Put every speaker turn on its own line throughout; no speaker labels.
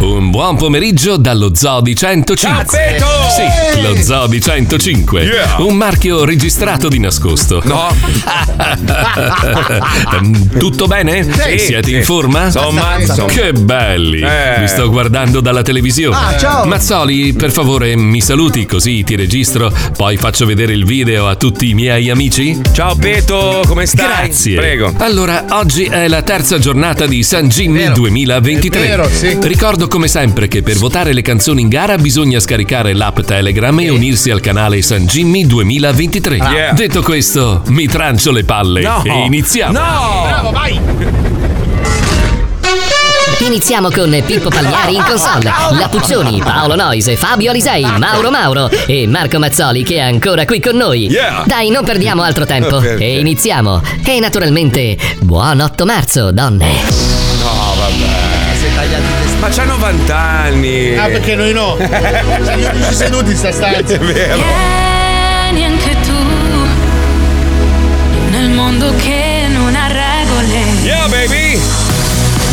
Un buon pomeriggio dallo Zoo di 105.
Cazzetto!
Sì, lo Zoo di 105.
Yeah.
Un marchio registrato di nascosto.
No.
Mm, Tutto bene?
Sì.
Siete in
Sì.
forma?
Insomma, insomma.
Che belli!
Eh.
Vi sto guardando dalla televisione.
Ah, ciao.
Mazzoli, per favore, mi saluti così ti registro, poi faccio vedere il video a tutti i miei amici?
Ciao Peto, come stai?
Grazie.
Prego.
Allora, oggi è la terza giornata di San Jimmy 2023.
È vero, sì.
Ricordo come sempre che per votare le canzoni in gara bisogna scaricare l'app Telegram e unirsi al canale San Jimmy 2023.
Ah. Yeah.
Detto questo, mi trancio le palle
No.
e iniziamo.
No!
Iniziamo con Pippo Pagliari in console, Lapuccioni, Paolo Noise, Fabio Alisei, Mauro Mauro e Marco Mazzoli che è ancora qui con noi.
Yeah.
Dai, non perdiamo altro tempo
Perché?
e iniziamo. E naturalmente, buon 8 marzo, donne.
No, vabbè. Ma c'ha 90 anni.
Ah, perché noi no? Siamo gli unici seduti in sta stanza.
È vero.
Vieni anche Eh, tu nel mondo che non ha regole.
Yeah, baby!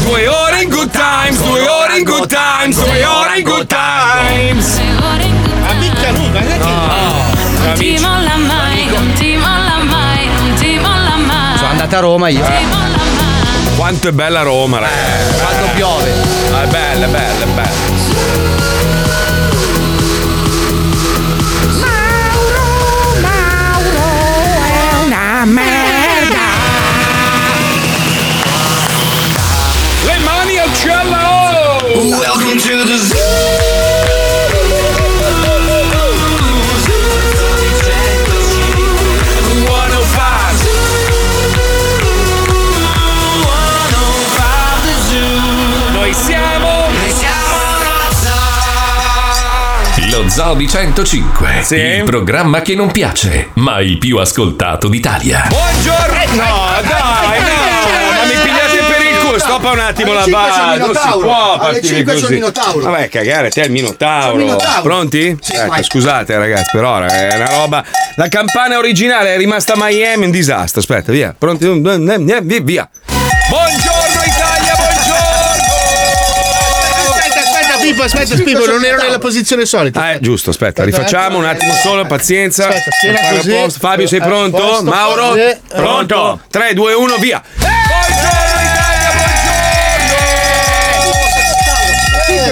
Due ore in good times, due ore in good times, due ore in good times.
Se ora in
Ma mica lui, ma non è che.
non ti molla mai, non ti molla mai, non ti molla mai. Sono andata a Roma io. Eh.
Quanto è bella Roma, ragazzi. Quando piove. È bella, è bella, è bella. Le mani al cielo!
Welcome to the zoo.
Noi siamo
Lo Zobi 105,
Sì.
il programma che non piace, ma il più ascoltato d'Italia.
Eh,
Oh, Buongiorno! Eh, No, dai, no! Ma mi pigliate per il culo, stoppa un attimo
Alle
la
cinque c'è
base,
il
non si
Minotauro.
può
Alle
partire
cinque c'è il
così.
Minotauro.
Vabbè, cagare, te è il Minotauro.
C'è il Minotauro.
Pronti?
Sì,
ecco,
vai.
scusate ragazzi, però eh, è una roba... La campana originale è rimasta a Miami, un disastro. Aspetta, via. Pronti? Via, via. Buongiorno Italia, buongiorno!
Aspetta, aspetta, Pippo, aspetta, Pippo, non ero nella posizione solita. eh,
Ah, è giusto, aspetta, rifacciamo un attimo solo, pazienza.
Aspetta, sì, era
Fare a
così.
posto. Fabio, sei
A
pronto?
posto,
Mauro?
sì, eh,
Pronto?
pronto.
3, 2, 1, via! Buongiorno Italia, buongiorno!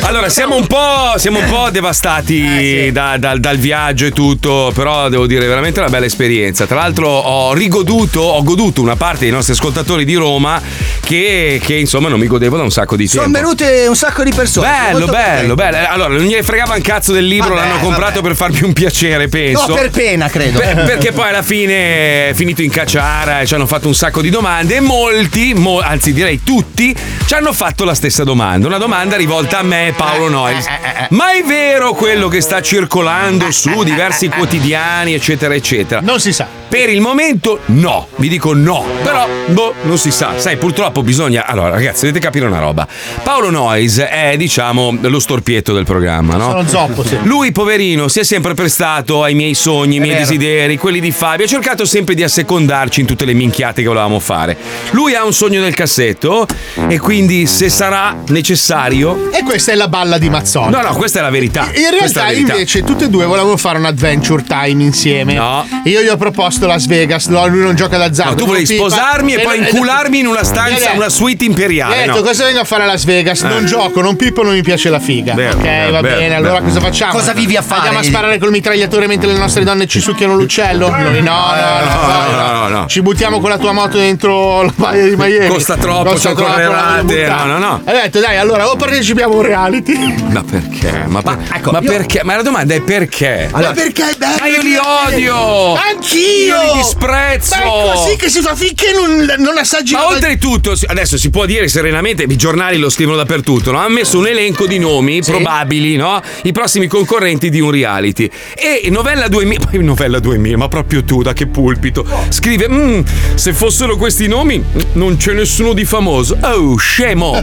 Allora, siamo un po', siamo un po'
Eh,
devastati da- dal- dal viaggio e tutto, però devo dire veramente una bella esperienza. Tra l'altro ho rigoduto, ho goduto una parte dei nostri ascoltatori di Roma che, che, insomma non mi godevo da un sacco di tempo.
Sono venute un sacco di persone.
Bello,
Molto
bello,
contento.
bello. Eh, Allora, non gli fregava un cazzo del libro,
Vabbè,
l'hanno comprato per farvi un piacere, penso.
No, per pena, credo.
Per- perché poi alla fine è finito in cacciara e ci hanno fatto un sacco di domande e molti, mo- anzi direi tutti, ci hanno fatto la stessa domanda. Una domanda rivolta a me,
Eh,
Paolo Noyes. Ma è vero quello che sta circolando su diversi quotidiani, eccetera, eccetera?
Non si sa.
Per il momento no, vi dico no, però boh, non si sa, sai purtroppo bisogna... Allora ragazzi dovete capire una roba, Paolo Noyes è diciamo lo storpietto del programma, no?
Sono zoppo, sì.
Lui, poverino, si è sempre prestato ai miei sogni, ai miei
vero.
desideri, quelli di Fabio. Ha cercato sempre di assecondarci in tutte le minchiate che volevamo fare. Lui ha un sogno nel cassetto e quindi se sarà necessario...
E questa è la balla di Mazzoni.
No, no, questa è la verità.
In
Questa è
realtà,
la verità.
invece, tutti e due volevano fare un adventure time insieme.
No.
Io gli ho proposto Las Vegas, no, lui non gioca d'azzardo.
No, tu volevi
Colpiva.
sposarmi e
Eh,
poi
no, eh,
incularmi in una
Eh,
stanza,
dai.
una suite
Gli ho
imperiale.
detto,
No. Eh.
cosa vengo a fare a Las Vegas? Non gioco, non pippo, non mi piace la figa.
Vero,
ok,
vero,
va
vero,
bene,
vero.
allora cosa facciamo?
Cosa vivi a fare?
Andiamo a sparare col mitragliatore mentre le nostre donne ci succhiano l'uccello? Noi, no, no, no,
no, no,
no,
no, no.
Ci buttiamo con la tua moto dentro la baia di Miami.
Ah. Costa troppo, ci accorrerate.
devo buttare.
No, no, no.
Ho detto, dai, allora o partecipiamo a un reality.
Ma perché? Ma,
ecco,
ma
io-
perché? Ma la domanda è perché?
Allora, ma perché è bello?
Ma io li odio!
Anch'io!
Io li disprezzo!
Ma è così che si fa finché non, non assaggi
Ma
la-
oltretutto, si- adesso si può dire serenamente, i giornali lo scrivono dappertutto, no? hanno messo un elenco di nomi probabili, no? i prossimi concorrenti di un reality. E Novella 2000, poi Novella 2000, ma proprio tu, da che pulpito, scrive, "Mm, se fossero questi nomi mm, non c'è nessuno di famoso. Oh, scemo!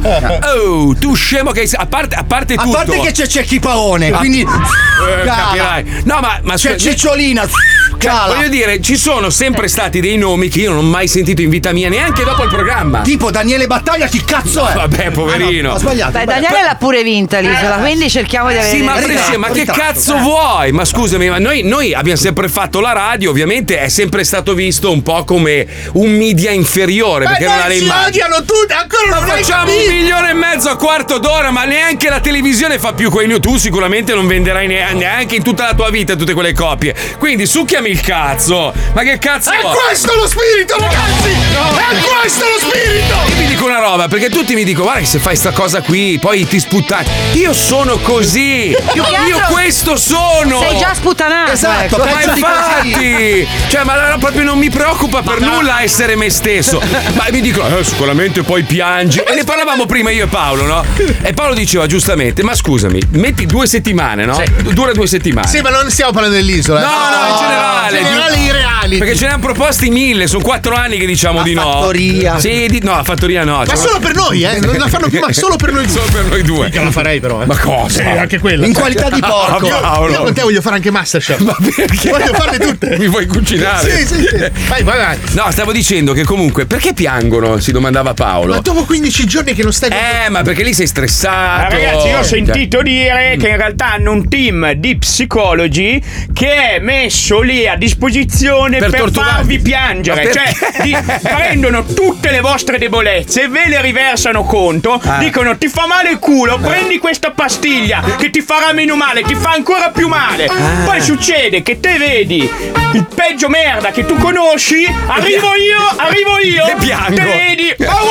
Oh, tu scemo che hai... A parte, a parte
A
tutto...
parte che c'è Cecchi Paone, quindi.
Eh,
Brava.
capirai. No, ma, ma
C'è
scusa-
Cioè, Cicciolina.
Cioè, voglio dire, ci sono
Eh.
sempre stati dei nomi che io non ho mai sentito in vita mia, neanche dopo il programma.
Tipo Daniele Battaglia, chi cazzo è?
Vabbè, poverino.
Ah, no, ho sbagliato.
Beh, Daniele l'ha pure vinta l'isola, quindi cerchiamo di avere
Eh. Sì, ma,
delle-
Brescia, ma che
eh.
cazzo vuoi? Ma scusami, ma noi, noi abbiamo sempre fatto la radio, ovviamente è sempre stato visto un po' come un media inferiore. perché non ha le
ci
immagini.
odiano tutti, ancora non hai
Facciamo un
capito.
milione e mezzo a quarto d'ora, ma neanche la televisione fa più quei Tu sicuramente non venderai nea- neanche in tutta la tua vita tutte quelle copie. Quindi succhiami il cazzo. Ma che cazzo
È
vuoi?
questo lo spirito, ragazzi! È questo lo spirito!
Io vi dico una roba, perché tutti mi dicono, guarda che se fai sta cosa qui, poi ti sputtate. Io sono così! Io, io
che altro-
questo sono!
Sei già sputanato.
Esatto,
ecco.
Ma
pezzo di così.
infatti, cioè, ma allora proprio non mi preoccupa per nulla essere me stesso. Ma mi dicono, eh, sicuramente poi piangi. E ne parlavamo prima io e Paolo, no? E Paolo diceva giustamente, ma scusami, metti due settimane, no? Dura due settimane.
Sì, ma non stiamo parlando dell'isola. eh.
No, no, in generale.
In generale i reali.
Perché ce ne hanno proposti mille, sono quattro anni che diciamo di no.
fattoria.
Sì, di- no, la fattoria no.
Ma
cioè,
solo per noi, eh. Non la fanno più, ma solo per noi due.
solo per noi due.
Mica la farei però, eh.
Ma cosa?
Sì, anche quella. cioè.
In qualità di porco.
Ah,
Io
Paolo.
con te voglio fare anche Masterchef. Ma
perché?
Voglio farle tutte.
Mi vuoi cucinare?
Sì, sì, sì. Vai, vai, vai.
No, stavo dicendo che comunque perché piangono? Si domandava Paolo.
Ma dopo 15 giorni che non stai
Eh, ma perché lì sei stressato? Cioè.
Ma ragazzi, io ho sentito dire che in realtà hanno un team di psicologi che è messo lì a disposizione
Per
per,
torturarvi.
farvi piangere.
Ma perché?
Cioè, di- prendono tutte le vostre debolezze, ve le riversano conto,
Ah.
dicono ti fa male il culo, prendi questa pastiglia che ti farà meno male, ti fa ancora più male.
Ah.
Poi succede che te vedi il peggio merda che tu conosci, arrivo io, arrivo io,
E piango.
te vedi, Mauro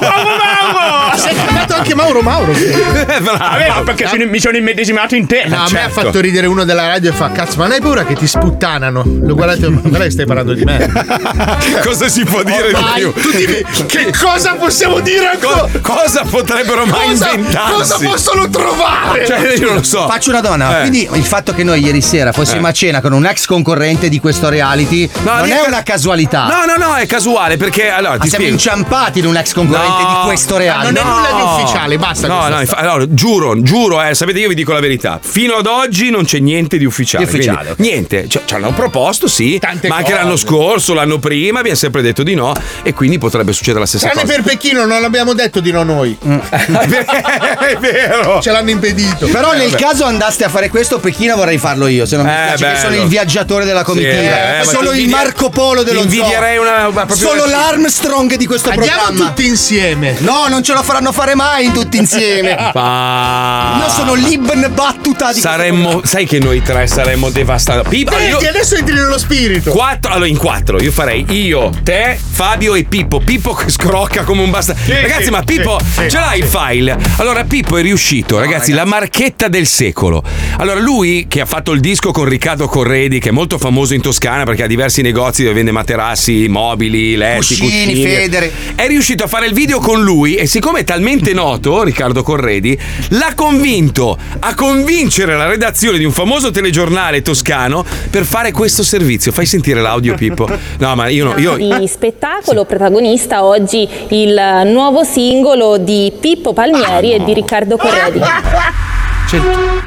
Mauro, Mauro Mauro.
Sei chiamato anche Mauro Mauro.
Eh, bravo.
Vabbè, ma perché sono- mi sono immedesimato in te.
Eh,
certo.
No, a me
Certo.
ha fatto ridere uno della radio e fa cazzo, ma non hai paura che ti sputtanano? Lo guardate, ma guarda che stai parlando di me.
Cosa si può dire di
Vai,
più?
tu dimmi, che cosa possiamo dire ancora?
Co- cosa potrebbero mai
Cosa,
inventarsi?
cosa possono trovare?
Cioè, io non lo so.
Faccio una donna.
Eh.
Quindi il fatto che noi ieri sera fossimo a cena con un ex concorrente di questo reality
No,
non
niente-
è una casualità.
No, no, no, è casuale perché allora
Ma
ti
siamo
spiego.
inciampati in un ex concorrente
No.
di questo
non
reality.
è nulla di ufficiale, basta
No,
questa
no,
storia.
infa- allora, giuro, giuro, eh, sapete, io vi dico la verità. Fino ad oggi non c'è niente di ufficiale.
Di ufficiale,
quindi Niente, Cioè, ci hanno proposto, sì,
Tante
ma anche
cose.
l'anno scorso, l'anno prima, abbiamo sempre detto di no, e quindi potrebbe succedere la stessa
Tranne
cosa.
per Pechino, non l'abbiamo detto di no noi.
Mm.
è vero.
Ce l'hanno impedito.
Però
Eh,
nel
vabbè.
caso andaste a fare questo, Pechino vorrei farlo io. Se non mi
Eh,
piace, che
bello.
sono il viaggiatore della comitiva.
Sì, eh, ma
sono
ti
il
invidia-
Marco Polo dello
ti invidierei
zoo.
una- ma proprio
sono
una-
l'Armstrong di questo
Andiamo
programma.
tutti insieme.
No, non ce la faranno fare mai tutti insieme.
Ma-
Io sono l'Ibn Battuta di questo
Saremmo, sai che noi tre saremmo devastati. Pippo, io-
Vedi, adesso entri nello spirito.
quattro, allora in quattro io farei io, te, Eh, Fabio e Pippo. Pippo che scrocca come un bastardo. ragazzi,
sì,
ma Pippo
sì,
ce l'ha il file. Allora Pippo è riuscito, ragazzi, la marchetta del secolo. Allora lui che ha fatto il disco con Riccardo Corredi, che è molto famoso in Toscana perché ha diversi negozi dove vende materassi, mobili, letti,
Cuscini,
cuscini,
federe.
È riuscito a fare il video con lui e siccome è talmente noto Riccardo Corredi, l'ha convinto a convincere la redazione di un famoso telegiornale toscano per fare questo servizio. Fai sentire l'audio Pippo. No, ma io no, io
di spettacolo, protagonista oggi il nuovo singolo di Pippo Palmieri
Ah,
e di Riccardo Corredi.
c'è,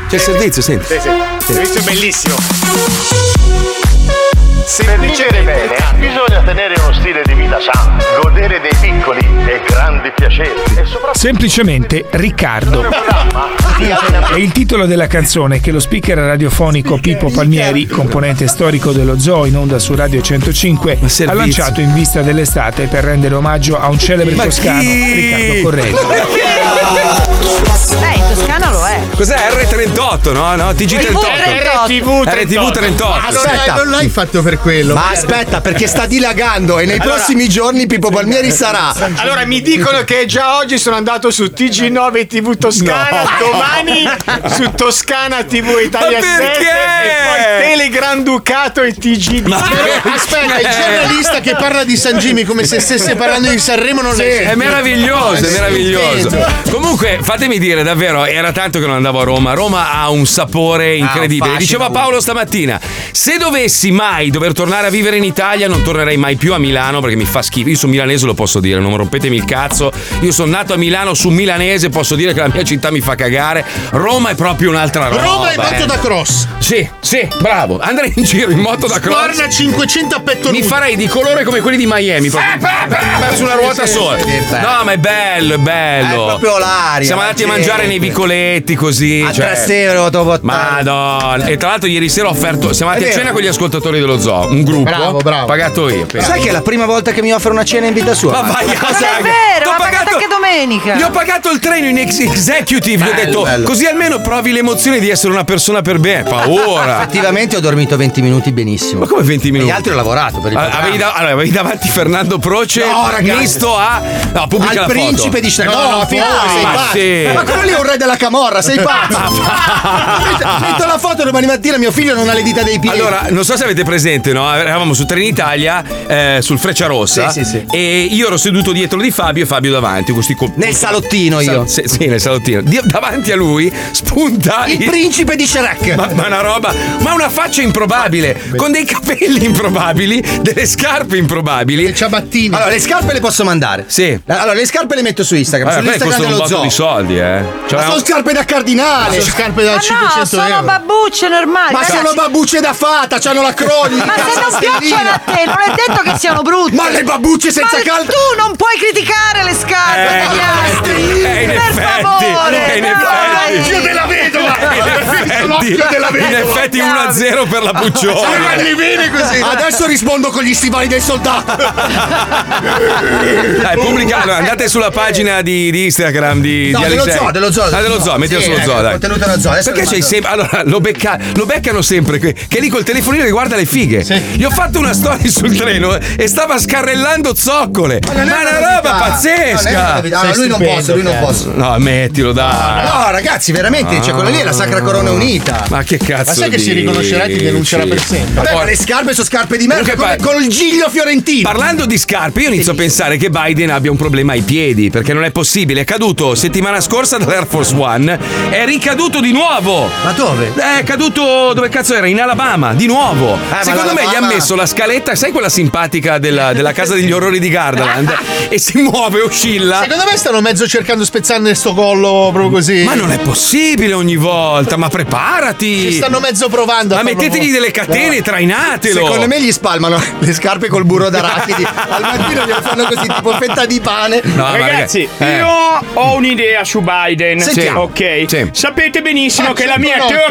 c'è il servizio, senti.
Questo è bellissimo. Per ricevere bene,
Bisogna tenere uno stile di vita sano, godere dei piccoli e grandi piaceri e soprattutto
Semplicemente Riccardo. È il titolo della canzone che lo speaker radiofonico Pippo Palmieri, componente storico dello zoo in onda su Radio 105,
Ma servizio.
ha lanciato in vista dell'estate per rendere omaggio a un celebre
Ma
toscano,
chi?
Riccardo Corredi.
Beh, Eh, in Toscana lo è.
Cos'è R38, no? No, TG38.
RTV 38.
RTV 38.
Allora,
Aspetta.
non l'hai fatto per quello.
Ma aspetta, perché sta dilagando e nei prossimi giorni Pippo Palmieri sarà.
Allora mi dicono che già oggi sono andato su TG9 e TV Toscana, domani su Toscana TV Italia
Ma
7
perché?
Eh!
e poi Telegram Ducato e TG.
Ma-
Aspetta, il
Eh.
giornalista che parla di San Jimmy come se stesse parlando di Sanremo non è.
È meraviglioso, è meraviglioso. Comunque, fatemi dire, davvero, era tanto che non andavo a Roma. Roma ha un
Ah,
sapore incredibile.
fascino
Diceva
unico.
Paolo stamattina: se dovessi mai dover tornare a vivere in Italia, non tornerei mai più a Milano perché mi fa schifo. Io sono milanese, lo posso dire, non rompetemi il cazzo. Io sono nato a Milano, su milanese, posso dire che la mia città mi fa cagare. Roma è proprio un'altra roba.
Roma è
eh.
fatto da cross.
Sì, sì, bravo. Andrei in giro in moto da cross.
Guarda 500 a petto
Mi farei di colore come quelli di Miami. proprio. Ma su una ruota sola. No, ma è bello, è bello.
È proprio l'aria,
Siamo andati a
gente.
mangiare nei vicoletti così.
A
cioè.
Trastevere, dopo
Madonna. E tra l'altro ieri sera ho offerto. Siamo andati a
È vero.
cena con gli ascoltatori dello zoo. Un gruppo.
Bravo, bravo.
Pagato io. penso.
Sai che è la prima volta che mi offre una cena in vita sua?
Ma vai a
È
saga.
vero,
T'ho
l'ha pagata anche domenica.
Gli ho pagato il treno in ex- executive, gli ho detto così almeno provi l'emozione di essere una persona per bene. Paura.
Effettivamente ho dormito 20 minuti benissimo. Ma
come 20 minuti?
Gli altri ho lavorato per il
Ah, Avevi,
programma.
da- allora, avevi davanti Fernando Proce
No, ragazzi.
misto a no, pubblica
Al
la foto.
principe di Shrek. No, no, figurati, sei
ma
pazzo.
sì.
Ma quello lì è un re della camorra, sei pazzo.
Ma-
Metto la foto domani mattina, mio figlio non ha le dita dei piedi.
Allora, non so se avete presente, no? Eravamo su Trenitalia, eh, sul Freccia Rossa.
Sì, sì, sì.
E io ero seduto dietro di Fabio e Fabio davanti. con questi co-
Nel salottino io.
Sa- sì, sì, nel salottino. Di- davanti a lui spunta
Il principe di Ah, Shrek.
Ma, ma una roba, ma una faccia improbabile, con dei capelli improbabili, delle scarpe improbabili. Le
ciabattine.
Allora, le scarpe le posso mandare.
Sì.
Allora, le scarpe le metto su Instagram.
Vabbè,
su
poi
Instagram
costano un botto
dello zoo.
di soldi, eh. Cioè,
Ma sono scarpe da cardinale.
Ma sono scarpe da
Ma no,
500
sono
euro.
babbucce normali.
Ma
ragazzi.
sono babbucce da fata, c'hanno la cronica.
Ma se non piacciono a te, non è detto che siano brutte.
Ma le babbucce senza
Ma
caldo.
Tu non puoi criticare le scarpe degli altri.
Eh, in
Eh, per
effetti,
favore,
eh, in
dai.
effetti.
L'occhio della vedova.
In
L'occhio della
effetti, Eh, in
vedova.
effetti 1-0 per la Puccioni.
Adesso rispondo con gli stivali del soldato.
Dai, pubblica- allora, andate sulla pagina di, di Instagram di,
Eh. No,
di
dello
Alisei.
zoo, dello zoo,
Ah, dello
no.
zoo, mettilo
Sì,
sullo
eh,
zoo, dai.
contenuto dello zoo, adesso
Perché
lo
c'hai
mando.
sempre. Allora, lo, becca- lo beccano sempre. que- Che lì col telefonino riguarda le fighe. Gli ho fatto una storia sul treno eh, e stava scarrellando zoccole. Ma,
non è una
una roba
novità. Non è una
pazzesca.
novità. Allora, lui non Sei posso, lui non stupendo, posso.
No, mettilo, dai.
No, ragazzi, veramente, cioè, quella lì è la Sacra Corona Unita.
Ma che cazzo?
Ma sai che si
dici?
riconoscerà e ti denuncerà per sempre. Vabbè, ma le scarpe sono scarpe di merda,
Comunque
come
par-
Eh, col giglio fiorentino.
Parlando di scarpe, io inizio a pensare che Biden abbia un problema ai piedi, perché non è possibile. È caduto settimana scorsa dall'Air Force One, è ricaduto di nuovo.
Ma dove? Eh,
È caduto dove cazzo era? In Alabama, di nuovo.
ma
Secondo me gli ha
l'Alabama-
messo la scaletta, sai quella simpatica della, della casa degli orrori di Gardaland? e si muove, oscilla.
Secondo me stanno mezzo cercando di spezzarne sto collo proprio così.
Ma non è possibile ogni volta, ma preparati!
Ci stanno mezzo provando a
Ma
farlo Eh.
mettetegli
mo-
delle catene,
No.
trainatelo!
Secondo me gli spalmano le scarpe col burro d'arachidi. Al mattino glielo fanno così, tipo fetta di pane.
Ragazzi,
eh.
io ho un'idea su Biden.
Sentiamo.
Ok. Sapete benissimo
Faccio
che la
un
mia
pronostico.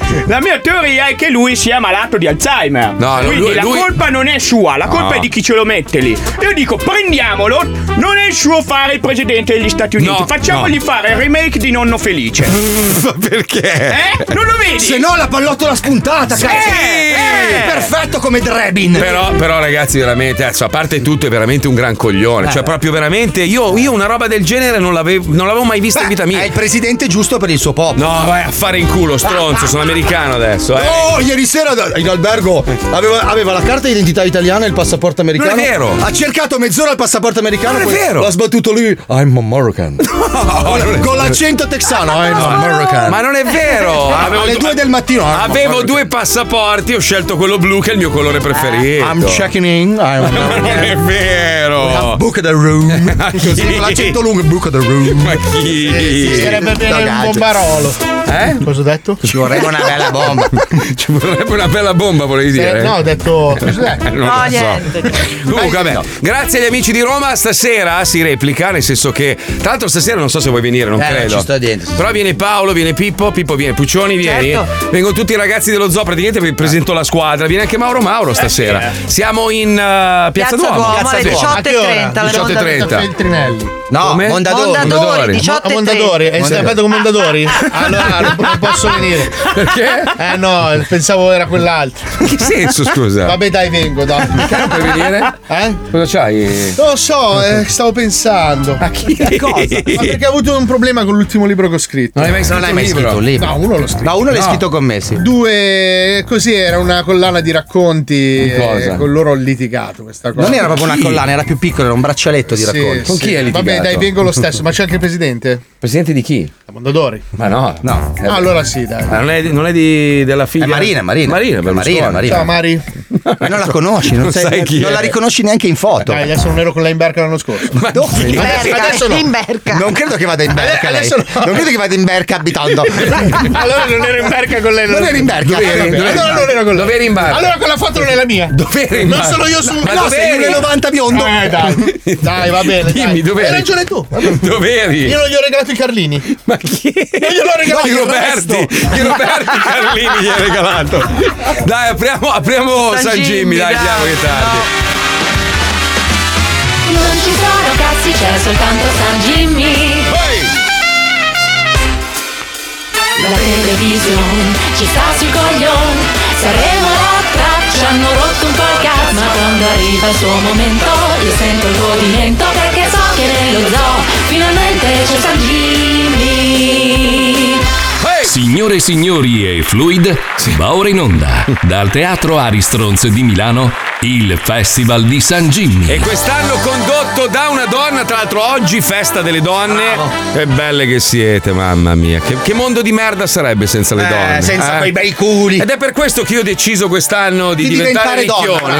teoria. la mia teoria è che lui sia malato di Alzheimer.
No, no,
Quindi
lui-
la
lui-
colpa non è sua, la
No.
colpa è di chi ce lo mette lì. Io dico, prendiamolo. Non è il suo fare il presidente degli Stati Uniti.
No,
Facciamogli
no.
fare il remake di Nonno Felice.
Perché?
Eh? Non lo vedi?
Se no, la pallottola spuntata,
Sì.
cazzo.
Eh.
Eh, perfetto come Drebin.
Però, però, ragazzi, veramente, adesso, a parte tutto, è veramente un gran coglione.
Eh.
Cioè, proprio veramente. Io, io una roba del genere non l'avevo, non l'avevo mai vista in vita mia.
È il presidente giusto per il suo popolo.
No, vai a fare in culo, stronzo. Sono americano adesso, eh.
Oh, ieri sera da- in albergo aveva, aveva la carta d'identità italiana e il passaporto americano.
Non è vero.
Ha cercato mezz'ora il passaporto americano.
Non è
poi
vero.
L'ha sbattuto lui. I'm American.
non è-
con l'accento texano.
eh,
I'm American.
Ma non è vero! Avevo
Alle
due-
due del mattino.
eh.
I'm
Avevo
American.
due passaporti, ho scelto quello blu che è il mio colore preferito.
I'm checking in. I'm
Ma non è vero!
Book the room.
Ma chi?
Così con l'accento lungo. Book the room.
Ma chi?
Sì, sarebbe bene un
Ragazzi.
bombarolo.
Eh?
Cosa ho detto?
Ci vorrebbe una bella bomba.
Ci vorrebbe una bella bomba, volevi dire.
Eh, no, ho detto. Cosa ho detto?
Eh, non lo
No,
so.
niente.
Comunque, vabbè, grazie agli amici di Roma. Stasera si replica, nel senso che, tra l'altro, stasera non so se vuoi venire, non
Eh,
credo.
ci sto dentro.
Però viene Paolo, viene Pippo, Pippo viene Puccioni, vieni.
Certo.
Vengono tutti i ragazzi dello zoo, praticamente vi presento la squadra. Viene anche Mauro Mauro stasera. Siamo in eh, Piazza,
Piazza
Duomo.
Duomo, alle
Duomo.
18:30,
A che ora?
la
18:30.
Feltrinelli.
No,
Come?
Mondadori.
Mondadori, 18
Mo- Mondadori, eh, sei aperto con Mondadori? ah, Allora non non posso venire.
Perché?
Eh no, pensavo era quell'altro.
In che senso, scusa?
Vabbè dai, vengo, dai.
Perché non puoi venire?
Eh?
Cosa c'hai?
Non lo so, eh, stavo pensando.
A chi?
Ma perché ho avuto un problema con con l'ultimo libro che ho scritto.
Non hai mai scritto Non hai mai un libro? scritto un libro?
No, uno l'ho scritto.
No, uno l'hai scritto con me, sì.
Due, così era una collana di racconti.
Di cosa?
eh, con loro ho litigato questa cosa.
Non era proprio una collana, era più piccola, era un braccialetto di
Sì,
racconti.
sì. Vabbè, dai, vengo lo stesso, ma c'è anche il presidente?
Presidente di chi?
La Mondadori.
Ma no, no.
Ah, allora sì, dai.
Ma non è, non è di, della figlia.
È Marina, Marina.
Marina, Berlusconi.
Marina, Marina.
Ciao Mari.
Ma non la conosci, non,
Non
sai,
sai chi
non
è.
la riconosci neanche in foto.
Dai, adesso non ero con la Imberca l'anno scorso.
Ma dove?
In Berca,
in Berca.
Non credo che vada in Berca
Ade-
lei.
adesso no.
Non credo che vada in Berca abitando.
Allora
non ero in Berca con lei. Non ero in Berca.
Dove eri?
Eh, vabbè.
Dove eri?
Allora non ero con lei.
Dove eri in Berca?
Allora quella foto non è la mia.
Dove eri in
Non
Berca?
sono io su.
Ma
no,
dove
sei
eri?
1,90 biondo.
Eh, dai. Dai, va bene. dai.
Dimmi, dove
Hai
eri?
ragione tu.
Dove eri?
Io non gli ho regalato i Carlini.
Ma chi?
Non gliel'ho regalato
Di
il
Roberti,
resto.
di Roberti Carlini gli hai regalato. Dai, apriamo, apriamo San,
San
Jimmy,
Jimmy,
dai,
dai,
andiamo che è tardi.
Non ci sono cazzi, c'è soltanto San Jimmy. La televisione ci sta sui coglion. Saremo la traccia, hanno rotto un po' il cazzo. Ma quando arriva il suo momento, io sento il godimento perché so che nello zoo finalmente c'è San Jimmy.
Signore e signori e Fluid va ora in onda dal Teatro Aristrons di Milano il Festival di San Jimmy.
E quest'anno condotto da una donna, tra l'altro oggi festa delle donne. Che belle che siete, mamma mia. Che, che mondo di merda sarebbe senza le
Eh,
donne?
senza quei bei culi.
Ed è per questo che io ho deciso quest'anno di,
Di
diventare,
diventare donna,
ricchione.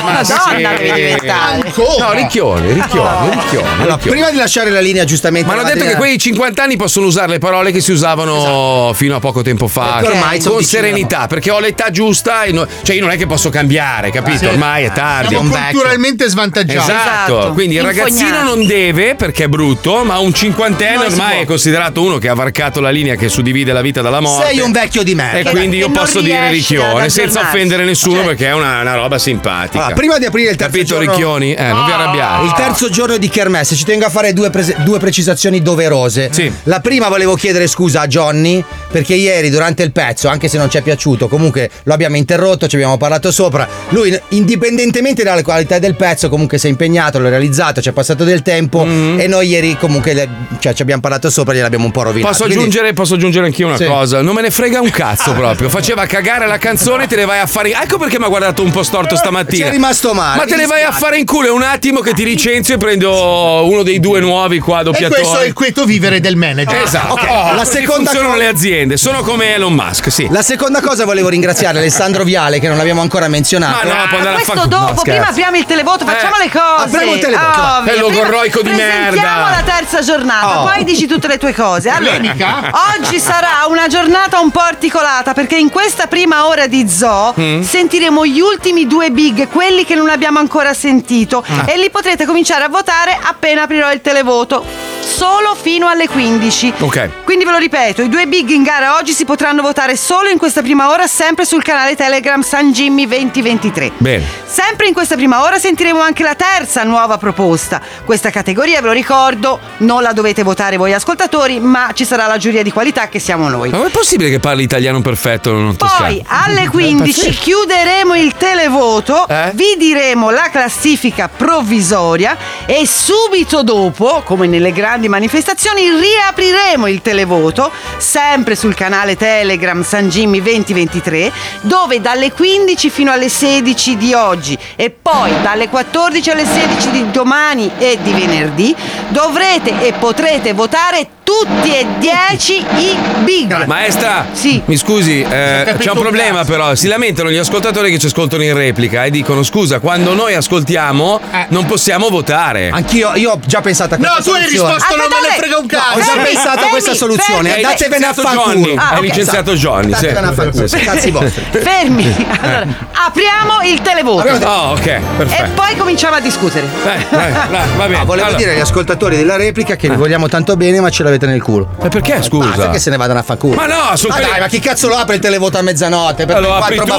brava.
Sì,
Una donna
sì.
devi diventare.
No, ricchione, ricchione, ricchione.
Oh. Allora,
ricchione.
prima di lasciare la linea giustamente.
Ma hanno detto che quei 50 anni possono usare le parole che si usavano fino a poco tempo fa.
Esatto. Perché ormai sono
con
vicini
serenità, perché ho l'età giusta, e no- cioè io non è che posso cambiare, capito?
Sì.
Ormai è tardi.
Siamo culturalmente svantaggiati.
Esatto. quindi il ragazzino non deve perché è brutto, ma un cinquantenne
Non si
ormai
può.
è considerato uno che ha varcato la linea che suddivide la vita dalla morte.
Sei un vecchio di
E
merda.
quindi io
Che non
posso dire
riesci ad
ricchione senza
aggiornarsi.
offendere nessuno
Cioè,
perché è una, una roba simpatica.
Allora, prima di aprire il terzo
Capito,
giorno-
Ricchioni? Eh, non vi
Ah.
arrabbiate.
Il terzo giorno di Kermesse, ci tengo a fare due, prese- due precisazioni doverose. La prima volevo chiedere scusa a Johnny perché ieri durante il pezzo, anche se non ci è piaciuto, comunque lo abbiamo interrotto, ci abbiamo parlato sopra. Lui, indipendentemente dalla qualità del pezzo, comunque si è impegnato, l'ha realizzato, ci è passato del tempo
Mm-hmm.
e noi ieri comunque le- cioè, ci abbiamo parlato sopra e gliel'abbiamo un po' rovinato.
Posso
Quindi-
aggiungere, posso aggiungere anch'io una
Sì.
cosa? Non me ne frega un cazzo proprio. Faceva cagare la canzone, te ne vai a fare. Ecco perché mi ha guardato un po' storto stamattina.
Ci è rimasto male,
Ma te
mi
ne vai a
dispiace.
fare in culo. È un attimo che ti licenzio e prendo uno dei due nuovi qua
E questo è il
doppiatori.
quieto vivere del manager.
Esatto.
Ok,
La
Oh, la seconda
funzionano
cosa-
le aziende, sono come Elon Musk, sì.
La seconda cosa volevo ringraziare Alessandro Viale che non abbiamo ancora
Ma
menzionato.
no, può andare a
Questo
fa- no,
dopo, prima
scherzo. Eh,
apriamo il televoto, facciamo le cose.
apriamo il televoto,
Ah,
va.
ovvio.
È logorroico
Prima
di merda.
Presentiamo la terza giornata,
Oh.
poi dici tutte le tue cose. Allora,
Polemica?
oggi sarà una giornata un po' articolata perché in questa prima ora di zoo
Mm.
sentiremo gli ultimi due big, quelli che non abbiamo ancora sentito
Ah.
e li potrete cominciare a votare appena aprirò il televoto. Solo fino alle 15.
Ok.
Quindi ve lo ripeto, i due big in gara oggi si potranno votare solo in questa prima ora, sempre sul canale Telegram San Jimmy 2023.
Bene.
Sempre in questa prima ora sentiremo anche la terza nuova proposta. Questa categoria, ve lo ricordo, non la dovete votare voi ascoltatori, ma ci sarà la giuria di qualità che siamo noi.
Ma com'è possibile che parli italiano perfetto e non toscano?
Poi ah, alle 15 chiuderemo il televoto, vi diremo la classifica provvisoria e subito dopo, come nelle grandi manifestazioni, riapriremo il televoto, sempre sul canale Telegram San Jimmy 2023, dove dalle 15 fino alle 16 di oggi e poi dalle 14 alle 16 di domani e di venerdì dovrete e potrete votare tutti e 10 i big.
Maestra,
Sì.
mi scusi, eh,
capito
c'è un
un
problema
cazzo.
però, si lamentano gli ascoltatori che ci ascoltano in replica e dicono scusa, quando noi ascoltiamo non possiamo votare.
Anch'io io ho già pensato a
No,
questa
tu hai
soluzione.
risposto, non me ne
Aspettate.
frega un
No,
cazzo.
ho già
Fermi,
pensato a
fermi,
questa soluzione.
fermi.
Datevene a
Licenziato
fanculo.
Johnny.
Ah,
Hai
ok.
licenziato Johnny. sì.
Datevene a fanculo.
Sì.
Cazzi vostri.
Fermi! Allora, apriamo il televoto
Ah,
Oh, ok,
e
perfetto.
poi cominciamo a discutere.
Eh, eh, va- va bene.
Ah, volevo
Allora,
dire agli ascoltatori della replica che vi vogliamo tanto bene, ma ce l'avete nel culo.
Ma perché
Basta
scusa?
che se ne vadano a fanculo.
Ma no, sono
ma
quelli-
dai, ma chi cazzo lo apre il televoto a mezzanotte? Per
Ma lo apri tu, cosa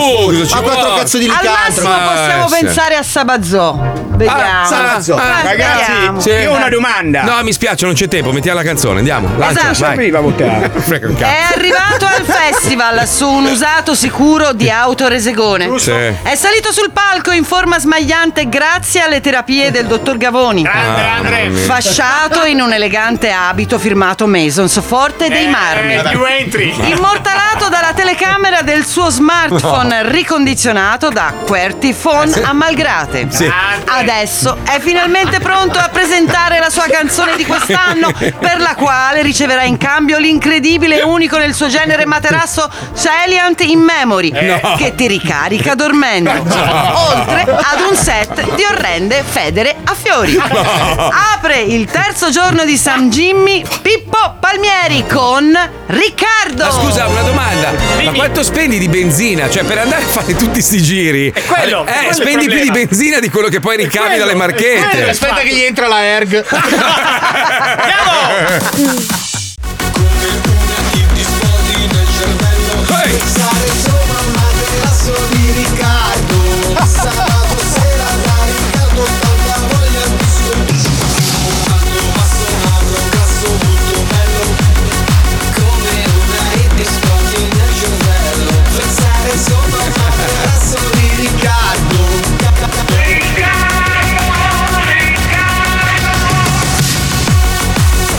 ci
ma quattro
vuole?
cazzo di
Al
licantro.
massimo
ma
possiamo
essere.
pensare a Sabazò. Vediamo.
Ah,
Sabazò.
Eh,
Ragazzi,
vediamo.
Sì.
io ho una domanda.
No, mi spiace, non c'è tempo, mettiamo la canzone, andiamo. Lancia,
Esatto.
vai.
Prima votare.
Frega un
È
cazzo.
arrivato al festival su un usato sicuro di auto resegone.
Giusto. Sì.
È salito sul palco in forma smagliante grazie alle terapie del dottor Gavoni.
Andre.
Fasciato in un elegante abito firmato Masons, forte dei marmi.
Eh, più entri.
Immortalato dalla telecamera del suo smartphone
No. Eh,
ricondizionato da QWERTY Phone a Malgrate.
Sì.
Adesso è finalmente pronto a presentare la sua canzone di quest'anno, per la quale riceverà in cambio l'incredibile e unico nel suo genere materasso Salient in Memory,
Eh.
No.
che ti ricarica dormendo.
No.
Oltre ad un set di orrende federe a fiori.
No.
Apre il terzo giorno di San Jimmy Pippo Palmieri con Riccardo.
Certo.
Ma scusa, una domanda. Ma quanto spendi di benzina? Cioè, per andare a fare tutti questi giri.
quello,
eh,
è quello il
spendi più di
problema.
benzina di quello che poi ricavi
quello,
dalle
è
marchette.
quello, aspetta che
gli entra la erg.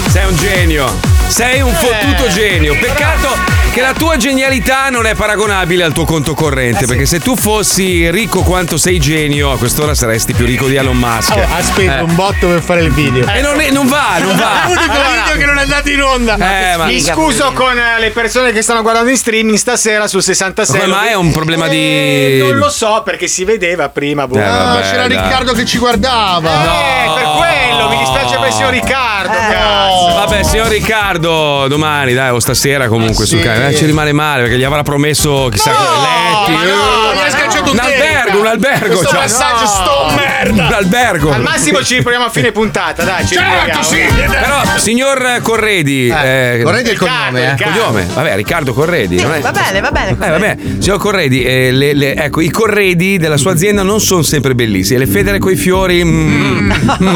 Sei un genio. Sei
Eh.
un fottuto genio. Peccato che la tua genialità non è paragonabile al tuo conto
Eh,
corrente. Perché se tu fossi ricco quanto sei genio, a quest'ora saresti più ricco di Elon Musk.
Oh, ha speso
Eh.
un botto per fare il video.
E non, è- non va, non va. Ah,
L'unico video che non è andato in onda.
Eh, ma-
Mi scuso con eh, le persone che stanno guardando in streaming stasera sul 66.
Come mai è un problema di-
Eh, Non lo so perché si vedeva prima. boh.
Eh, vabbè,
c'era
dai.
Riccardo che ci guardava.
No.
Eh, per quello mi dispiace per il signor Riccardo. cazzo.
Vabbè, signor Riccardo, domani, dai, o stasera
Ah,
comunque sul canale. Eh, ci rimane male perché gli avrà promesso chissà che letti.
no, gli ha scacciato
un
testa.
albergo, un albergo.
Questo
cioè.
passaggio, sto merda.
Un albergo.
Al massimo ci riproviamo a fine puntata, dai, ci riproviamo.
Però, signor Corredi.
Eh, Corredi è il
Riccardo,
cognome, eh.
Riccardo. Cognome. Vabbè, Riccardo Corredi. non è-
Va bene, va bene.
Eh, vabbè, signor Corredi, eh, le- le- ecco, i corredi della sua azienda non sono sempre bellissimi. Le federe coi fiori. mm, mm.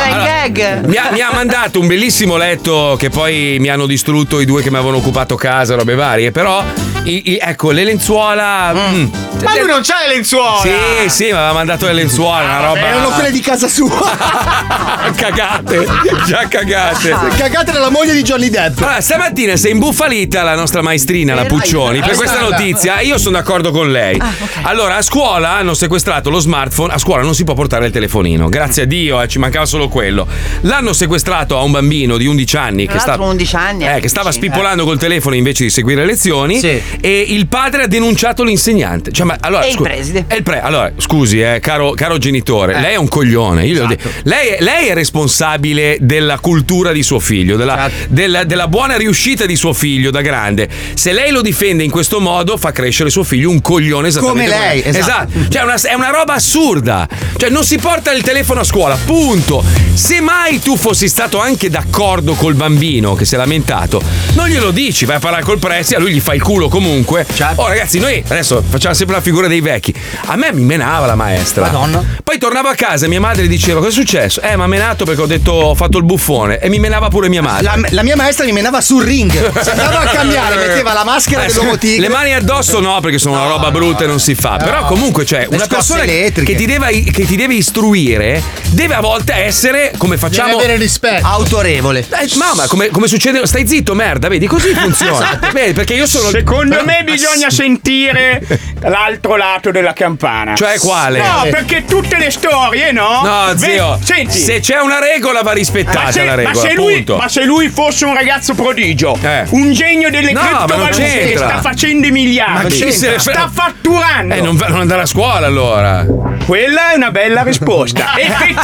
Era in gag.
Mi ha, mi ha mandato un bellissimo letto che poi mi hanno distrutto i due che mi avevano occupato casa, robe varie. Però, i- i- ecco, le lenzuola. mm.
Ma lui non c'ha le lenzuola. Ah,
Sì, sì, mi aveva mandato le lenzuola, una roba.
Erano quelle di casa sua.
cagate, già cagate.
Cagate dalla moglie di Johnny Depp.
Allora, stamattina si è imbufalita la nostra maestrina,
Eh,
la Puccioni, per questa notizia. Io sono d'accordo con lei.
Ah,
Allora, a scuola hanno sequestrato lo smartphone. A scuola non si può portare il telefonino. Grazie a Dio, eh, ci mancava solo quello. L'hanno sequestrato a un bambino di 11 anni
Tra
che sta.
l'altro 11 anni.
Eh, che stava spippolando col telefono invece di seguire le lezioni e il padre ha denunciato l'insegnante. Cioè, ma allora,
E il
scu-
preside.
e il pre- allora, scusi, eh, caro, caro genitore, lei è un coglione. io glielo dico. lei, lei è responsabile della cultura di suo figlio, della, della- della buona riuscita di suo figlio da grande. Se lei lo difende in questo modo, fa crescere suo figlio un coglione esattamente
Come lei, esatto.
Cioè, è una- è una roba assurda. Cioè, non si porta il telefono a scuola, punto. Se mai tu fossi stato anche d'accordo col bambino che si è lamentato, non glielo dici, vai a parlare col presti, a lui gli fai il culo comunque.
Certo.
Oh, ragazzi, noi adesso facciamo sempre la figura dei vecchi. A me mi menava la maestra. Madonna. Poi tornavo a casa e mia madre diceva: Cosa è successo? Eh, mi ha menato perché ho detto ho fatto il buffone. E mi menava pure mia madre.
La, la mia maestra mi menava sul ring. Se andava a cambiare, metteva la maschera
Eh,
dell'uomo tigre.
Le mani addosso no, perché sono una roba brutta e non si fa. Però comunque, cioè,
Le
una
scosse
persona
elettriche.
che ti, deve, che ti deve istruire deve a volte essere come facciamo.
avere rispetto. Autorevole.
Eh, mamma, come, come succede? Stai zitto, merda, vedi, così funziona.
Esatto.
Vedi, perché io sono.
Secondo
però-
me bisogna sentire l'altro lato della campana.
Cioè quale?
No, perché tutte le storie, no?
No,
Ve-
zio,
senti.
se c'è una regola va rispettata
Eh, Ma se-
la regola.
ma, se lui,
punto.
ma se lui fosse un ragazzo prodigio, un genio delle
No, ma non
criptovalute che
c'entra.
sta facendo i
Ma
miliardi,
chi se ne frega?
sta fatturando.
Eh, non, va- non andare a scuola allora.
Quella è una bella risposta.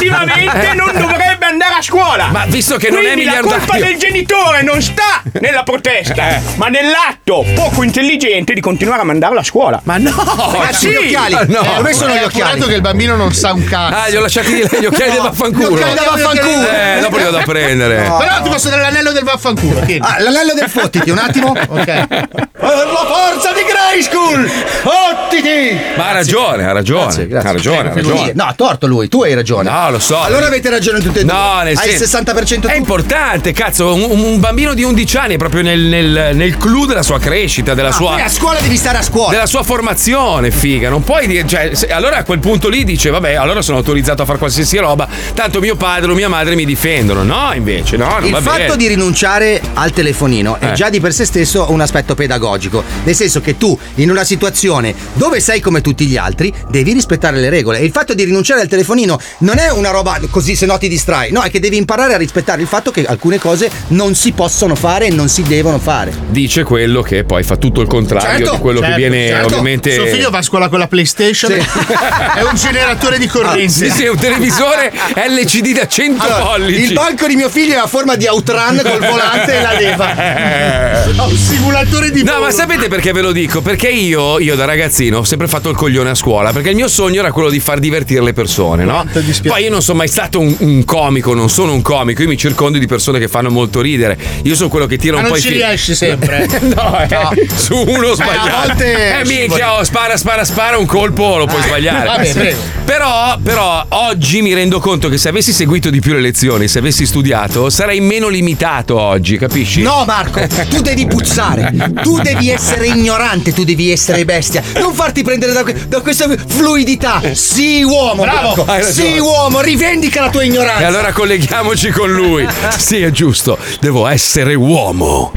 Effettivamente non
Eh,
dovrebbe andare a scuola.
Ma visto che non è
Quindi La colpa
miliardario- Eh.
del genitore non sta nella protesta, ma nell'atto poco intelligente di continuare a mandarla a scuola. Ma no!
Oh,
Ah,
Ma sì!
Ma no. Eh, appurato che il bambino non sa un cazzo.
Ah, gli ho lasciati gli occhiali del vaffanculo.
Gli occhiali del vaffanculo. Eh,
Eh, dopo li vado a prendere.
Però ti posso dare l'anello del vaffanculo. tieni.
Ah, l'anello del fottiti, un attimo.
Per la forza di Grey! high school! Ottiti!
Ma ha ragione, ha ragione. Ha ragione, ha ragione.
No, ha torto lui, tu hai ragione.
No, lo so.
Allora avete ragione tutti e due.
No, nel
Hai il
senso-
60% tu.
È importante, cazzo. Un, un bambino di 11 anni è proprio nel, nel, nel clou della sua crescita, della sua.
poi Ah, a scuola devi stare a scuola.
Della sua formazione, figa. Non puoi dire. Cioè, se- allora a quel punto lì dice, vabbè, allora sono autorizzato a fare qualsiasi roba. Tanto mio padre o mia madre mi difendono. No, invece, Ah, no. non
Il
va
fatto
bene.
di rinunciare al telefonino è
Eh.
già di per sé stesso un aspetto pedagogico, nel senso che tu in una situazione dove sei come tutti gli altri devi rispettare le regole. E il fatto di rinunciare al telefonino non è una roba così se no ti distrai, no, è che devi imparare a rispettare il fatto che alcune cose non si possono fare e non si devono fare.
Dice quello che poi fa tutto il contrario di quello
Certo,
che viene,
certo.
ovviamente.
Suo figlio va a scuola con la PlayStation. è un generatore di corrente.
Sì, sì, è un televisore LCD da 100
Allora,
pollici.
il banco di mio figlio è a forma di outrun col volante e la
Eh.
leva. Ho un simulatore di
No, ma sapete perché ve lo dico? Perché io, io da ragazzino ho sempre fatto il coglione a scuola, perché il mio sogno era quello di far divertire le persone, no? Poi io non sono mai stato un, un comico, non sono un comico, io mi circondo di persone che fanno molto ridere. Io sono quello che tira
Ma
un
non
po' i
ci
fili.
riesci sempre.
no, eh.
No.
Su uno
Eh, a
sbagliato.
volte
Eh,
ci
minchia,
vuole. Eh,
oh, spara, spara, spara, un colpo lo puoi sbagliare.
vabbè, prego.
Però, però oggi mi rendo conto che se avessi seguito di più le lezioni, se avessi studiato, sarei meno limitato oggi, capisci?
No Marco, tu devi puzzare, tu devi essere ignorante, tu devi essere bestia, non farti prendere da, que- da questa fluidità. Sii uomo,
Bravo,
Marco,
hai ragione.
sii uomo, rivendica la tua ignoranza.
E allora colleghiamoci con lui. Sì, è giusto. Devo essere uomo.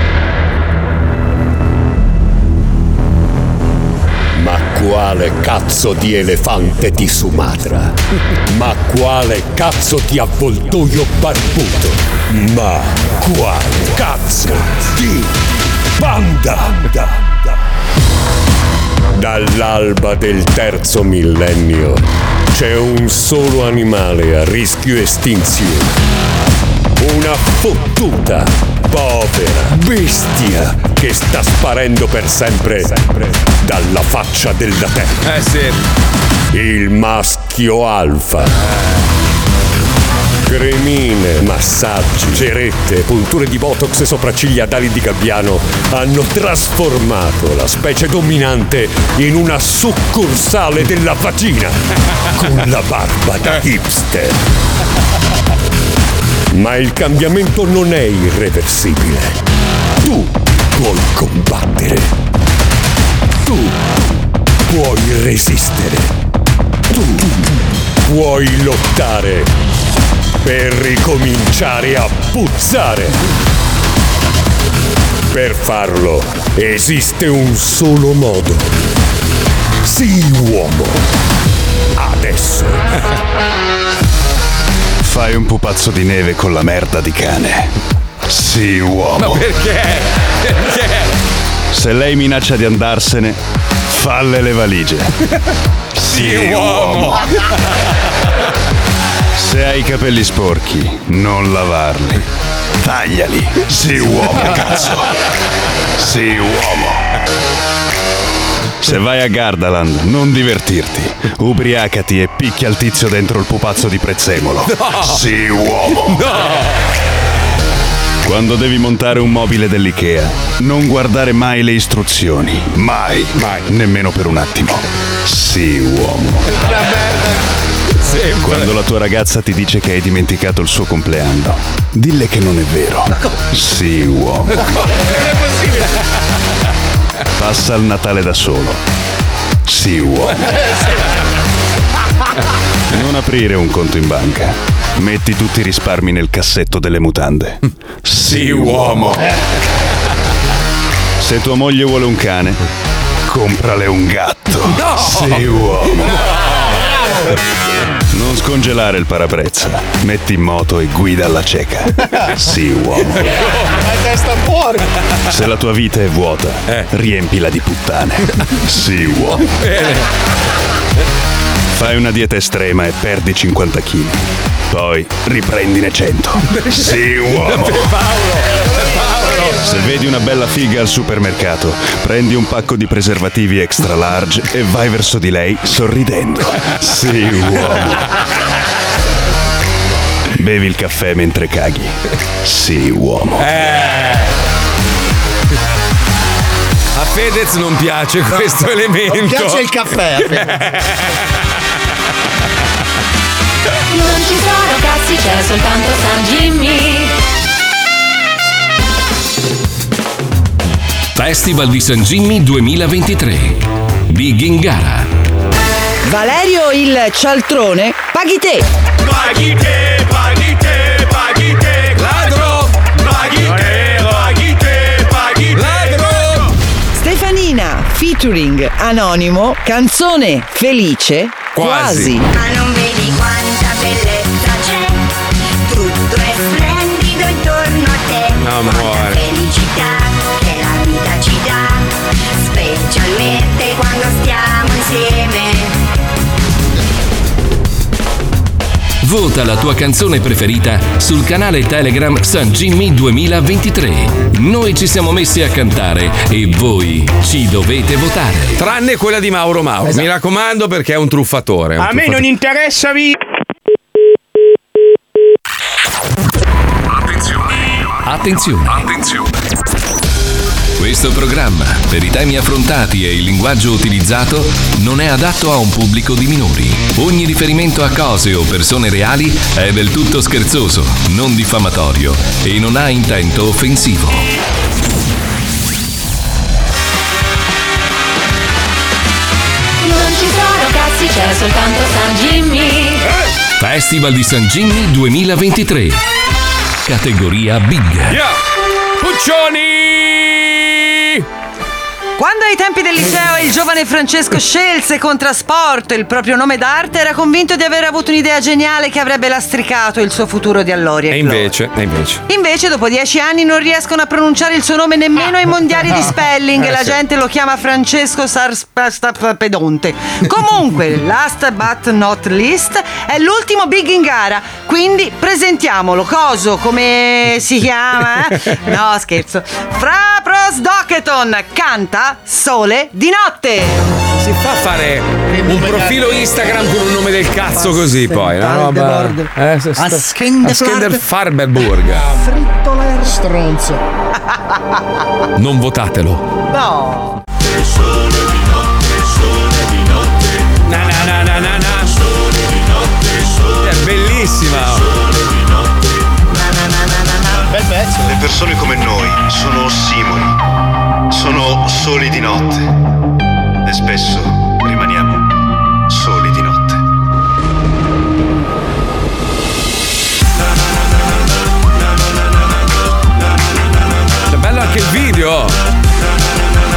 Ma quale cazzo di elefante ti sumatra? Ma quale cazzo di avvoltoio barbuto? Ma quale cazzo di banda? Dall'alba del terzo millennio c'è un solo animale a rischio estinzione. Una fottuta, povera bestia che sta sparendo per sempre dalla faccia della terra.
Eh sì.
Il maschio alfa. Cremine, massaggi, cerette, punture di botox e sopracciglia ad ali di gabbiano hanno trasformato la specie dominante in una succursale della vagina con la barba da
Eh.
hipster. Ma il cambiamento non è irreversibile. Tu puoi combattere. Tu puoi resistere. Tu puoi lottare per ricominciare a puzzare. Per farlo esiste un solo modo. Sii uomo. Adesso.
Fai un pupazzo di neve con la merda di cane. Sì, uomo.
Perché? Perché?
Se lei minaccia di andarsene, falle le valigie. Sì, uomo. Se hai i capelli sporchi, non lavarli. Tagliali. Sì, uomo, cazzo. Sì, uomo. Se vai a Gardaland, non divertirti. Ubriacati e picchia il tizio dentro il pupazzo di prezzemolo.
No.
Sì, uomo. Quando devi montare un mobile dell'IKEA, non guardare mai le istruzioni. Mai. Mai. Nemmeno per un attimo. Sì, uomo. Quando la tua ragazza ti dice che hai dimenticato il suo compleanno, dille che non è vero. Sì, uomo. Passa il Natale da solo. Sì, uomo. Non aprire un conto in banca. Metti tutti i risparmi nel cassetto delle mutande. Sì, uomo. Se tua moglie vuole un cane, comprale un gatto. Sì, uomo. Non scongelare il parabrezza. Metti in moto e guida alla cieca. Sì, uomo.
testa fuori!
Se la tua vita è vuota, riempila di puttane. Sì, uomo. Fai una dieta estrema e perdi 50 kg. Poi riprendine 100. Sì, uomo. Se vedi una bella figa al supermercato, prendi un pacco di preservativi extra large e vai verso di lei sorridendo. Sì, uomo. Bevi il caffè mentre caghi.
Eh.
Sì, uomo.
Ha Fedez non piace questo
No,
elemento.
non piace il caffè, a
Non ci sono cazzi, c'è soltanto San Jimmy.
Festival di San Gimmi 2023 di Ghingara.
Valerio il cialtrone, paghi te!
Paghi te, paghi te, paghi te, ladro! Paghi te, paghi te, paghi te, ladro!
Stefanina, featuring anonimo, canzone felice, quasi.
Ma non vedi quanta bellezza c'è, tutto è splendido intorno a te.
Amore.
Felicità che la vita ci dà, specialmente quando stiamo insieme.
Vota la tua canzone preferita sul canale Telegram San Gimmi 2023. Noi ci siamo messi a cantare e voi ci dovete votare.
Tranne quella di Mauro Mauro.
Esatto.
Mi raccomando perché è un truffatore. è un
A me
truffatore.
non interessa vi.
Ecco
Attenzione. Attenzione. Questo programma, per i temi affrontati e il linguaggio utilizzato, non è adatto a un pubblico di minori. Ogni riferimento a cose o persone reali è del tutto scherzoso, non diffamatorio e non ha intento offensivo.
Non ci sono cazzi, c'è soltanto San Jimmy.
Festival di San Gimmi 2023. Categoria Big.
Puccioni!
Quando ai tempi del liceo il giovane Francesco scelse con trasporto il proprio nome d'arte, era convinto di aver avuto un'idea geniale che avrebbe lastricato il suo futuro di allori.
E invece, e invece.
Invece, dopo dieci anni, non riescono a pronunciare il suo nome nemmeno ai mondiali di spelling.
Eh,
e La
sì.
gente lo chiama Francesco Sarspastapedonte. Comunque, last but not least, è l'ultimo big in gara. Quindi presentiamolo. Coso, come si chiama? eh? No, scherzo. Fra Pros Docketon canta Sole di notte.
Si fa fare un profilo Instagram con un nome del cazzo così poi. Una roba. Eh, se sta-
Askender
Askender
Flard.
Farberburg.
Stronzo.
Non votatelo.
No.
Na na na na na na. È bellissima.
Bel pezzo. Le persone come noi sono ossimoni, sono soli di notte e spesso rimaniamo soli di notte.
C'è bello anche il video.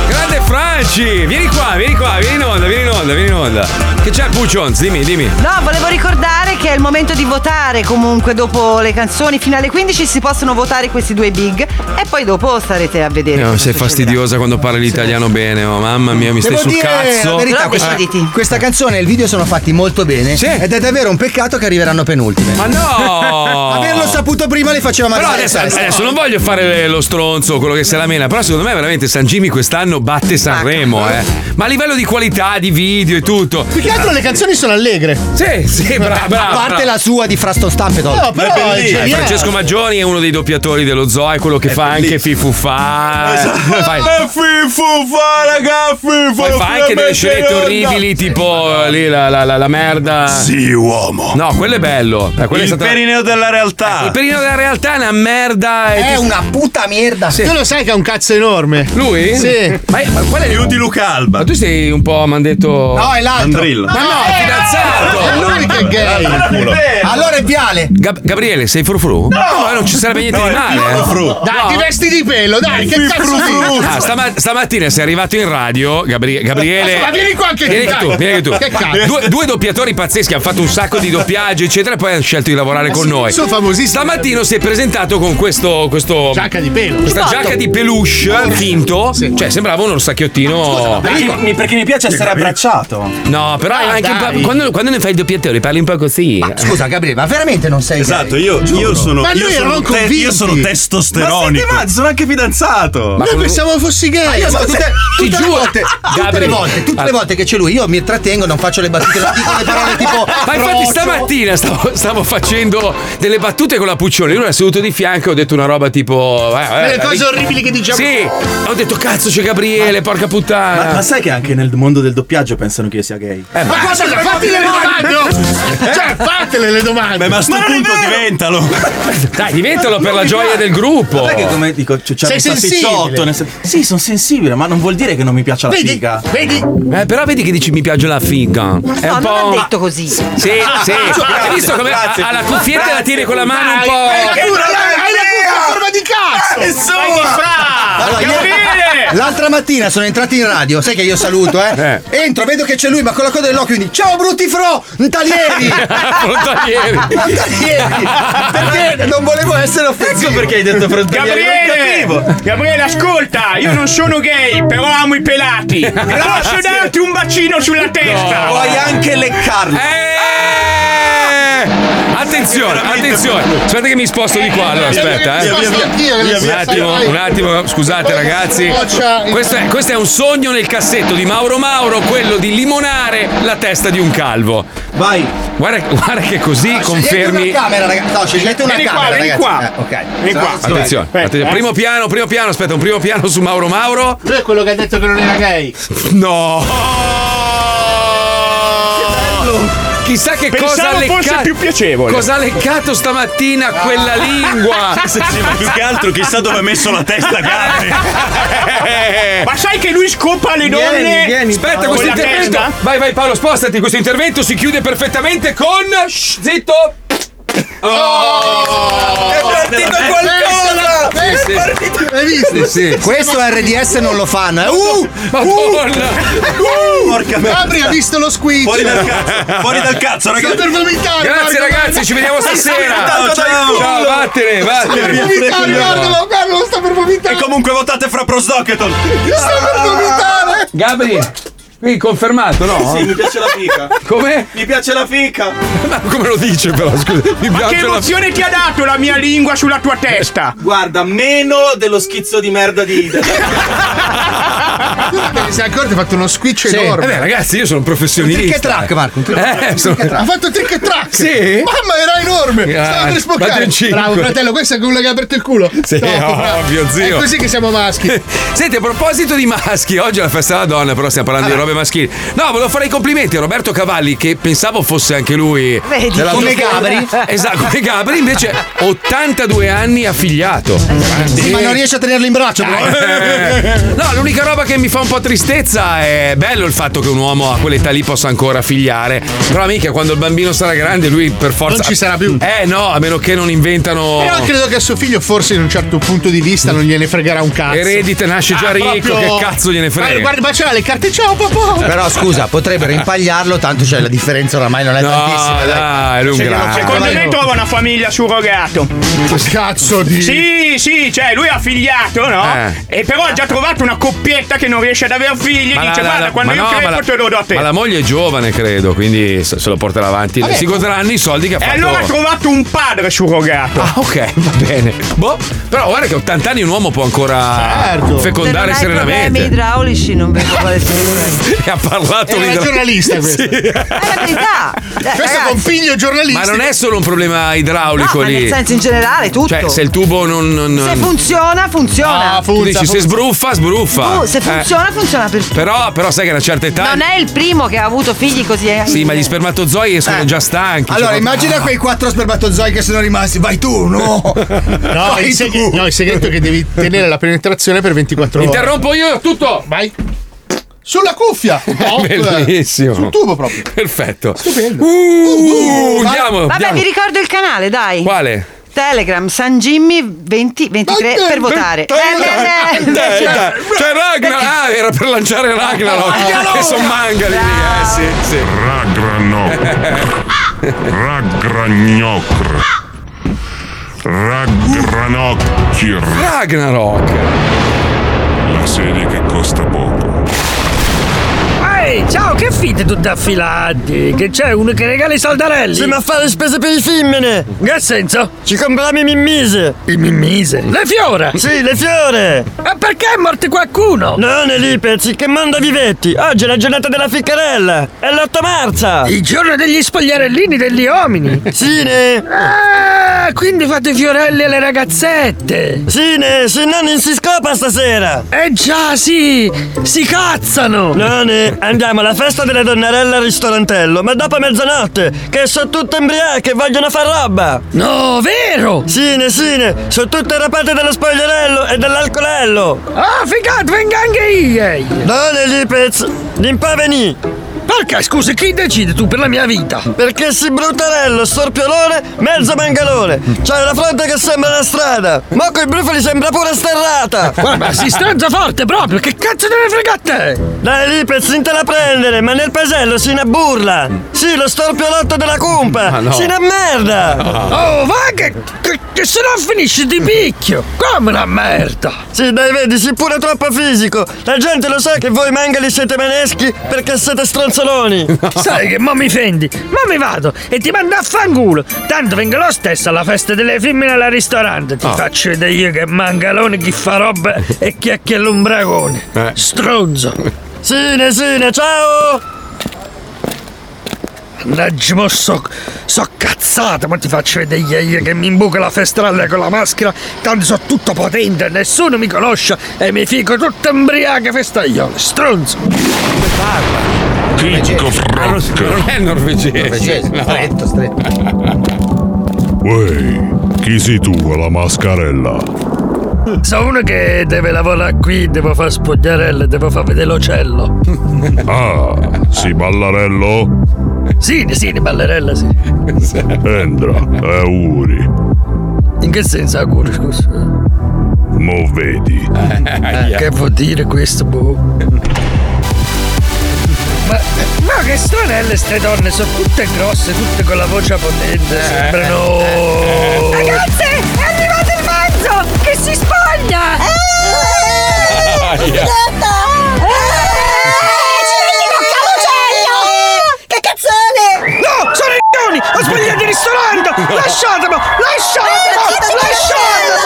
Grande Franci, vieni qua, vieni qua, vieni in onda, vieni in onda, vieni in onda. Che c'è Puccions? Dimmi, dimmi.
No, volevo ricordare che è il momento di votare comunque dopo le canzoni. Fino alle 15 si possono votare questi due big e poi dopo starete a vedere.
No,
cosa
sei
succederà.
fastidiosa quando parli l'italiano bene, oh, mamma mia, mi stai
Devo
sul
dire
cazzo. Eh.
la verità, questa, questa canzone e il video sono fatti molto bene ed è davvero un peccato che arriveranno penultime.
Ma Ah, no!
Averlo saputo prima le faceva Eh,
Però
mangiare
adesso,
la testa.
adesso non voglio fare lo stronzo, quello che se la mena, però secondo me veramente San Jimmy quest'anno batte Sanremo, eh. Ma a livello di qualità, di video e tutto.
Più che altro le canzoni sono allegre. Cioè,
Sì, sì, brava, brava.
A parte la sua di Frasto Stampe,
No, però è
Eh,
geniale.
Francesco Maggioni è uno dei doppiatori dello zoo, è quello che fa anche
Eh,
eh. Fifufa.
Esatto.
È fifufa, raga, fifufa!
Poi fa anche delle scenette orribili, tipo eh, lì la, la- la- la merda.
Sì, uomo.
No, quello è bello. Eh, quello è
Il
stato-
perineo della realtà.
Eh, Il perineo della realtà è una merda.
È una
puta merda.
Tu lo sai che è un cazzo enorme.
Lui?
Sì.
Ma, ma qual è
Più di Luca Alba.
Ma tu sei un po', mi hanno detto.
No, è l'altro.
Mandrillo.
Ma no, è fidanzato. È lui che è gay.
Allora è Viale.
Gab- Gabriele, sei frufru? No, non ci sarebbe niente
No,
di
è
male. eh.
frufru. Dai, ti vesti di pelo, dai, che cazzo dici?
Ah, stama- stamattina sei arrivato in radio, Gabri- Gabriele.
Ma vieni qua anche tu,
vieni
dai.
tu. Vieni tu.
Che cazzo?
Due, due doppiatori pazzeschi hanno fatto un sacco di doppiaggi, eccetera, e poi hanno scelto di lavorare con noi.
Sono famosissimo.
Stamattina si è presentato con questo. questo
Giacca di pelo.
Questa
Esatto.
giacca di peluche finto, cioè sembrava un orsacchiottino.
Perché, mi, perché mi piace essere abbracciato.
sbagliato.
No, però è
Ah,
anche un po'-
dai.
quando, quando ne fai il doppiatore parli un po' così.
Scusa, Gabriele, ma veramente non sei
Esatto,
gay?
io, io
Giuro.
sono. io, sono te- io sono testosteronico.
Ma siete
sono anche fidanzato.
Ma come- Ma io sono tutte,
Ti
tutte le
giuro.
volte, tutte le
Gabriele.
volte, tutte le volte che c'è lui, io mi trattengo, non faccio le battute, non dico le parole tipo.
Ma infatti
"Procio".
stamattina stavo, stavo facendo delle battute con la Puccione. Lui era seduto di fianco e ho detto una roba tipo. eh, eh,
Quelle
la-
cose orribili che diciamo.
Sì, ho detto cazzo c'è Gabriele, porca puttana. Eh,
Ma, ma sai che anche nel mondo del doppiaggio pensano che io sia gay?
Ma
Cioè,
cosa fatti le domande! cioè, fatele le domande!
Beh, ma a sto punto diventalo!
Dai, diventalo per la gioia del gruppo!
Sai che come dico, c'è c'è
Sei
un
sensibile.
salsicciotto, nel sen- Sì, sono sensibile, ma non vuol dire che non mi piaccia la
Vedi,
figa.
Vedi?
Eh, però vedi che dici mi piace la figa. È
No,
un po'.
non ha detto così. Sì,
Sì, sì. Hai visto come ha la cuffietta e la tiri con la mano un po'.
Eh, forma di cazzo!
Allora, ieri- L'altra mattina sono entrati in radio, sai che io saluto, eh? Entro, vedo che c'è lui, ma con la coda dell'occhio quindi Ciao brutti fro! Ntalieri!
Frontalieri.
Ntalieri! Perché non volevo essere offensivo. Ecco perché hai detto
Gabriele,
Eh.
Gabriele, ascolta, io non sono gay, però amo i pelati. Posso darti un bacino sulla testa?
Puoi anche leccarli.
Eh! Attenzione, attenzione. Aspetta che mi sposto di qua. Allora,
Via,
aspetta, eh.
via, via, via, via, via,
Un
via,
attimo,
vai.
un attimo, scusate ragazzi. Questo è, questo è un sogno nel cassetto di Mauro Mauro, quello di limonare la testa di un calvo.
Vai.
Guarda, guarda che così confermi.
una camera, ragazzi. No, scegliete una
Vieni qua,
camera,
vieni
ragazzi.
qua.
Eh, ok.
Vieni qua.
Sono-
Attenzione,
Aspetta,
attenzione.
eh.
primo piano, primo piano, aspetta, un primo piano su Mauro Mauro.
Lui è quello che ha detto che non era gay.
No! Chissà che
Pensavo
cosa ha
fosse
leccato.
più piacevole. Ah.
Cosa ha leccato stamattina quella lingua?
Sì, sì, ma più che altro chissà dove ha messo la testa Gabri.
Ma sai che lui scopa le donne?
Aspetta,
con
questo
la
intervento.
testa?
Vai, vai, Paolo, spostati. Questo intervento si chiude perfettamente con. Shh, zitto! Oh! È partito
qualcosa!
Sì, sì.
Hai visto?
Questo RDS non lo fanno, eh. Uh!
Uh! Gabri ha visto lo squid.
Fuori dal cazzo, fuori dal cazzo, ragazzi.
Sto per vomitare.
Grazie, ragazzi, ci vediamo stasera. Ciao, ciao.
Ciao, vattene, vattene.
Sto per vomitare, guarda, ma
guarda, lo sta per vomitare.
E comunque votate fra Prosdocheton.
Sto per vomitare.
Gabri, qui confermato, no?
Sì, mi piace la fica.
Come?
Mi piace la fica.
Ma come lo dice però, scusa? Mi
Ma che
piace la
emozione ti ha dato la mia lingua sulla tua testa?
Guarda, meno dello schizzo di merda di Ida.
Guarda, Mi sei accorto, hai fatto uno squiccio enorme.
Eh beh, ragazzi, io sono un professionista.
Un trick and track, Marco, un trick and track.
Eh, sono-
Ha fatto trick e track!
Sì?
Mamma, era enorme!
Ah,
Stava per
fate
sboccare!
un cinque.
Bravo, fratello, questo è quello che ha aperto il culo!
Sì, ovvio, zio.
È così che siamo maschi!
Senti, a proposito di maschi, oggi è la festa della donna, però stiamo parlando di robe maschili. No, volevo fare i complimenti a Roberto Cavalli, che pensavo fosse anche lui.
Vedi,
della-
come Gabri.
Esatto, come Gabri, invece 82 anni
Eh,
affigliato.
Sì, ma non riesce a tenerlo in braccio, però.
Eh, No, l'unica roba che mi fa un po' tristezza è bello il fatto che un uomo a quell'età lì possa ancora figliare. Però mica quando il bambino sarà grande, lui per forza.
Non ci sarà più.
Eh no, a meno che non inventano.
Eh,
Però credo che a suo figlio, forse in un certo punto di vista, non gliene fregherà un cazzo. Ah,
Eredita, nasce già ricco, che cazzo gliene frega?
Ma guarda, ma ce l'ha le carte, ciao papà!
Però scusa, potrebbero impagliarlo, tanto c'è la differenza oramai non è tantissima.
dai, è
Cioè,
lunga.
Secondo me trova una famiglia surrogato.
Cazzo di.
Sì, sì, cioè lui ha figliato, no?
Eh.
E però ha già trovato una coppietta che non riesce ad aver figli. dice, guarda, quando
ma
io
no, ma
crepo
la-
te lo do a te.
Ma la moglie è giovane, credo, quindi se se lo porterà avanti.
Vabbè.
Si godranno i soldi che ha
E
fatto.
allora ha trovato un padre surrogato.
Ah, ok, va bene. Boh, però guarda che a 80 anni un uomo può ancora
Certo.
fecondare
Se non hai problemi
serenamente.
idraulici non vedo quale sia.
E ha parlato
Era
lì della-
giornalista questo.
Sì.
La verità. Dai,
Questo è
ragazzi.
un figlio giornalista!
Ma non è solo un problema idraulico
No, ma
lì.
nel senso in generale, tutto.
Cioè, se il tubo non. non-
Se
non-
funziona, funziona.
Tu dici, Ah, se sbruffa, sbruffa.
Oh, se
Eh,
funziona, funziona per
Però, però sai che a una certa età.
Non è il primo che ha avuto figli così. eh.
Sì, ma gli spermatozoi sono già stanchi.
Allora,
cioè,
immagina
ah.
quei quattro spermatozoi che sono rimasti. Vai tu, no!
No, il, segre- no, il segreto è che devi tenere la penetrazione per 24 ore.
Interrompo io tutto.
Vai. Sulla cuffia! Top.
Bellissimo.
Sul tubo proprio.
Perfetto.
Stupendo.
Uh, andiamo,
Vabbè,
andiamo.
vi ricordo il canale, dai.
Quale?
Telegram San Jimmy 20, 23 per votare. Eh, eh, eh,
Dai,
cioè,
dai. Cioè Ragnar, ah, era per lanciare Ragnarok.
Ah, Ragnarok!
Che son mangali lì, eh, sì, sì.
Ragranok. Ragragnocr. Ragranocchir.
Ragnarok.
La serie che costa poco.
Ehi, ciao, che fite tutti affilati? Che c'è uno che regala i saldarelli?
Siamo a fare le spese per i femmine!
Che senso?
Ci compriamo i mimmise!
I mimmise? Le fiore?
Sì, le fiore!
E perché è morto qualcuno?
Non Lipez, che mondo vivetti! Oggi è la giornata della ficcarella! È l'8 marzo!
Il giorno degli spogliarellini degli uomini!
Sine!
Ah, quindi fate i fiorelli alle ragazzette!
Sine, se no non si scopa stasera!
Eh già, sì! Si cazzano!
None, andiamo alla festa della donnarella al ristorantello, ma dopo mezzanotte, che sono tutte imbriache e vogliono far roba!
No, vero?
Sine, sine, sono tutte rapate dallo spogliarello e dall'alcolello!
Ah, figato, venga anche io!
Done Lipez, l'impavenì!
Perché, scusa, chi decide tu per la mia vita?
Perché si bruttarello, storpiolone, mezzo mangalone! C'hai la fronte che sembra una strada! Ma coi brufoli sembra pure sterrata!
Guarda, si strazza forte proprio, che cazzo deve frega a te?
Dai Lipez, non te la prendere, ma nel paesello si ne burla! Sì, lo storpiolotto della cumpa!
no.
Si ne merda!
Oh, va che, che, che se no finisci di picchio! Come una merda!
Sì, dai, vedi, sei pure troppo fisico. La gente lo sa che voi mangali siete maneschi perché siete stronzoloni.
Sai che mo mi fendi, mo mi vado e ti mando a fanculo. Tanto vengo lo stesso alla festa delle femmine al ristorante. Ti
Ah.
Oh.
faccio vedere io che mangalone chi fa roba e chi è che è l'ombragone.
Eh.
Stronzo.
Sine, sine, ciao!
Mannaggia, mo so, so cazzata, ma ti faccio vedere io che mi imbuco la festralla con la maschera, tanto so tutto potente, nessuno mi conosce e mi fico tutto imbriaco festaglione, stronzo!
Chicco
Ah,
Frocco.
Non è norvegese.
Norvegese, stretto,
stretto. Uè, chi sei tu con la mascarella?
So uno che deve lavorare qui, devo fare spogliarelle, devo far vedere l'ocello.
Ah, si ballarello?
Sì, sì, di ballerella, sì.
Entra, e auguri.
In che senso auguri, scusa?
Mo vedi.
Eh, che vuol dire questo, boh? Ma, ma che storelle ste donne, sono tutte grosse, tutte con la voce potente, sembrano... eh,
Ragazze,
è arrivato il mezzo che si spoglia!
Che cazzone! No, sono i coglioni! Ho sbagliato il ristorante! Lasciatelo! Lasciatelo! Lasciatelo!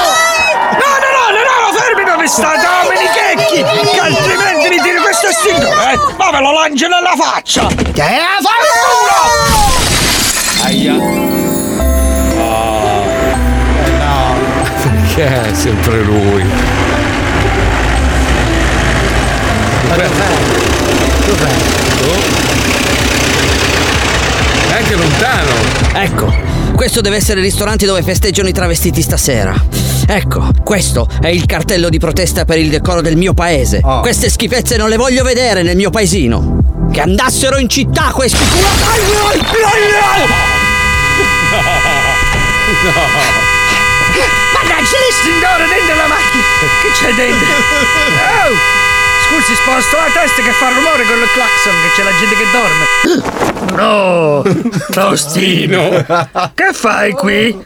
No, no, no, no, no, fermi dove state, oh, me li checchi, che altrimenti mi tiro questo signore, eh? Ma ve lo lancio nella faccia! Che è la fortuna!
Aia.
Ah.
Oh. Perché è sempre lui?
Eh, È anche lontano. Ecco, questo deve essere il ristorante dove festeggiano i travestiti stasera. Ecco, questo è il cartello di protesta per il decoro del mio paese. Queste schifezze non le voglio vedere nel mio paesino. Che andassero in città questi culo.
Ma dai, c'è l'estintore dentro la macchina! Che c'è dentro? Oh! Scusi, sposto la testa che fa rumore con il clacson, che c'è la gente che dorme. No! Tostino! che fai qui?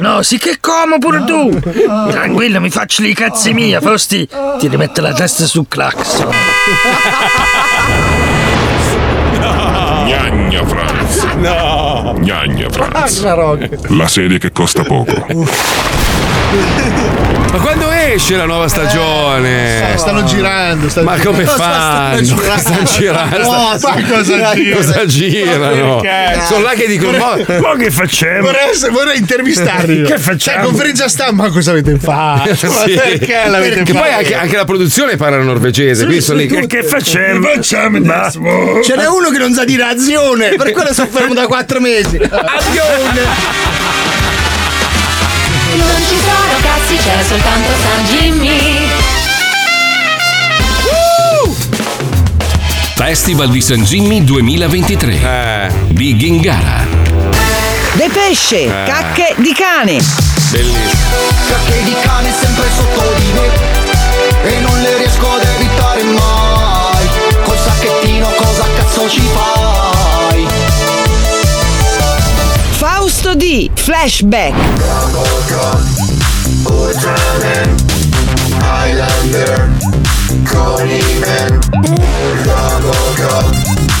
No, sì che como pure tu! Tranquillo, mi faccio i cazzi mia, Fausti! Ti rimetto la testa sul clacson.
Gnagna Franz. No. Gnagna Franz. La serie che costa poco.
Ma quando esce la nuova stagione?
Eh, stanno girando, stanno
Ma come
girando.
fanno?
Stanno girando.
Stanno girando.
No,
Stanno-
Ah, ma cosa girano?
Cosa girano?
Ma perché?
Sono là che dicono. Ma,
Vorrei-
ma che facciamo?
Vorrei, essere- vorrei intervistarli.
Che facciamo?
Cioè, conferenza stampa, cosa avete fatto?
Sì.
Ah, Ma Perché l'avete
Che
fatto?
poi anche, anche la produzione parla norvegese. quindi sono lì.
facciamo
adesso?
Ce n'è uno che non sa dire azione, per quello sono fermo da quattro mesi.
Non ci sono cazzi, c'è soltanto San Jimmy.
Festival di San Gimmi 2023 di Gingara.
De pesce,
Eh.
cacche di cane.
Cacche di cane sempre sotto di me E non le riesco ad evitare mai Col sacchettino cosa cazzo ci fai?
Fausto D, flashback.
Highlander Coniman Drago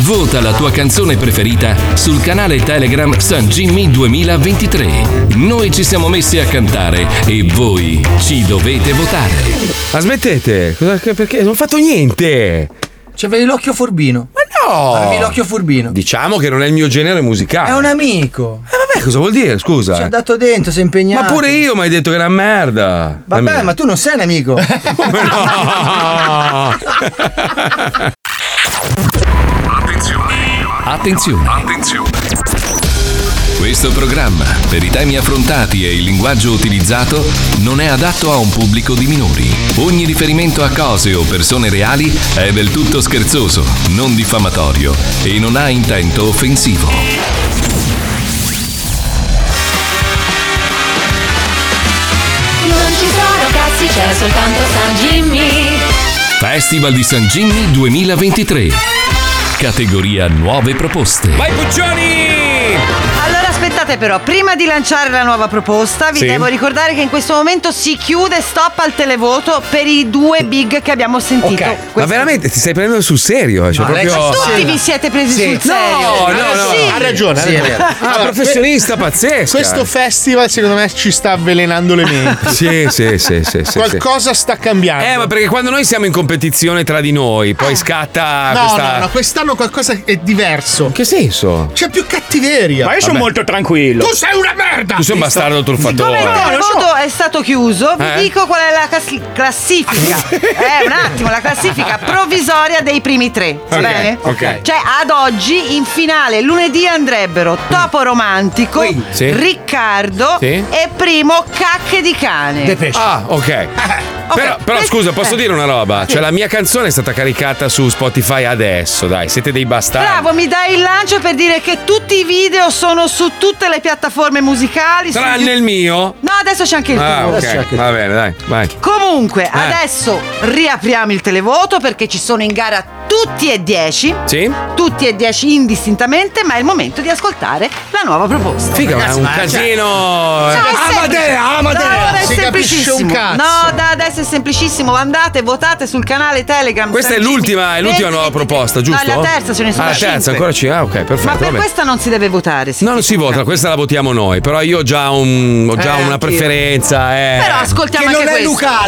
Vota la tua canzone preferita sul canale Telegram San Jimmy 2023. Noi ci siamo messi a cantare e voi ci dovete votare.
Ma smettete, cosa- che- perché non ho fatto niente.
C'avevi l'occhio furbino. Ma
no!
Avevi l'occhio furbino.
Diciamo che non è il mio genere musicale.
È un amico.
Vabbè, cosa vuol dire? Scusa.
Ci ha
eh.
dato dentro, si è impegnato.
Ma pure io mi hai detto che era merda.
Vabbè,
Dammi-
ma tu non sei un amico.
No.
Attenzione. Questo programma, per i temi affrontati e il linguaggio utilizzato, non è adatto a un pubblico di minori. Ogni riferimento a cose o persone reali è del tutto scherzoso, non diffamatorio e non ha intento offensivo.
Non ci sono cazzi, c'è soltanto San Jimmy.
Festival di San Gimmi 2023. Categoria nuove proposte.
Vai Puccioni!
Allora aspettate però, prima di lanciare la nuova proposta vi
Sì.
devo ricordare che in questo momento si chiude stop al televoto per i due big che abbiamo sentito.
Ma veramente ti stai prendendo sul serio? eh, Cioè,
Ma lei
proprio...
ci Tutti vi siete presi
Sì.
sul serio.
No, no, no.
Sì.
Ha ragione, ha
Sì, è
ragione.
vero.
Ah, professionista pazzesca.
Questo festival, secondo me, ci sta avvelenando le menti.
Sì, sì, sì, sì, sì,
Qualcosa sta cambiando.
Eh, ma perché quando noi siamo in competizione tra di noi, poi scatta
no,
questa.
no, no, quest'anno qualcosa è diverso.
Che senso?
C'è più cattiveria.
Ma io son Vabbè. molto
tranquillo.
Tu sei una merda.
Tu sei un bastardo
Come il
truffatore.
televoto è stato chiuso, vi
Eh?
dico qual è la cassi- classifica. eh, un attimo, la classifica provvisoria dei primi tre. Va
Ok,
bene?
ok.
Cioè, ad oggi in finale lunedì andrebbero Topo Romantico,
Sì.
Riccardo
Sì.
e primo Cacche di cane.
Ah, ok. Però, però scusa, posso dire una roba? Cioè, la mia canzone è stata caricata su Spotify adesso, dai, siete dei bastardi.
Bravo, mi dai il lancio per dire che tutti i video sono su tutte le piattaforme musicali. su
Tranne
YouTube.
il mio.
No, adesso c'è anche il
Ah,
tuo.
ok. Va bene, dai, vai.
Comunque,
Eh.
adesso riapriamo il televoto perché ci sono in gara tutti e dieci.
Sì?
Tutti e dieci indistintamente, ma è il momento di ascoltare la nuova proposta.
Figa, ma è un casino. eh.
No, è semplice. No,
cioè, Amadea.
è
Si capisce
semplicissimo.
un cazzo.
No, da adesso è semplicissimo. Andate, votate sul canale Telegram. Eh,
Questa è
San Gimmi.
l'ultima, è l'ultima nuova proposta, giusto?
No, è la terza, ce ne sono
Ah, la terza,
cinque.
ancora ci. Ah, ok, perfetto.
Ma per
vabbè.
questa non si deve votare.
No, non si vota, questa la votiamo noi, però io ho già, un- ho già
Eh,
una
anch'io.
preferenza. Eh.
Però ascoltiamo anche questo.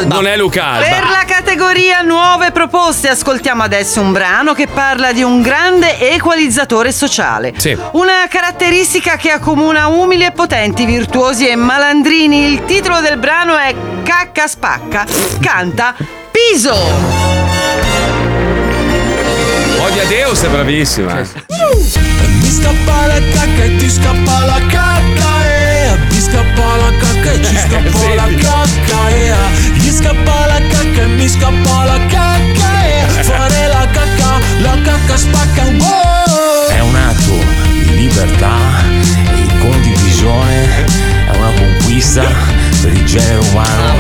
Non è Luca Alba.
Per la categoria nuove proposte ascoltiamo adesso un brano che parla di un grande equalizzatore sociale.
Sì.
Una caratteristica che accomuna umili e potenti, virtuosi e malandrini. Il titolo del brano è Cacca Spacca. Canta Piso.
Odia Deus è bravissima.
Mi scappa la cacca e ti scappa la cacca eh. Mi scappa la cacca e ci
Eh,
scappa la cacca eh. Gli scappa la cacca e mi scappa la cacca eh. Fare la cacca, la cacca spacca wow.
È un atto di libertà e condivisione, è una conquista per il genere umano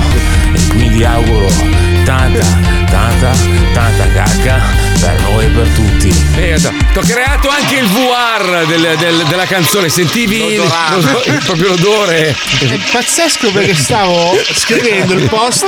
e quindi auguro tanta, tanta, tanta cacca per noi e per tutti.
Vedo. Ho creato anche il VR del- del- della canzone, sentivi
L'odorante.
l'odo- proprio l'odore.
È pazzesco perché stavo scrivendo il post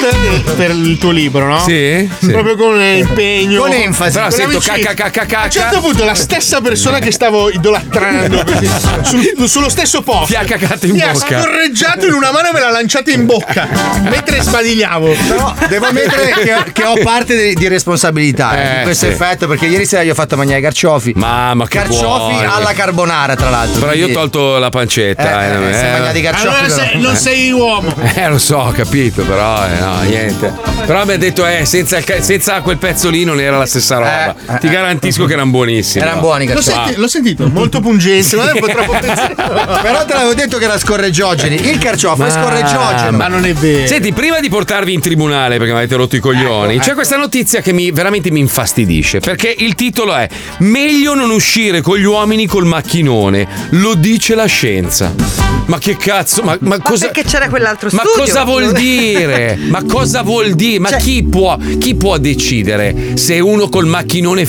per il tuo libro, no?
Sì, sì.
Proprio con impegno.
Con enfasi. Però sento
l'amicizia.
cacca, cacca,
A un certo punto la stessa persona che stavo idolatrando così, sul- sullo stesso post.
Ti ha cacato in
mi ha
bocca.
scorreggiato in una mano e me l'ha lanciata in bocca. Mentre sbadigliavo.
Però devo ammettere che, che ho parte di, di responsabilità eh,
Eh,
di questo
sì.
effetto perché ieri sera gli ho fatto mangiare i carciofi.
Mamma che
Carciofi
buoni.
alla carbonara, tra l'altro.
Però io ho
quindi-
tolto la pancetta.
Eh,
eh,
eh,
eh,
si è
eh,
mangiati i carciofi,
Allora
però.
sei- non sei uomo.
Eh, lo so, ho capito, però eh, no, niente. Però mi ha detto, eh, senza, il ca- senza quel pezzo lì non era la stessa roba.
Eh,
Ti garantisco che erano buonissimi. no?
L'ho, senti- l'ho sentito, molto pungente. secondo me è un po' troppo pungente.
Però te l'avevo detto che era scorreggiogeni. Il carciofo è scorreggiogeno.
Ma non
è vero.
Senti, prima di portarvi in tribunale perché mi avete rotto i coglioni, c'è questa notizia che mi, veramente mi infastidisce. Perché il titolo è Meglio non uscire con gli uomini col macchinone. Lo dice la scienza. Ma che cazzo? Ma, ma
Ma
cosa.
perché c'era quell'altro
Ma
studio? Cioè
cosa vuol dire? Ma cosa vuol dire? Ma chi, può, chi può decidere se uno col macchinone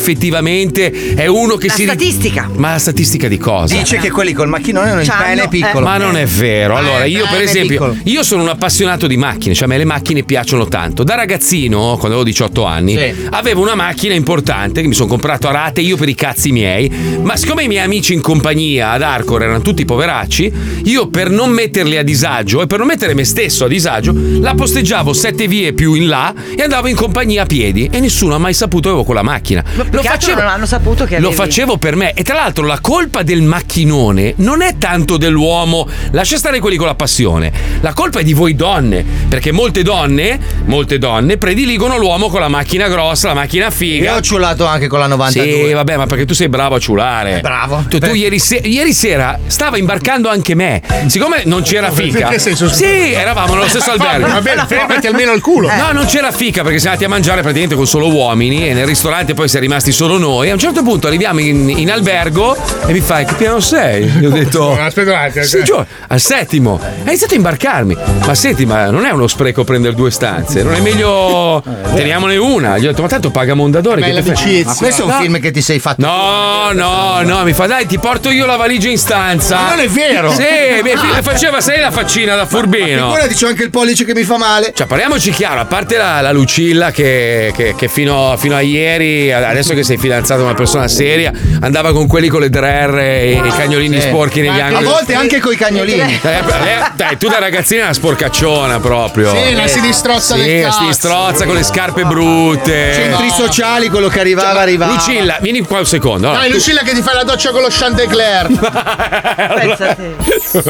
effettivamente è uno che
La
si. ri-
statistica. Eh,
Ma la statistica di cosa?
Dice che quelli col macchinone hanno il
C'hanno,
pene
eh.
piccolo.
Ma non Ah, è vero. Allora, io per
eh,
esempio,
piccolo.
io sono un appassionato di macchine, cioè a me le macchine piacciono tanto. Da ragazzino, quando avevo 18 anni, avevo una macchina importante che mi sono comprato a rate io per i cazzi miei, ma siccome i miei amici in compagnia ad Arcor erano tutti poveracci, io per non metterli a disagio e per non mettere me stesso a disagio, la posteggiavo sette vie più in là e andavo in compagnia a piedi e nessuno ha mai saputo che avevo quella macchina.
Lo non hanno saputo che
Lo
avevi-
facevo per me. E tra l'altro la colpa del macchinone non è tanto dell'uomo, lascia stare quelli con la passione. La colpa è di voi donne, perché molte donne, molte donne prediligono l'uomo con la macchina grossa, la macchina figa.
Io ho ciulato anche con la Eh, 92.
Sì, vabbè, ma perché tu sei bravo a ciulare. Bravo. Tu, tu ieri, se- ieri sera stava imbarcando anche me. Siccome non c'era fica.
Che senso, scusa?
Sì, eravamo nello stesso albergo. Eh.
Va bene, fermati almeno al culo.
No, non c'era fica perché siamo andati a mangiare praticamente con solo uomini e nel ristorante poi siamo rimasti solo noi. A un certo punto arriviamo in, in albergo e mi fai che piano sei? Gli ho detto
Aspetta un attimo.
sì, giù, al settimo. Ha iniziato a imbarcarmi. Ma senti, ma non è uno spreco prendere due stanze, non è meglio teniamone una. Gli ho detto "Ma tanto paga Mondadori che te fai?"
Ma questo è un
No.
film che ti sei fatto.
No, no, no, mi fa dai, ti porto io la valigia in stanza.
Ma non è vero. Ah.
Sì, mi mi faceva, sai la faccina da furbino.
Ora dice anche il pollice che mi fa male.
Cioè, parliamoci chiaro, a parte la, la Lucilla che, che- che fino, fino a ieri, adesso che sei fidanzata a una persona seria, andava con quelli con le drerre e i cagnolini
Ah, Sì.
sporchi negli
Ma
angoli.
A volte anche coi cagnolini. Ah,
Eh, eh, dai, tu da ragazzina è una sporcacciona proprio.
Sì, la si distrozza
Sì,
del
si
cazzo.
distrozza con le scarpe brutte. Cioè,
Centri sociali, quello che arrivava, arrivava.
Lucilla, vieni qua un secondo. allora,
Dai,
tu-
Lucilla che ti fa la doccia con lo Chantecler.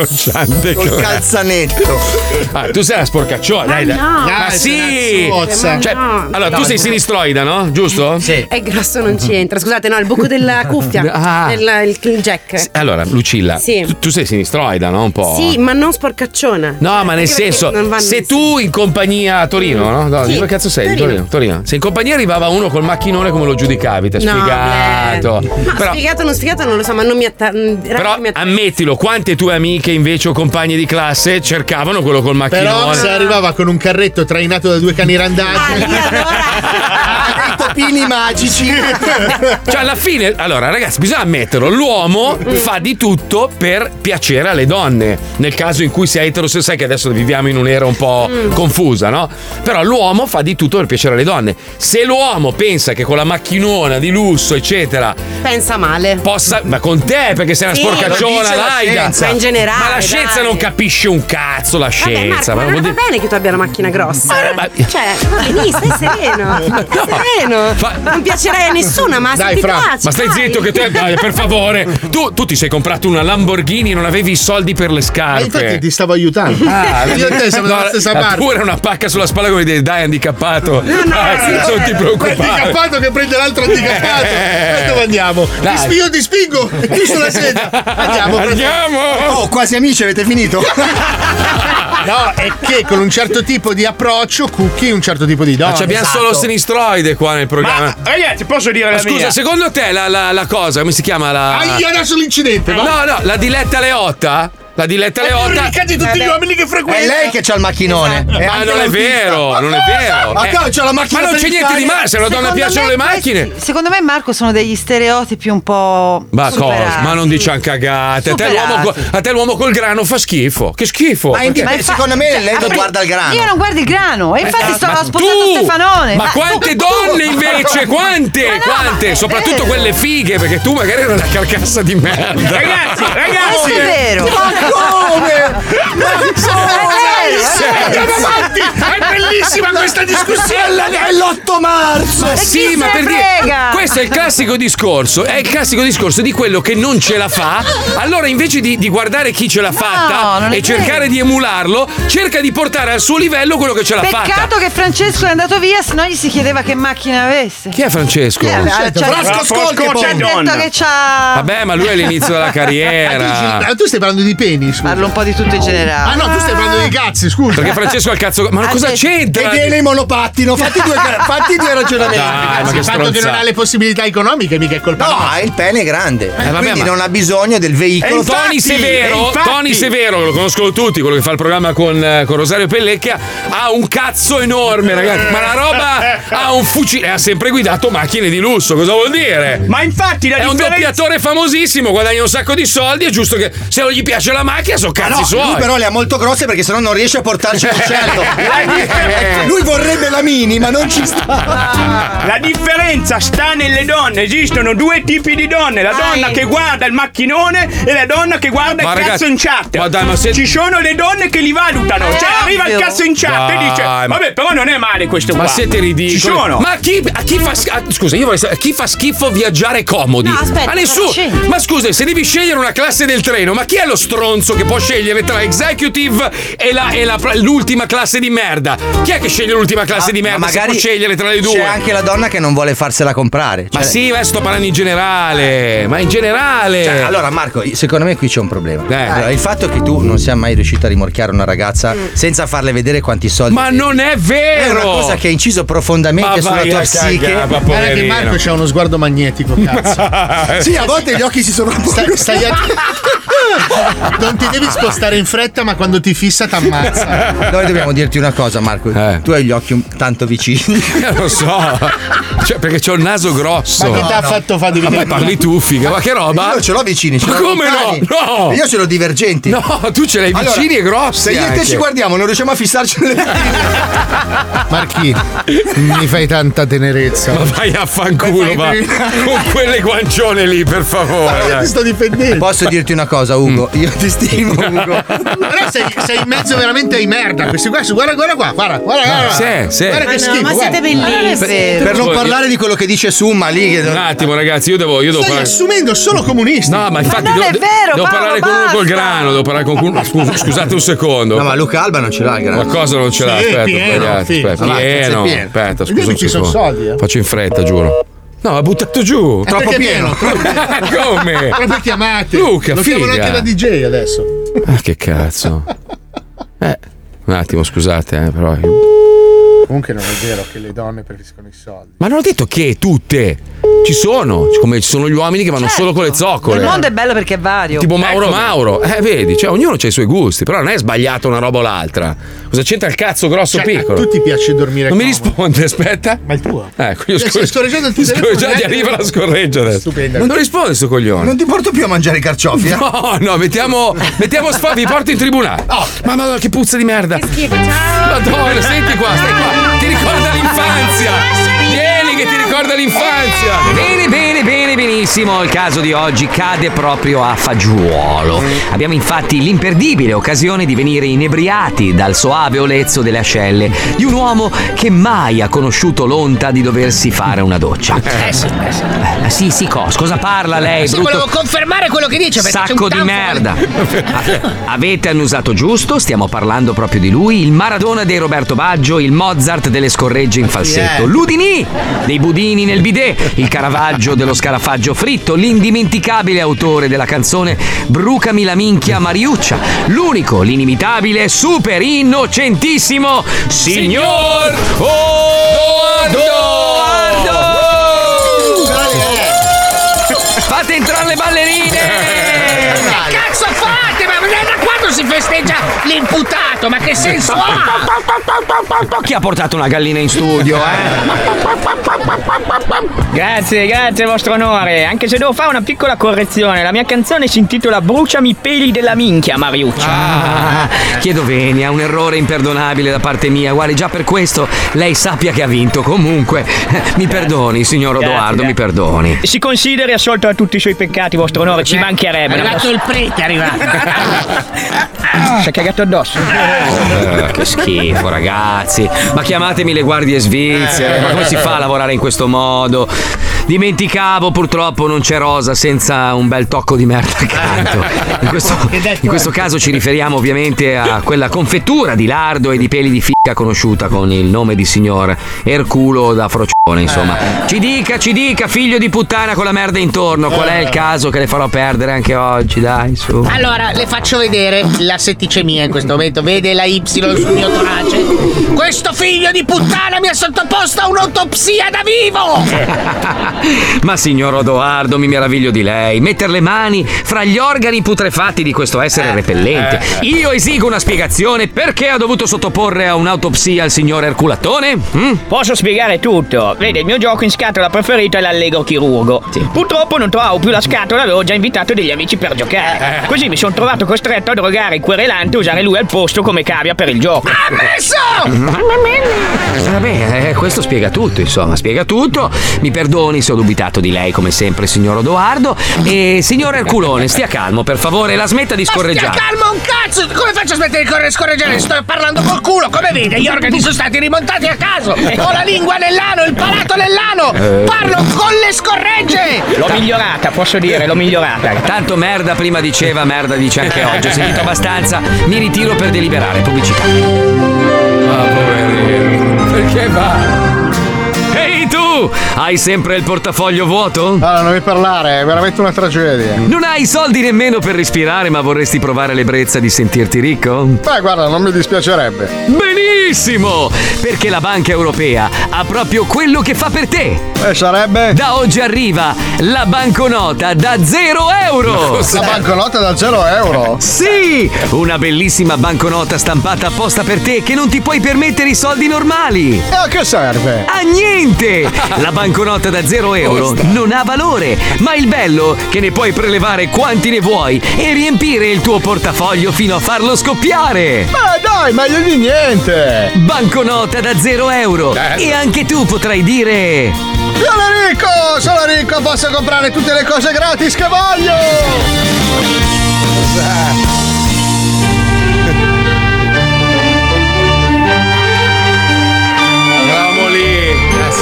Sante
Col
Clara.
calzanetto.
Ah, tu sei una sporcacciona, dai, dai.
no.
Ma
Dai, sei
sì!
una zozza.
Cioè,
Ma no.
allora, tu
No,
sei
no.
sinistroida, no? Giusto?
Sì. Eh, È grosso, non c'entra. Scusate, no, il buco della cuffia.
Ah.
del- il, il jack. Sì.
Allora, Lucilla,
Sì.
tu, tu sei sinistroida, no? Un po'.
ma non sporcacciona.
Oh. No, ma
Anche
nel
perché
senso,
non vanno
se
insieme.
tu in compagnia a Torino, no? no
Sì.
Dove cazzo sei? Torino.
Torino.
Torino, Se in compagnia arrivava uno col macchinone, come lo giudicavi? Ti ha
No,
spiegato.
Ma
Però,
spiegato o non spiegato non lo so, ma non mi atta- mm, mh, raga,
però
mi atta-
ammettilo, quante tue amiche invece o compagne di classe cercavano quello col
Però
macchinone?
se arrivava con un carretto trainato da due
Ah,
cani randaggi.
Topini magici.
Cioè, alla fine, allora, ragazzi, bisogna ammetterlo: l'uomo
Mm.
fa di tutto per piacere alle donne. Nel caso in cui sia eterosessuale, sai che adesso viviamo in un'era un po'
Mm.
confusa, no? Però l'uomo fa di tutto per piacere alle donne. Se l'uomo pensa che con la macchinona di lusso, eccetera,
pensa male.
possa. Ma con te, perché sei una
Sì, lo
sporcacciona,
dice la
Laida.
scienza. Ma in generale,
Ma la scienza
dai.
non capisce un cazzo, la
Vabbè, Marco,
scienza.
ma
ma
non
vuol
Eh, va
dire-
bene che tu abbia la macchina grossa. Cioè, va benissimo, stai sereno. sereno. Non piacerai a nessuno, ma se ti piace.
ma stai
dai.
zitto che te. Dai, per favore. Tu, tu ti sei comprato una Lamborghini e non avevi i soldi per le
E infatti
scarpe. Ah,
ti stavo aiutando. Io e te siamo dalla stessa parte.
Pure una pacca sulla spalla come dire dai handicappato. Dai, non ti preoccupare.
Handicappato che prende l'altro handicappato.
Eh.
E dove andiamo?
Dai.
Ti spi- io ti spingo e tu sulla sedia. Andiamo.
Andiamo.
Oh, quasi amici, avete finito?
No, è che con un certo tipo di approccio cucchi un certo tipo di donna.
Ma ci
esatto.
abbiamo solo sinistroide qua nel
eh,
programma.
Ragazzi, posso dire
Ma
la
scusa,
mia?
secondo te la, la- la cosa, come si chiama la.
Ah, io adesso l'incidente, va?
No, no, la diletta Leotta? La diletta
È più
Leotta.
ricca di
Eh,
tutti gli uomini che frequenta.
È lei che c'ha il macchinone.
Esatto.
Ma
È anche
non è
l'autista.
vero, non è vero.
Ma
Eh,
cavolo, c'ha la macchina
ma non c'è
per
niente di
l'Italia.
male, se a una donna
Secondo
piacciono
me eh,
le macchine.
Secondo me, Marco, sono degli stereotipi un po'.
Ma
superati.
cosa? Ma non diciamo cagate. A te,
Superati.
l'uomo, co- a te l'uomo col grano fa schifo. Che schifo. Perché-
Ma infa- cioè, apri- Io non guardo il grano. E infatti
Eh, Ma
stavo
tu-
aspettando Stefanone. Ah,
Ma, quante donne invece? Quante? quante? Soprattutto quelle fighe, perché tu magari eri una carcassa di merda.
Ragazzi,
Ah,
Questo
ragazzi!
è vero.
Andiamo avanti! È bellissima questa discussione!
È l'8
marzo!
Ma sì, ma per dire, questo è il classico discorso, è il classico discorso di quello che non ce la fa. Allora, invece di, di guardare chi ce l'ha fatta
non è
e cercare
vero.
di emularlo, cerca di portare al suo livello quello che ce l'ha
Peccato
fatta.
che Francesco è andato via, se no gli si chiedeva che macchina avesse.
Chi è Francesco?
Eh,
Francesco,
c'ha-
Frasco Scolti,
Ci ha detto
Madonna.
che c'ha.
Vabbè, ma lui è all'inizio della
Ma
carriera.
Ah, tu stai parlando di peni, scusa.
Parlo un po' di tutto in generale.
Ah no, tu stai parlando di cazzi, scusa.
Ah,
Perché Francesco ha il cazzo. Ma cosa
Ha detto
c'entra?
E viene in monopattino. Fatti due, fatti due ragionamenti.
Dai, ma
Ragazzi,
che
il fatto che non
stronzata.
ha le possibilità economiche, mica è colpa
No,
nostra.
il pene è grande.
Eh,
vabbè,
quindi
ma-
non ha bisogno del veicolo.
Tony Severo, Tony Severo, lo conoscono tutti, quello che fa il programma con, eh, con Rosario Pellecchia, ha un cazzo enorme, ragazzi. Ma la roba ha un fucile, ha sempre guidato macchine di lusso, cosa vuol dire?
Ma infatti la
È un
differenza-
doppiatore famosissimo, guadagna un sacco di soldi, è giusto che se non gli piace la macchina sono
Ah,
cazzi
no,
suoi. Eh,
lui però le ha molto grosse perché sennò non riesce a portarci l'uccello. lui vorrebbe la mini, ma non ci sta.
La differenza sta nelle donne. Esistono due tipi di donne: la donna che guarda il macchinone e la donna che guarda
Ma
il
ragazzi,
cazzo in chat.
ma dai, ma se-
Ci sono le donne che li valutano.
Eh,
cioè, arriva il
ovvio.
cazzo in chat
Dai,
e dice:
ma-
Vabbè, però non è male questo
Ma
qua.
siete
Ci
ridicoli.
sono.
Ma a chi, a chi fa schifo? Scusa, io vorrei sapere, a chi fa schifo viaggiare comodi?
No, aspetta,
a nessuno.
cosa
Ma scusa, se devi scegliere una classe del treno, ma chi è lo stronzo che può scegliere tra executive e, la- e la- l'ultima classe di merda? Chi è che sceglie l'ultima classe di merda? se può scegliere tra le due.
Ah, C'è anche la donna che non vuole farsela comprare.
Ma
Cioè-
sì, ma sto parlando in generale. Eh, Ma in generale.
Eh. Cioè, allora, Marco, secondo me qui c'è un problema. Allora, il fatto che tu non sia mai riuscito a rimorchiare una ragazza senza farle vedere quanti soldi.
Ma non è vero!
È una cosa che ha inciso profondamente
Ma
sulla
vai
tua
a cagare,
psiche.
ma Guarda che Marco c'ha uno sguardo magnetico, cazzo.
Sì, a volte gli occhi si sono
Stai, stai att- non ti devi spostare in fretta, ma quando ti fissa ti ammazza.
Noi dobbiamo dirti una cosa, Marco. Tu hai gli occhi un- tanto vicini.
Eh. lo so. Cioè, perché c'ho il naso grosso.
Ma che t'ha fatto
fare di
Ma poi
vedere?
parli tu, figa, ma che roba?
Io ce l'ho vicini, ce
Ma
l'ho
come
lontani.
no? No!
Io ce l'ho divergenti.
No, tu ce l'hai
Allora,
vicini e grossi.
Se io e te
anche.
ci guardiamo, non riusciamo a fissarci nelle
Marchi, mi fai tanta tenerezza.
Ma vai a fanculo, va. Con quelle guancione lì, per favore. dai. Mm.
difendendo.
Posso dirti una cosa, Ugo? Io ti stimo, Ugo.
Però sei, sei in mezzo veramente ai merda. Questi qua, su- guarda, guarda qua, guarda, guarda, guarda.
Sì, sì.
Guarda
Ma
che
no,
schifo.
ma
guarda.
siete bellissimi.
Per non
Voglio-
parlare di quello che dice Summa lì. Che...
Un attimo, ragazzi, io devo. Io devo
Stai
parlare-
assumendo solo comunisti.
No, ma infatti
non
devo,
è vero,
devo
Paolo,
parlare con uno
basta.
col grano, devo parlare con uno. scu- scusate un secondo. No, ma
Luca Alba non ce l'ha il grano.
Ma cosa non ce l'ha?
Sì,
aspetta,
pieno,
sbagliato,
figo.
aspetta,
Avanti, sei
pieno.
pieno.
Aspetta,
Vedi
scusa un
ci sono
secondo.
soldi, eh?
Faccio in fretta, giuro. No, ha buttato giù.
Troppo pieno.
Come?
Proprio chiamate.
Luca,
Lo chiamano
figa.
anche da DJ adesso.
Ah, che cazzo. Eh, un attimo, scusate, eh, però. io-
Comunque non è vero che le donne preferiscono i soldi.
Ma non ho detto che tutte. Ci sono, come ci sono gli uomini che vanno solo con le
Certo.
zoccole.
Il mondo è bello perché è vario.
Tipo Mauro Ecco, Mauro, eh, vedi, cioè ognuno ha i suoi gusti, però non è sbagliata una roba o l'altra. Cosa c'entra il cazzo grosso o
Cioè,
piccolo?
a tutti piace dormire
Non mi risponde, aspetta.
Ma il tuo?
Ecco, io scorre-
Cioè, stai scorreggiando il tuo
scorre-
telefono,
già ti
neanche-
arriva la scorreggia adesso.
Stupenda.
Non, risponde sto coglione.
Non ti porto più a mangiare i carciofi. eh?
No, no, mettiamo, mettiamo sfa- vi porto in tribunale. Oh,
Ah,
mamma mia, che puzza di merda. Madonna, senti qua, stai qua. Ti ricorda l'infanzia. Vieni che ti ricorda l'infanzia.
Bene, bene, bene, benissimo. Il caso di oggi cade proprio a fagiolo. Abbiamo infatti l'imperdibile occasione di venire inebriati dal soave olezzo delle ascelle di un uomo che mai ha conosciuto l'onta di doversi fare una doccia. Eh sì, sì, cos- cosa parla lei?
Sì,
brutto?
volevo confermare quello che dice perché c'è un
Sacco di
tanfo-
merda. A- Avete annusato giusto, stiamo parlando proprio di lui, il Maradona dei Roberto Baggio, il Mozart delle scorregge in falsetto, è? l'Udinì dei budini nel bidet, il Caravaggio dello scarafaggio fritto, l'indimenticabile autore della canzone Brucami la minchia Mariuccia, l'unico, l'inimitabile, super innocentissimo signor Odoardo! Fate entrare le ballerine!
Che cazzo fate? Ma da quando si festeggia l'imputato? Ma che senso ha?
Chi ha portato una gallina in studio, eh?
Grazie, grazie vostro onore. Anche se devo fare una piccola correzione, la mia canzone si intitola Bruciami i peli della minchia, Mariuccia.
Ah, chiedo venia, un errore imperdonabile da parte mia. Guardi, già per questo lei sappia che ha vinto. Comunque, mi perdoni, signor
Grazie,
Odoardo,
grazie.
mi perdoni.
Si consideri assolto da tutti i suoi peccati, vostro onore,
Eh,
ci
È
mancherebbe.
arrivato il prete, è arrivato.
Si è cagato addosso.
Eh, che schifo,
Eh.
ragazzi. Ma chiamatemi le guardie svizzere. Ma come si fa a lavorare in questo modo? Dimenticavo, purtroppo non c'è rosa senza un bel tocco di merda accanto. In questo, in questo caso ci riferiamo ovviamente a quella confettura di lardo e di peli di ficca conosciuta con il nome di signor Erculo da Frocione,
Eh,
insomma. Ci dica, ci dica, figlio di puttana con la merda intorno, qual
Eh.
è il caso che le farò perdere anche oggi, dai, su.
Allora, le faccio vedere la setticemia in questo momento. Vede la Y sul mio torace. Questo figlio di puttana mi ha sottoposto a un'autopsia da vivo!
Ma signor Odoardo, mi meraviglio di lei. Metter le mani fra gli organi putrefatti di questo essere repellente.
eh.
Io esigo una spiegazione perché ha dovuto sottoporre a un'autopsia il signor Erculatone? Mm?
Posso spiegare tutto. Vede, il mio gioco in scatola preferito è l'allegro chirurgo. Purtroppo non trovavo più la scatola, avevo già invitato degli amici per
Eh.
giocare. Così mi sono trovato costretto a drogare il querelante e usare lui al posto come cavia per il gioco.
Mm-hmm.
Mamma mia!
Eh, Vabbè, eh, questo spiega tutto, insomma, spiega tutto. Mi perdoni se ho dubitato di lei, come sempre, signor Odoardo. E signor Erculone, stia calmo, per favore, la smetta di
Ma
scorreggiare.
stia calmo un cazzo! Come faccio a smettere di correre scorreggiare? Sto parlando col culo, come vede? Gli organi sono stati rimontati a caso! Ho la lingua nell'ano, il palato nell'ano!
Eh.
Parlo con le scorregge!
L'ho migliorata, posso dire, l'ho migliorata.
Tanto merda prima diceva, merda dice anche oggi. Ho sentito abbastanza, mi ritiro per deliberare. Pubblicità.
Ma poverino, perché va?
Ehi tu, hai sempre il portafoglio vuoto?
Allora, non mi parlare, è veramente una tragedia.
Non hai i soldi nemmeno per respirare, ma vorresti provare l'ebbrezza di sentirti ricco?
Beh, guarda, non mi dispiacerebbe.
Benissimo! Perché la Banca Europea ha proprio quello che fa per te!
E sarebbe?
Da oggi arriva la banconota da 0 euro!
La banconota da 0 euro?
Sì! Una bellissima banconota stampata apposta per te che non ti puoi permettere i soldi normali!
Eh,
E
a che serve?
A niente! La banconota da 0 euro non ha valore, ma il bello che ne puoi prelevare quanti ne vuoi e riempire il tuo portafoglio fino a farlo scoppiare!
Ah,
Ma dai, meglio di niente!
Banconota da 0 euro! E anche tu potrai dire.
Sono ricco, sono ricco, posso comprare tutte le cose gratis che voglio!
Eravamo lì.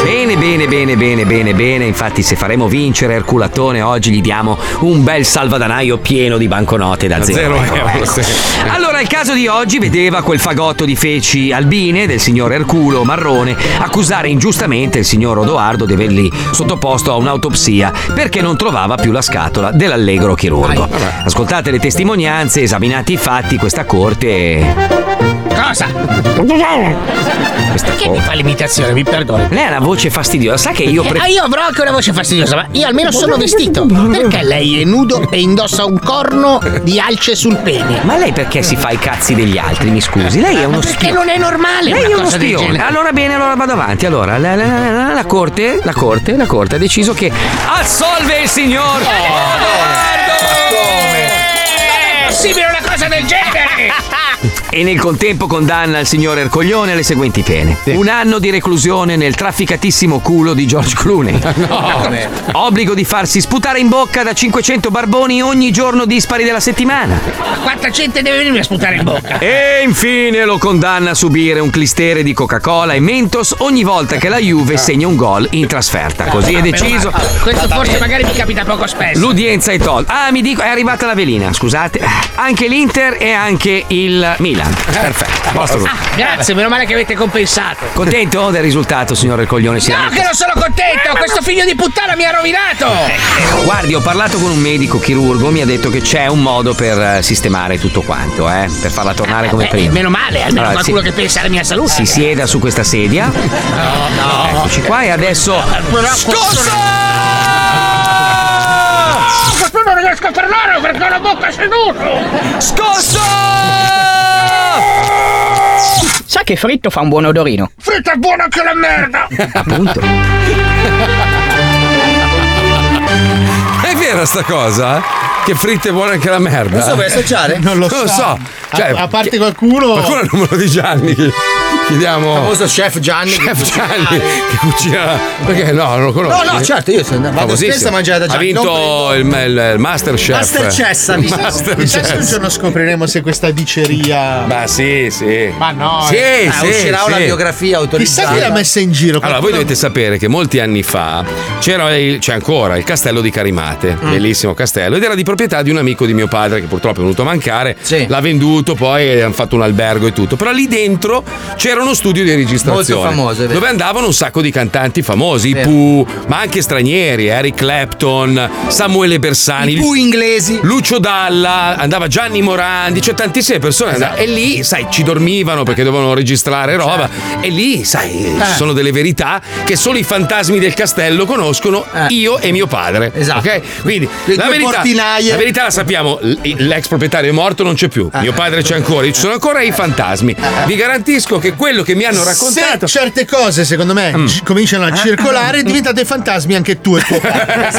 Bene, bene, bene, bene, bene, bene. Infatti, se faremo vincere Erculatone oggi, gli diamo un bel salvadanaio pieno di banconote da zero. ecco.
Zero euro, sì.
Allora, il caso di oggi vedeva quel fagotto di feci albine del signor Erculo Marrone accusare ingiustamente il signor Odoardo di averli sottoposto a un'autopsia perché non trovava più la scatola dell'allegro chirurgo. Ascoltate le testimonianze, esaminati i fatti, questa corte.
Cosa?
Questa
Perché mi fa l'imitazione? Mi perdoni.
Lei ha una voce fastidiosa, sa che io. pre-
Ah, io avrò anche una voce fastidiosa, ma io almeno sono vestito. Perché lei è nudo e indossa un corno di alce sul pene?
Ma lei perché si fa i cazzi degli altri, mi scusi? Lei è uno
Perché
spione.
non è normale
Lei è
una
uno
cosa del
spione.
genere.
Allora bene, allora vado avanti. Allora, la, la- la- la- la corte, la corte, la corte ha deciso che assolve il signor.
È possibile una cosa del genere?
E nel contempo condanna il signor Ercoglione alle seguenti pene: un anno di reclusione nel trafficatissimo culo di George Clooney. Obbligo di farsi sputare in bocca da 500 barboni ogni giorno dispari della settimana.
Ma quanta gente deve venirmi a sputare in bocca?
E infine lo condanna a subire un clistere di Coca-Cola e Mentos ogni volta che la Juve segna un gol in trasferta. Così è
Ah,
deciso.
meno male. Questo forse magari mi capita poco spesso.
L'udienza è tolta. Ah, mi dico, è arrivata la velina, scusate. Eh, Anche l'Inter e anche il Milan. Perfetto. a posto così.
Ah, grazie, meno male che avete compensato.
Contento del risultato, signor Coglione? Si
No,
lamenta.
che non sono contento! Questo figlio di puttana mi ha rovinato!
Guardi, ho parlato con un medico chirurgo, mi ha detto che c'è un modo per eh, sistemare tutto quanto, eh, per farla tornare come
Eh,
prima.
meno male, almeno
Allora,
qualcuno
sì.
che pensa alla mia salute.
Si sieda su questa sedia. Eccoci qua e adesso.
Questo non riesco a parlare perché ho la bocca seduta!
Scosso!
Sa che fritto fa un buon odorino.
Fritta è buona anche la merda!
Appunto.
È vera sta cosa? Che fritta è buona anche la merda.
Non so, vuoi assaggiare?
Non lo so.
A-
Cioè,
a parte qualcuno-
Qualcuno non me lo dice anni. Chiediamo.
Il famoso chef Gianni.
Chef Gianni che cucina. Perché no, non lo conosco.
No, no, certo, io sono- vado
Famosissimo.
spesso a mangiare da Gianni,
Ha vinto il, il, il Master Chef.
Chissà chissà se un giorno scopriremo se questa diceria.
Ma sì, sì.
Ma no.
Sì,
eh,
sì,
uscirà
sì.
una biografia autorizzata. Chissà chi l'ha messa in giro.
Allora, voi dovete sapere che molti anni fa c'era il- c'è ancora il castello di Carimate,
Mm.
bellissimo castello, ed era di proprietà di un amico di mio padre che purtroppo è venuto a mancare. L'ha venduto, poi e hanno fatto un albergo e tutto. Però lì dentro c'era uno studio di registrazione
Molto famoso, è vero.
dove andavano un sacco di cantanti famosi, i Pooh, ma anche stranieri, Eric Clapton, Samuele Bersani,
I Pooh inglesi,
Lucio Dalla, andava Gianni Morandi, cioè tantissime persone andavano-
Esatto.
e lì, sai, ci dormivano perché dovevano registrare roba
Certo.
e lì, sai,
Eh.
ci sono delle verità che solo i fantasmi del castello conoscono io e mio padre. Esatto. Quindi la
Eh. due
verità,
portinaie. Eh.
la verità la sappiamo, l- l'ex proprietario è morto, non c'è più, mio padre c'è ancora, ci sono ancora i fantasmi. Vi garantisco che quello che mi hanno raccontato... Mm. Ah.
Se certe cose, secondo me, ci- cominciano a circolare, diventate fantasmi anche tu e tuo padre.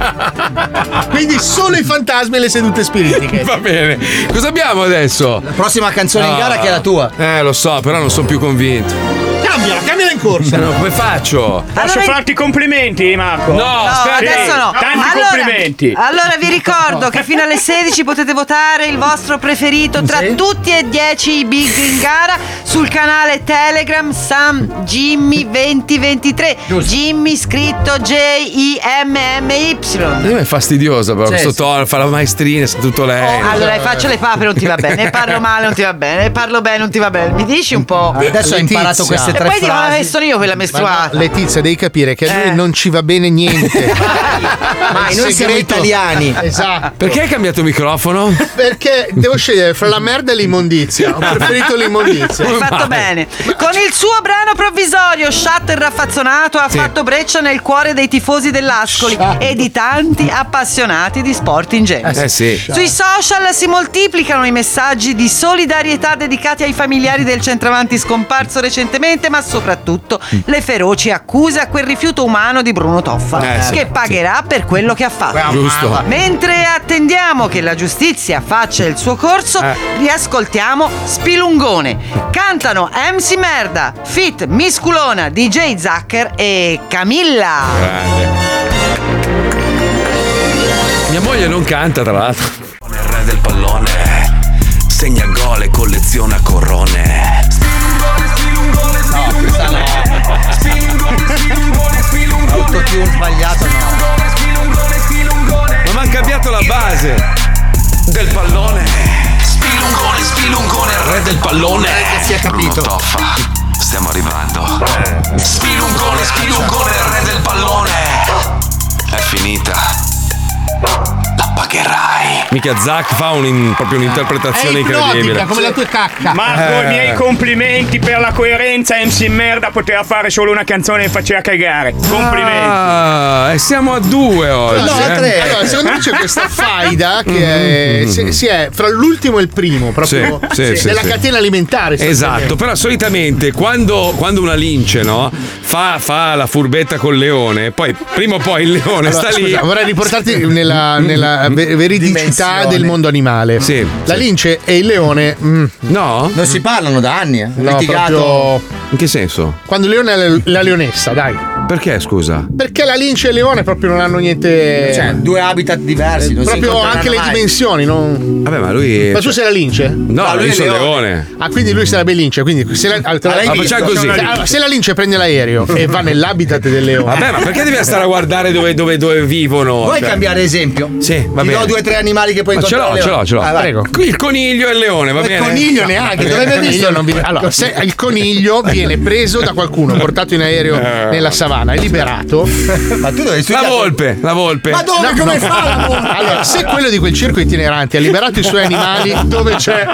Ah,
Quindi solo i fantasmi e le sedute spiritiche.
Va bene. Cosa abbiamo adesso? La
prossima canzone in gara che è la tua.
Eh, lo so, però non sono più convinto. Ah,
Cambiala, cambiala in corsa.
No, come faccio?
Posso farti i complimenti, Marco?
No,
Sì,
adesso Ecco. no.
Tanti
allora,
complimenti.
Allora vi ricordo che fino alle 16 potete votare il vostro preferito tra tutti e 10 i big in gara sul canale Telegram Sam Jimmy 2023. Jimmy scritto J I M M Y.
Lei è fastidiosa, però.
Sì,
questo
sì. Oh,
tono, fa la maestrina, sa tutto
Eh.
lei.
Allora, faccio le papere, non ti va bene. Ne parlo male, non ti va bene. Ne parlo bene, non ti va bene. Mi dici un po'.
Ah, Adesso hai imparato queste tre
E poi dicono
frasi.
che sono io quella
Ma
mestruata.
no, Letizia, devi capire che a
Eh.
lui non ci va bene niente.
Mai,
Il
noi siamo
segreto-
italiani.
Esatto.
Perché hai cambiato microfono?
Perché devo scegliere fra la merda e l'immondizia. Ho preferito l'immondizia.
Hai fatto bene. Con il suo brano provvisorio, Shatter raffazzonato ha fatto breccia nel cuore dei tifosi dell'Ascoli e di tanti appassionati di sport in genere.
Eh sì.
Sui social si moltiplicano i messaggi di solidarietà dedicati ai familiari del centravanti scomparso recentemente, ma soprattutto
Mm.
le feroci accuse a quel rifiuto umano di Bruno Toffa,
Eh sì,
che pagherà per quello che ha fatto.
Giusto.
Mentre attendiamo che la giustizia faccia il suo corso, riascoltiamo Spilungone. Cantano MC Merda, Fit Misculona, DJ Zucker e Camilla.
Mia moglie non canta, tra l'altro.
Il re del pallone segna gol e colleziona corone.
Autotune sbagliato, no.
Ma mi hanno cambiato la base.
Del pallone. Spilungone, spilungone, il re del pallone. Che si è capito. Toffa. Stiamo arrivando.
Eh.
Spilungone, spilungone, il re del pallone. È finita. La pagherai.
Mica Zac fa un in- proprio un'interpretazione incredibile.
tua cacca.
Marco,
Eh.
i miei complimenti per la coerenza. MC Merda poteva fare solo una canzone e faceva cagare. Complimenti.
Ah, e siamo a due oggi.
No,
eh.
tre. Allora, secondo me c'è questa faida che è,
Mm.
si, si è fra l'ultimo e il primo, proprio
Sì, sì, sì,
della
sì.
catena alimentare. sta
Esatto, però solitamente quando, quando una lince no, fa, fa la furbetta col leone, poi prima o poi il leone sta
Allora,
lì. Mm.
scusa, vorrei riportarti nella, nella ve- veridicità del mondo animale. la lince e il leone.
No?
Non si parlano da anni. eh. No,
Litigato.
proprio-
In che senso?
Quando il leone è la, la leonessa, dai.
Perché scusa?
Perché la lince e il leone proprio non hanno niente.
Cioè, due habitat diversi. non si
proprio
incontreranno
anche le
mai.
dimensioni. non-
Vabbè, ma lui. cioè,
Ma tu sei la lince?
No, lui,
è
sono leone.
Ah, quindi lui sarebbe lince. Quindi se la, Ah,
Ah, l'hai visto? facciamo così.
Se, se la lince prende l'aereo e va nell'habitat del leone.
Vabbè, ma perché devi stare a guardare dove, dove- dove vivono?
Vuoi
Cioè-
cambiare esempio?
Sì, va
Ti
bene.
do due o tre animali che puoi
Ma ce l'ho,
incontrare.
ce l'ho, ce l'ho.
Ah, vai.
Prego. Il coniglio e il leone, va
Il
bene?
coniglio neanche, dove
dovrebbe
l'hai visto? Allora, se il coniglio viene preso da qualcuno, portato in aereo nella savana, è liberato. Ma tu dovevi
Eh. La volpe, la volpe.
Ma dove? come fa la volpe? Allora, se quello di quel circo itinerante ha liberato i suoi animali dove c'è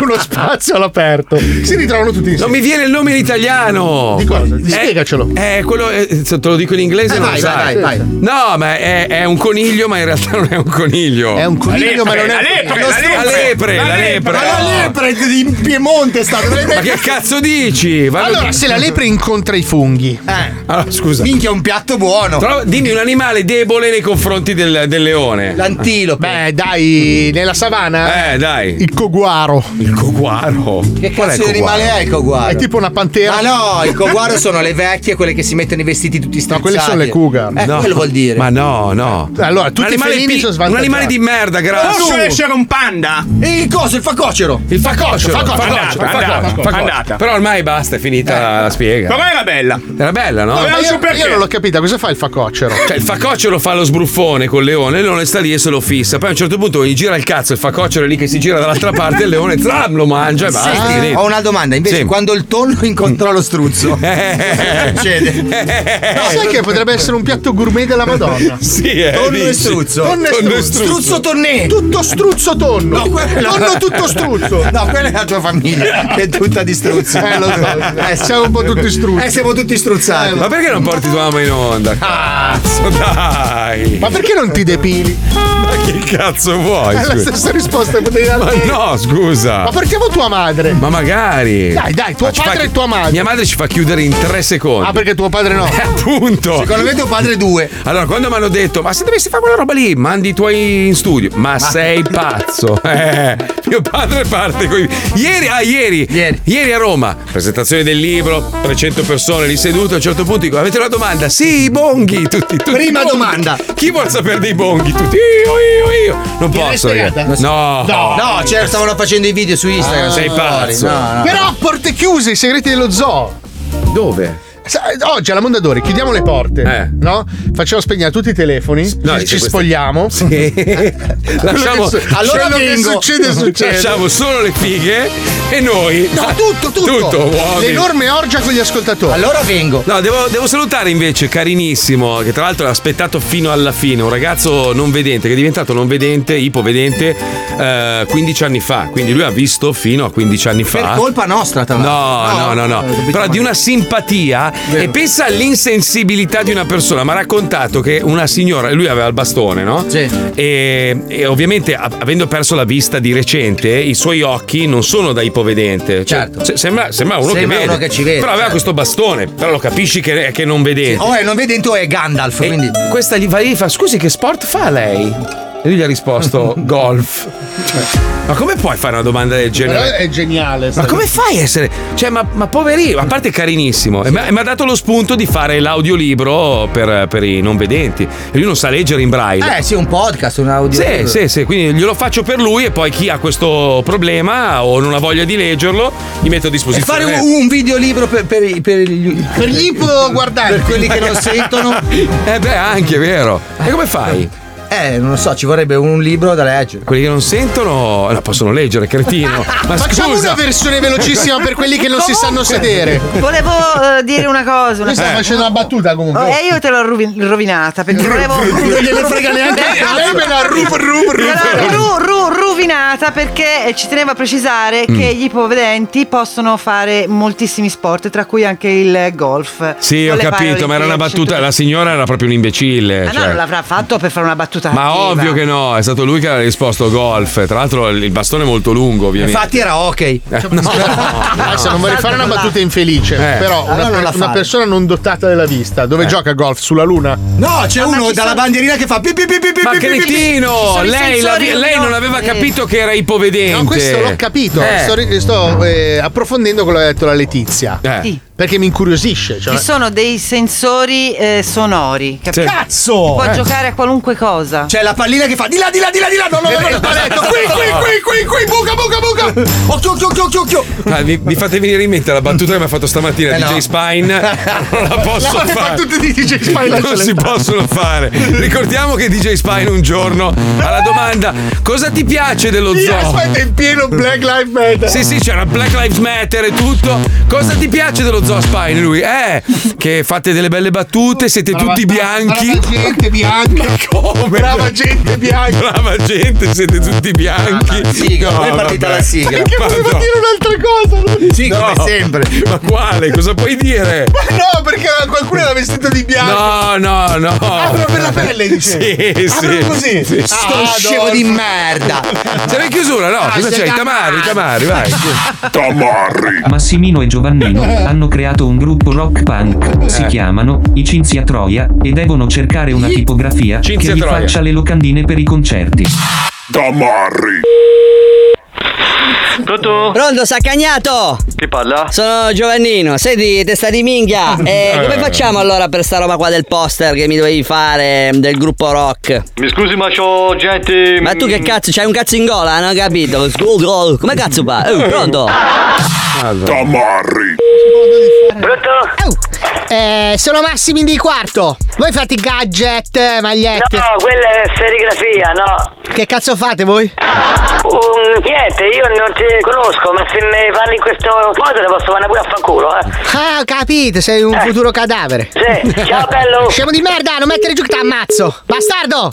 uno spazio all'aperto, si ritrovano tutti insieme.
Non mi viene il nome in italiano.
Di cosa?
Eh,
Spiegacelo.
Eh, quello eh, se te lo dico in inglese
Eh,
non
vai,
lo sai.
vai, vai, vai.
No, ma è, è un coniglio, ma in realtà non è un coniglio. È un
coniglio, ma non è- La lepre,
La
la lepre.
lepre, la lepre.
La lepre. Ma la lepre di Piemonte sta.
Ma che cazzo dici? Vai-
Allora, se la lepre incontra i funghi,
Allora, Ah, scusa.
Minchia, un piatto buono.
Trova- dimmi un animale debole nei confronti del, del leone.
L'antilope.
Beh, dai, nella savana.
Eh, dai.
Il coguaro.
Il coguaro.
Che
Qual è il
cazzo di
coguaro?
animale è il coguaro?
È tipo una pantera.
Ma no, il coguaro sono le vecchie, quelle che si mettono i vestiti tutti strizzati.
quelle sono le cougar.
Eh,
No.
quello vuol dire.
Ma no, no.
Allora, tutti
un animale,
i felini
pi-
sono
un
svantaggiati.
animale di merda, grasso.
Posso
essere un panda?
E il coso, il facocero.
Il facocero.
Facocero,
Facocero,
andata,
facocero,
andata,
facocero.
andata. Eh.
Però ormai basta, è finita la spiega.
Però era bella.
Era bella, no?
No, ma io, io non l'ho capita, cosa fa il facocero?
Cioè, il facocero fa lo sbruffone col leone, il leone sta lì e se lo fissa. Poi a un certo punto gli gira il cazzo, il facocero è lì che si gira dall'altra parte, il leone zam, lo mangia e Cioè, basta.
Senti,
finito.
ho una domanda, invece
Sì.
quando il tonno incontrò lo struzzo,
Eh.
succede?
No, sai che potrebbe essere un piatto gourmet della Madonna?
Sì, eh,
Tonno e
dici.
struzzo.
Tonno e struzzo.
Struzzo tonnè.
Tutto struzzo tonno.
No, quello-
Tonno tutto struzzo.
No, quella è la tua famiglia, che è tutta di struzzi.
Eh, lo so. Eh, siamo un po' tutti struzzi.
Eh, siamo tutti struzzati.
Ma perché non porti tua mamma in onda? Cazzo, dai!
Ma perché non ti depili?
Ma che cazzo vuoi?
È la
scusa?
stessa risposta che potevi dare.
Ma
te.
no, scusa!
Ma portiamo tua madre?
Ah. Ma magari!
Dai, dai, tuo
Ma ci fa
padre
chi-
e tua madre.
Mia madre ci fa chiudere in tre secondi.
Ah, perché tuo padre no?
Appunto!
Secondo me tuo padre due.
Allora, quando mi hanno detto, ma se dovessi fare quella roba lì, mandi i tuoi in studio. Ma, sei pazzo. Eh, mio padre parte con Ieri, ah, ieri, ieri. a Roma, presentazione del libro, 300 persone lì sedute. A un certo punto dico, avete una domanda? Sì, i bonghi, tutti. tutti
Prima
i bonghi.
domanda.
Chi vuol sapere dei bonghi? Tutti, io, io, io. Non posso,
spiegata?
ragazzi. No.
No, no, certo, stavano facendo i video su Instagram.
Ah, sei
story.
pazzo.
No, no.
Però a porte chiuse, i segreti dello zoo.
Dove? Eh.
Sai, Oggi alla Mondadori chiudiamo le porte, no? Facciamo spegnere tutti i telefoni,
No,
ci,
dice
ci
questo-
spogliamo.
Lasciamo,
Quello che su- allora
quello che
vengo.
succede, succede. Lasciamo solo le fighe e noi.
No, tutto, tutto.
Tutto, uomini.
L'enorme orgia con gli ascoltatori.
Allora vengo.
No, devo, devo salutare invece carinissimo, che tra l'altro l'ha aspettato fino alla fine, un ragazzo non vedente che è diventato non vedente, ipovedente, eh, 15 anni fa. Quindi lui ha visto fino a 15 anni fa.
Per colpa nostra, tra l'altro. eh,
No, no, no, no. Però di una simpatia e pensa all'insensibilità di una persona. Mi ha raccontato che una signora, lui aveva il bastone, no? Sì. E, e ovviamente a- avendo perso la vista di recente, i suoi occhi non sono da ipovedente. Cioè, se- sembra, sembra uno
Certo. Sembra
che vede.
uno che ci vede,
Però aveva questo
certo.
bastone, però lo capisci che, che non vedente.
O è Oh, eh, non vedente o è Gandalf, quindi...
Eh, Questa gli va lì e fa: Scusi, che sport fa lei? E lui gli ha risposto: Golf. Cioè, ma come puoi fare una domanda del genere?
Però è geniale.
Ma come fai a essere. Cioè, ma, ma poverino, a parte carinissimo. E mi ha- mi ha dato lo spunto di fare l'audiolibro per, per i non vedenti. E lui non sa leggere in braille.
Eh sì, un podcast, un audio. Eh,
Sì, sì, sì, quindi glielo faccio per lui e poi chi ha questo problema o non ha voglia di leggerlo, gli metto a
E
disposizione.
fare un, un videolibro per, per, i- per gli,
Per gli ipoguardanti.
Per quelli che non sentono.
Eh beh, anche, vero. E come fai?
Eh, non lo so, ci vorrebbe un libro da leggere.
Quelli che non sentono la possono leggere, cretino. Ma
Facciamo
scusa.
una versione velocissima per quelli che non si sanno
Comunque,
sedere.
Volevo eh, dire una cosa. Una
Io stavo
cosa.
facendo una battuta
Oh,
comunque.
e io te l'ho rovin- rovinata perché volevo.
Non gliene frega neanche- Lei me la ru- ru- ru-
Allora, ru- ru- rovinata perché eh, ci tenevo a precisare
Mm.
che gli ipovedenti possono fare moltissimi sport, tra cui anche il golf.
Sì, ho
Con le
capito, ma era una
Paralimpiadi,
battuta. La signora era proprio un imbecille.
Ah, no,
cioè.
non l'avrà fatto per fare una battuta.
Ma
attiva.
ovvio che no, è stato lui che ha risposto golf. Tra l'altro il bastone è molto lungo, ovviamente.
Infatti era ok.
Adesso non vorrei fare una battuta infelice,
Eh.
però
Allora
una,
non la
una
fare.
persona non dotata della vista, dove
Eh.
gioca a golf? Sulla luna?
No, c'è uno dalla bandierina che fa pi pi pi pi pi
Ma
pi pi, pi.
cretino! Lei, la- lei non aveva
Eh.
capito che era ipovedente.
No, questo l'ho capito.
Eh.
Sto, ri- sto, eh, approfondendo quello che ha detto la Letizia.
Eh.
Sì.
Perché mi incuriosisce. Cioè...
Ci sono dei sensori eh, sonori. Che
Sì. Cazzo!
Può
Eh.
giocare a qualunque cosa.
C'è la pallina che fa di là, di là, di là, di là, no, no, no, no, il paletto, qui, qui, qui, qui, qui, buca, buca, buca, occhio, occhio, occhio, occhio, occhio.
Ah, mi, mi fate venire in mente la battuta che mi ha fatto stamattina
Eh,
DJ
no.
Spine. Non la posso
La
fare.
battuta di DJ Spine,
non
lasciala
si
stare.
possono fare. Ricordiamo che DJ Spine un giorno alla domanda cosa ti piace dello
Io,
zoo?
aspetta, in pieno Black Lives Matter.
Sì, sì, c'era Black Lives Matter e tutto. Cosa ti piace dello zoo Spine? Lui, eh, che fate delle belle battute, siete tutti bianchi.
Brava gente bianca.
come?
Brava gente bianca.
Brava gente, siete tutti bianchi.
Sì,
No,
come è partita
vabbè.
la sigla.
Perché voleva dire un'altra cosa?
Sì, come
sempre.
Ma quale? Cosa puoi dire?
Ma no, perché qualcuno era vestito di bianco.
No, no, no.
Apro per la pelle, dice.
Sì,
Apro
sì.
così.
Sì,
Ah,
sì.
Sto scemo di merda.
Siamo in chiusura, no?
Ah,
Cosa
sei
c'è? I
da
tamari, i tamari, vai.
Tamarri. Massimino e Giovannino hanno creato un gruppo rock punk. Si
Eh.
chiamano i Cinzia Troia e devono cercare una tipografia
Cinzia
che gli
Troia.
faccia le locandine per i concerti. Tamarri.
Pronto? Pronto, saccagnato! Chi parla? Eh. Sono Giovannino, sei di testa di minchia. E come facciamo allora per sta roba qua del poster che mi dovevi fare mm, del gruppo rock?
Mi scusi, ma c'ho gente.
Ma tu che cazzo, c'hai un cazzo in gola, non ho capito? Sgol, gol. Come cazzo fa? Eh, pronto?
Tamarri.
Eh, sono Massimi di quarto. Voi fate i gadget, magliette.
No, quella è serigrafia, no.
Che cazzo fate voi?
Um, niente, io non ti conosco, ma se mi parli in questo modo ne posso andare pure a fanculo, eh.
Ah, ho capito, sei un futuro cadavere.
Sì, ciao, bello.
Scemo di merda, non mettere giù che t'ammazzo.
Oh.
Bastardo!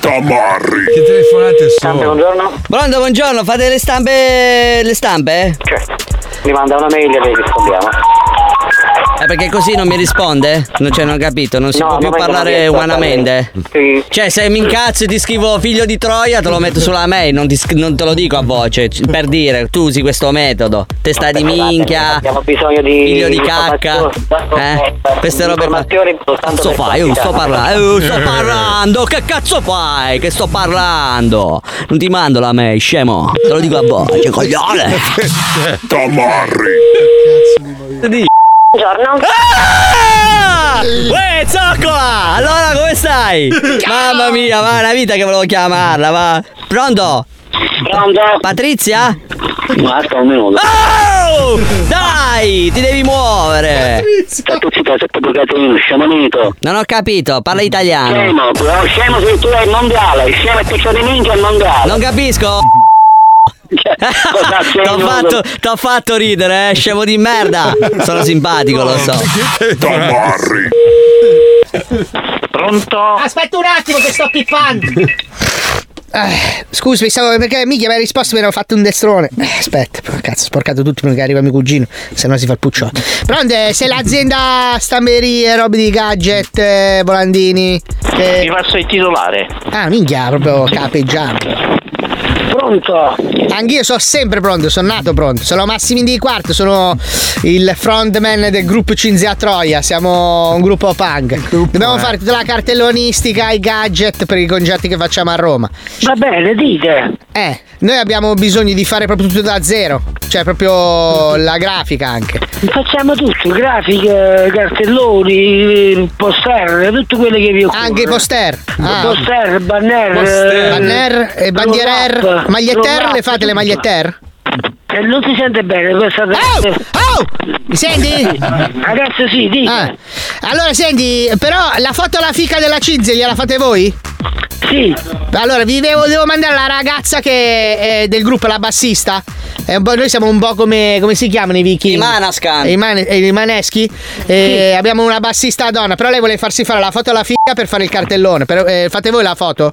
Tamarri.
Che telefonate sono?
buongiorno.
Pronto, buongiorno, fate le stampe. le stampe?
Cioè, Mi manda una mail e le rispondiamo.
Eh, perché così non mi risponde? Non, cioè, non ho capito, non si
No,
può più
non vengo
parlare
niente,
umanamente.
Mm.
Cioè, se mi incazzo e ti scrivo figlio di Troia, te lo metto sulla mail, non, ti sc- non te lo dico a voce. c- Per dire, tu usi questo metodo. Testa di minchia.
Abbiamo bisogno di.
Figlio di cacca. Eh? Queste robe qua. Cazzo fai? Io sto parlando. sto parlando. Che cazzo fai? Che sto parlando? Non ti mando la mail, scemo. Te lo dico a voce, coglione.
Tamarri.
Buongiorno.
Ah! Uè, zoccola! Allora, come stai? Mamma mia, ma è una vita che volevo chiamarla, ma. Pronto?
Pronto?
Patrizia?
Basta un minuto.
Oh! Dai, ti devi muovere!
Sta tu zitto, sei proprio catenino, sciamonito.
Non ho capito, parla italiano.
Scemo, però scemo sei tu al mondiale, scemo e piccio di minchia al mondiale.
Non capisco. T'ho fatto, t'ho fatto ridere, eh, scemo di merda. Sono simpatico, lo so.
Tamarri.
Pronto?
Aspetta un attimo che sto pippando. Eh, scusami, stavo perché mica mi hai risposto mi ero fatto un destrone. Eh, aspetta, però, cazzo, sporcato tutti perché arriva mio cugino, se no si fa il pucciotto. Pronto, eh, se l'azienda stamberie, robe di gadget, eh, volandini. eh,
Mi passo il titolare.
Ah, minchia, proprio capeggiante.
Pronto?
Anch'io sono sempre pronto, sono nato pronto. Sono Massimin di Quarto, sono il frontman del gruppo Cinzia Troia. Siamo un gruppo punk. Dobbiamo
eh.
fare tutta la cartellonistica, i gadget per i concerti che facciamo a Roma.
Va bene, dite.
Eh, noi abbiamo bisogno di fare proprio tutto da zero. Cioè, proprio la grafica anche.
Facciamo tutto, grafiche, cartelloni, poster, tutto quello che vi occorre.
Anche i poster. Ah.
Poster, banner.
Poster.
eh,
Banner e bandierer,
roll-up,
maglietter,
roll-up,
er, le fate le
tutto.
er? maglietter?
Eh, non si sente bene questa
Oh! Oh! Mi senti?
eh.
Ah.
Adesso sì, dica.
Allora senti, però la foto alla fica della Cinzia gliela fate voi?
Sì.
Allora, vi devo, devo mandare la ragazza che è del gruppo, la bassista. È un po'- noi siamo un po' come, come si chiamano i vichini?
I Manascan.
I, man- eh, i maneschi. Eh, Abbiamo una bassista donna, però lei vuole farsi fare la foto alla fica per fare il cartellone. Però, eh, fate voi la foto?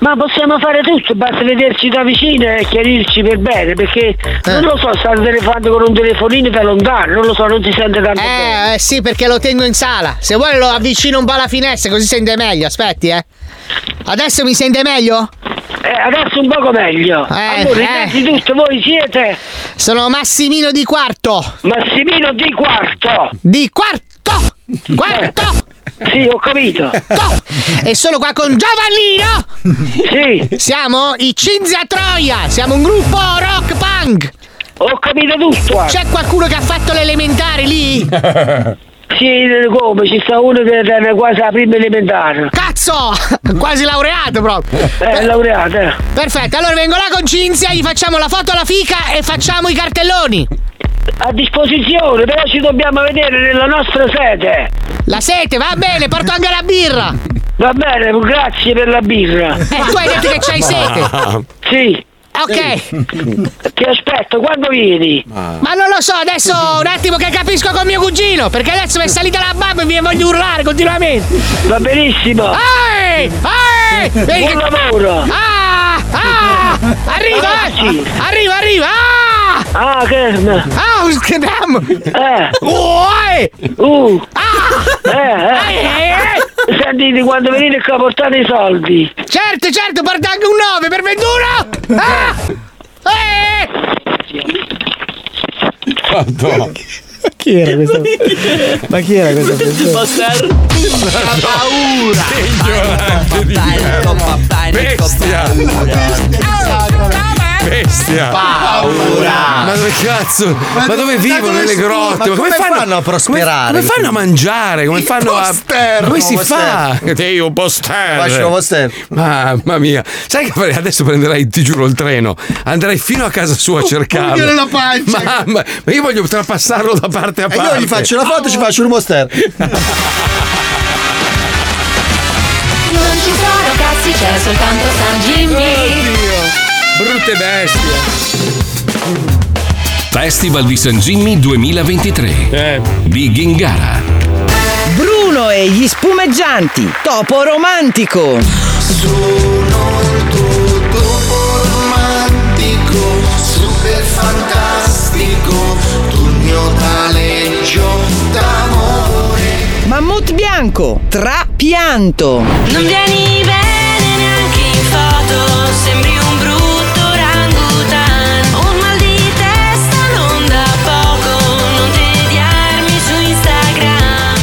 Ma possiamo fare tutto, basta vederci da vicino e chiarirci per bene,
Eh.
perché non lo so, stanno telefonando con un telefonino da lontano, non lo so, non si sente tanto bene.
Eh, eh, sì, perché lo tengo in sala. Se vuoi lo avvicino un po' alla finestra, così sente meglio. Aspetti, eh. Adesso mi sente meglio?
Eh, adesso un poco meglio. allora,
eh.
innanzitutto voi siete
Sono Massimino di quarto.
Massimino di quarto.
Di quarto! Quarto!
Sì, ho capito.
E sono qua con Giovannino!
Sì!
Siamo i Cinzia Troia! Siamo un gruppo rock punk!
Ho capito tutto!
C'è qualcuno che ha fatto le elementari lì?
Sì, come? Ci sta uno che è quasi la prima elementare.
Cazzo! Quasi laureato proprio!
Eh, laureato, eh.
Perfetto, allora vengo là con Cinzia, gli facciamo la foto alla fica e facciamo i cartelloni!
A disposizione, però ci dobbiamo vedere nella nostra sede.
La sete, va bene, porto anche la birra!
Va bene, grazie per la birra.
Eh, tu hai detto che c'hai sete!
Sì.
Ok.
Ti aspetto, quando vieni?
Ma non lo so, adesso un attimo che capisco con mio cugino, perché adesso mi è salita la babba e mi voglio urlare continuamente.
Va benissimo.
Ehi! Ehi!
Buon lavoro.
Ah! Ah! Arrivo! eh!
vicino.
Arriva, arriva! Ah!
Ah, che
Ah, un scadam!
Eh! Uh! Ah! Eh, eh! Sentite, quando venite qua portate i soldi.
Certo, certo, porta anche un 9 per 21! Ah! Eh! Chi era questo? Ma chi era questo?
paura! Ignorante di merda. Bestia!
Bestia!
Paura.
Ma dove cazzo?
Ma
Ma,
do-
dove
da
vivono
dove
nelle
sti-
grotte?
ma come fanno a prosperare?
Come, come fanno a mangiare? Come
Il
fanno a.
poster,
come si
nuovo
fa?
poster.
Te io poster.
Faccio nuovo
Mamma mia. Sai che farei- adesso prenderai, ti giuro, il treno. Andrei fino a casa sua a cercarlo.
pugnale alla
pancia. Mamma, ma io voglio trapassarlo da parte a
E
parte.
io gli faccio la foto e ci
faccio un poster.
Non ci sono cazzi, c'è soltanto San Jimmy.
Brutte bestie.
Festival di San Gimmi 2023. Di Gingara.
Bruno e gli spumeggianti, topo romantico.
romantico, super fantastico, tu il mio taleggio d'amore.
Mammut bianco, trapianto.
Non vieni bene neanche in foto, sembri un brutto orangutan. Ho un mal di testa non da poco, non tediarmi su Instagram.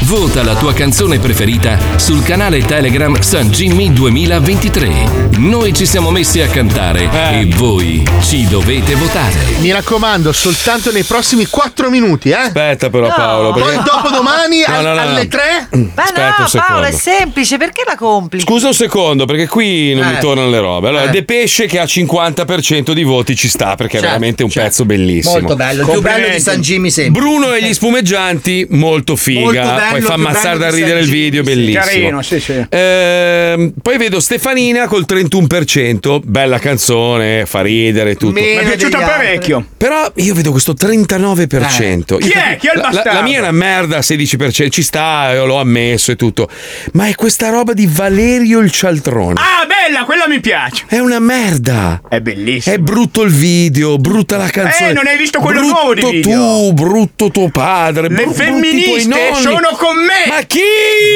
Vota la tua canzone preferita sul canale Telegram San Jimmy 2023. Noi ci siamo messi a cantare e voi ci dovete votare.
Mi raccomando, soltanto nei prossimi 4 minuti, eh?
Aspetta però
No.
Paolo. perché-
Poi dopodomani
No,
al-
no, no, no.
alle 3?
Ma
Aspetta un
no, Paolo,
secondo.
è semplice, perché la compli?
Scusa un secondo, perché qui non
Eh.
mi tornano le robe. Allora,
Eh.
De Pesce che ha 50% di voti ci sta perché
Certo,
è veramente un pezzo bellissimo.
Molto bello, il più bello di San Jimmy sempre.
Bruno e gli spumeggianti, molto figa.
Molto bello,
poi
più
fa ammazzare
bello
da
di
ridere il
San
video,
Gimmi, sì.
bellissimo.
Carino,
sì, sì.
Ehm, poi vedo Stefanina col 31%, bella canzone, fa ridere tutto.
Mi è piaciuta parecchio.
Però io vedo questo 39%.
Eh. Chi è? Chi è il
La- la- La,
bastardo?
mia è una merda, 16%, ci sta, io l'ho ammesso e tutto. Ma è questa roba di Valerio il cialtrone.
Ah, bella, quella mi piace.
È una merda. È bellissimo. È brutto il video, brutta la canzone.
Eh, non hai visto quello
brutto
nuovo di video?
tu, brutto tuo padre.
Le
bru- brutti tuoi
femministe
nonni.
sono con me!
Ma chi?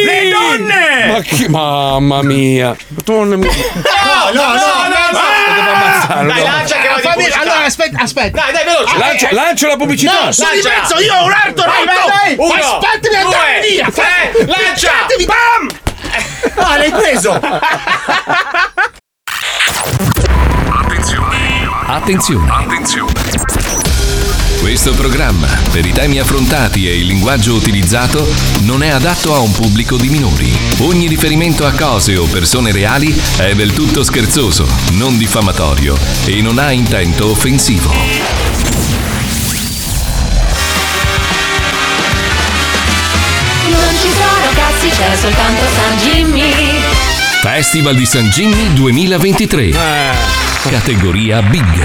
Le donne!
Ma chi? Mamma mia. Madonna mia.
No, no, no,
Ah, no.
Fammi- Allora, aspetta, aspetta. Dai, dai, veloce. Eh.
Lancia, lancia la pubblicità.
No, sono diverso, io ho un arto
Vai,
rotto.
vai, vai. Uno,
Aspettami a andare
due,
via.
tre,
Fai-
lancia.
Aspettami. Bam! Ah, l'hai preso.
Attenzione. Questo programma, per i temi affrontati e il linguaggio utilizzato, non è adatto a un pubblico di minori. Ogni riferimento a cose o persone reali è del tutto scherzoso, non diffamatorio e non ha intento offensivo.
Non ci sono cazzi, c'è soltanto San Jimmy.
Festival di San Gimmi 2023. Categoria Big.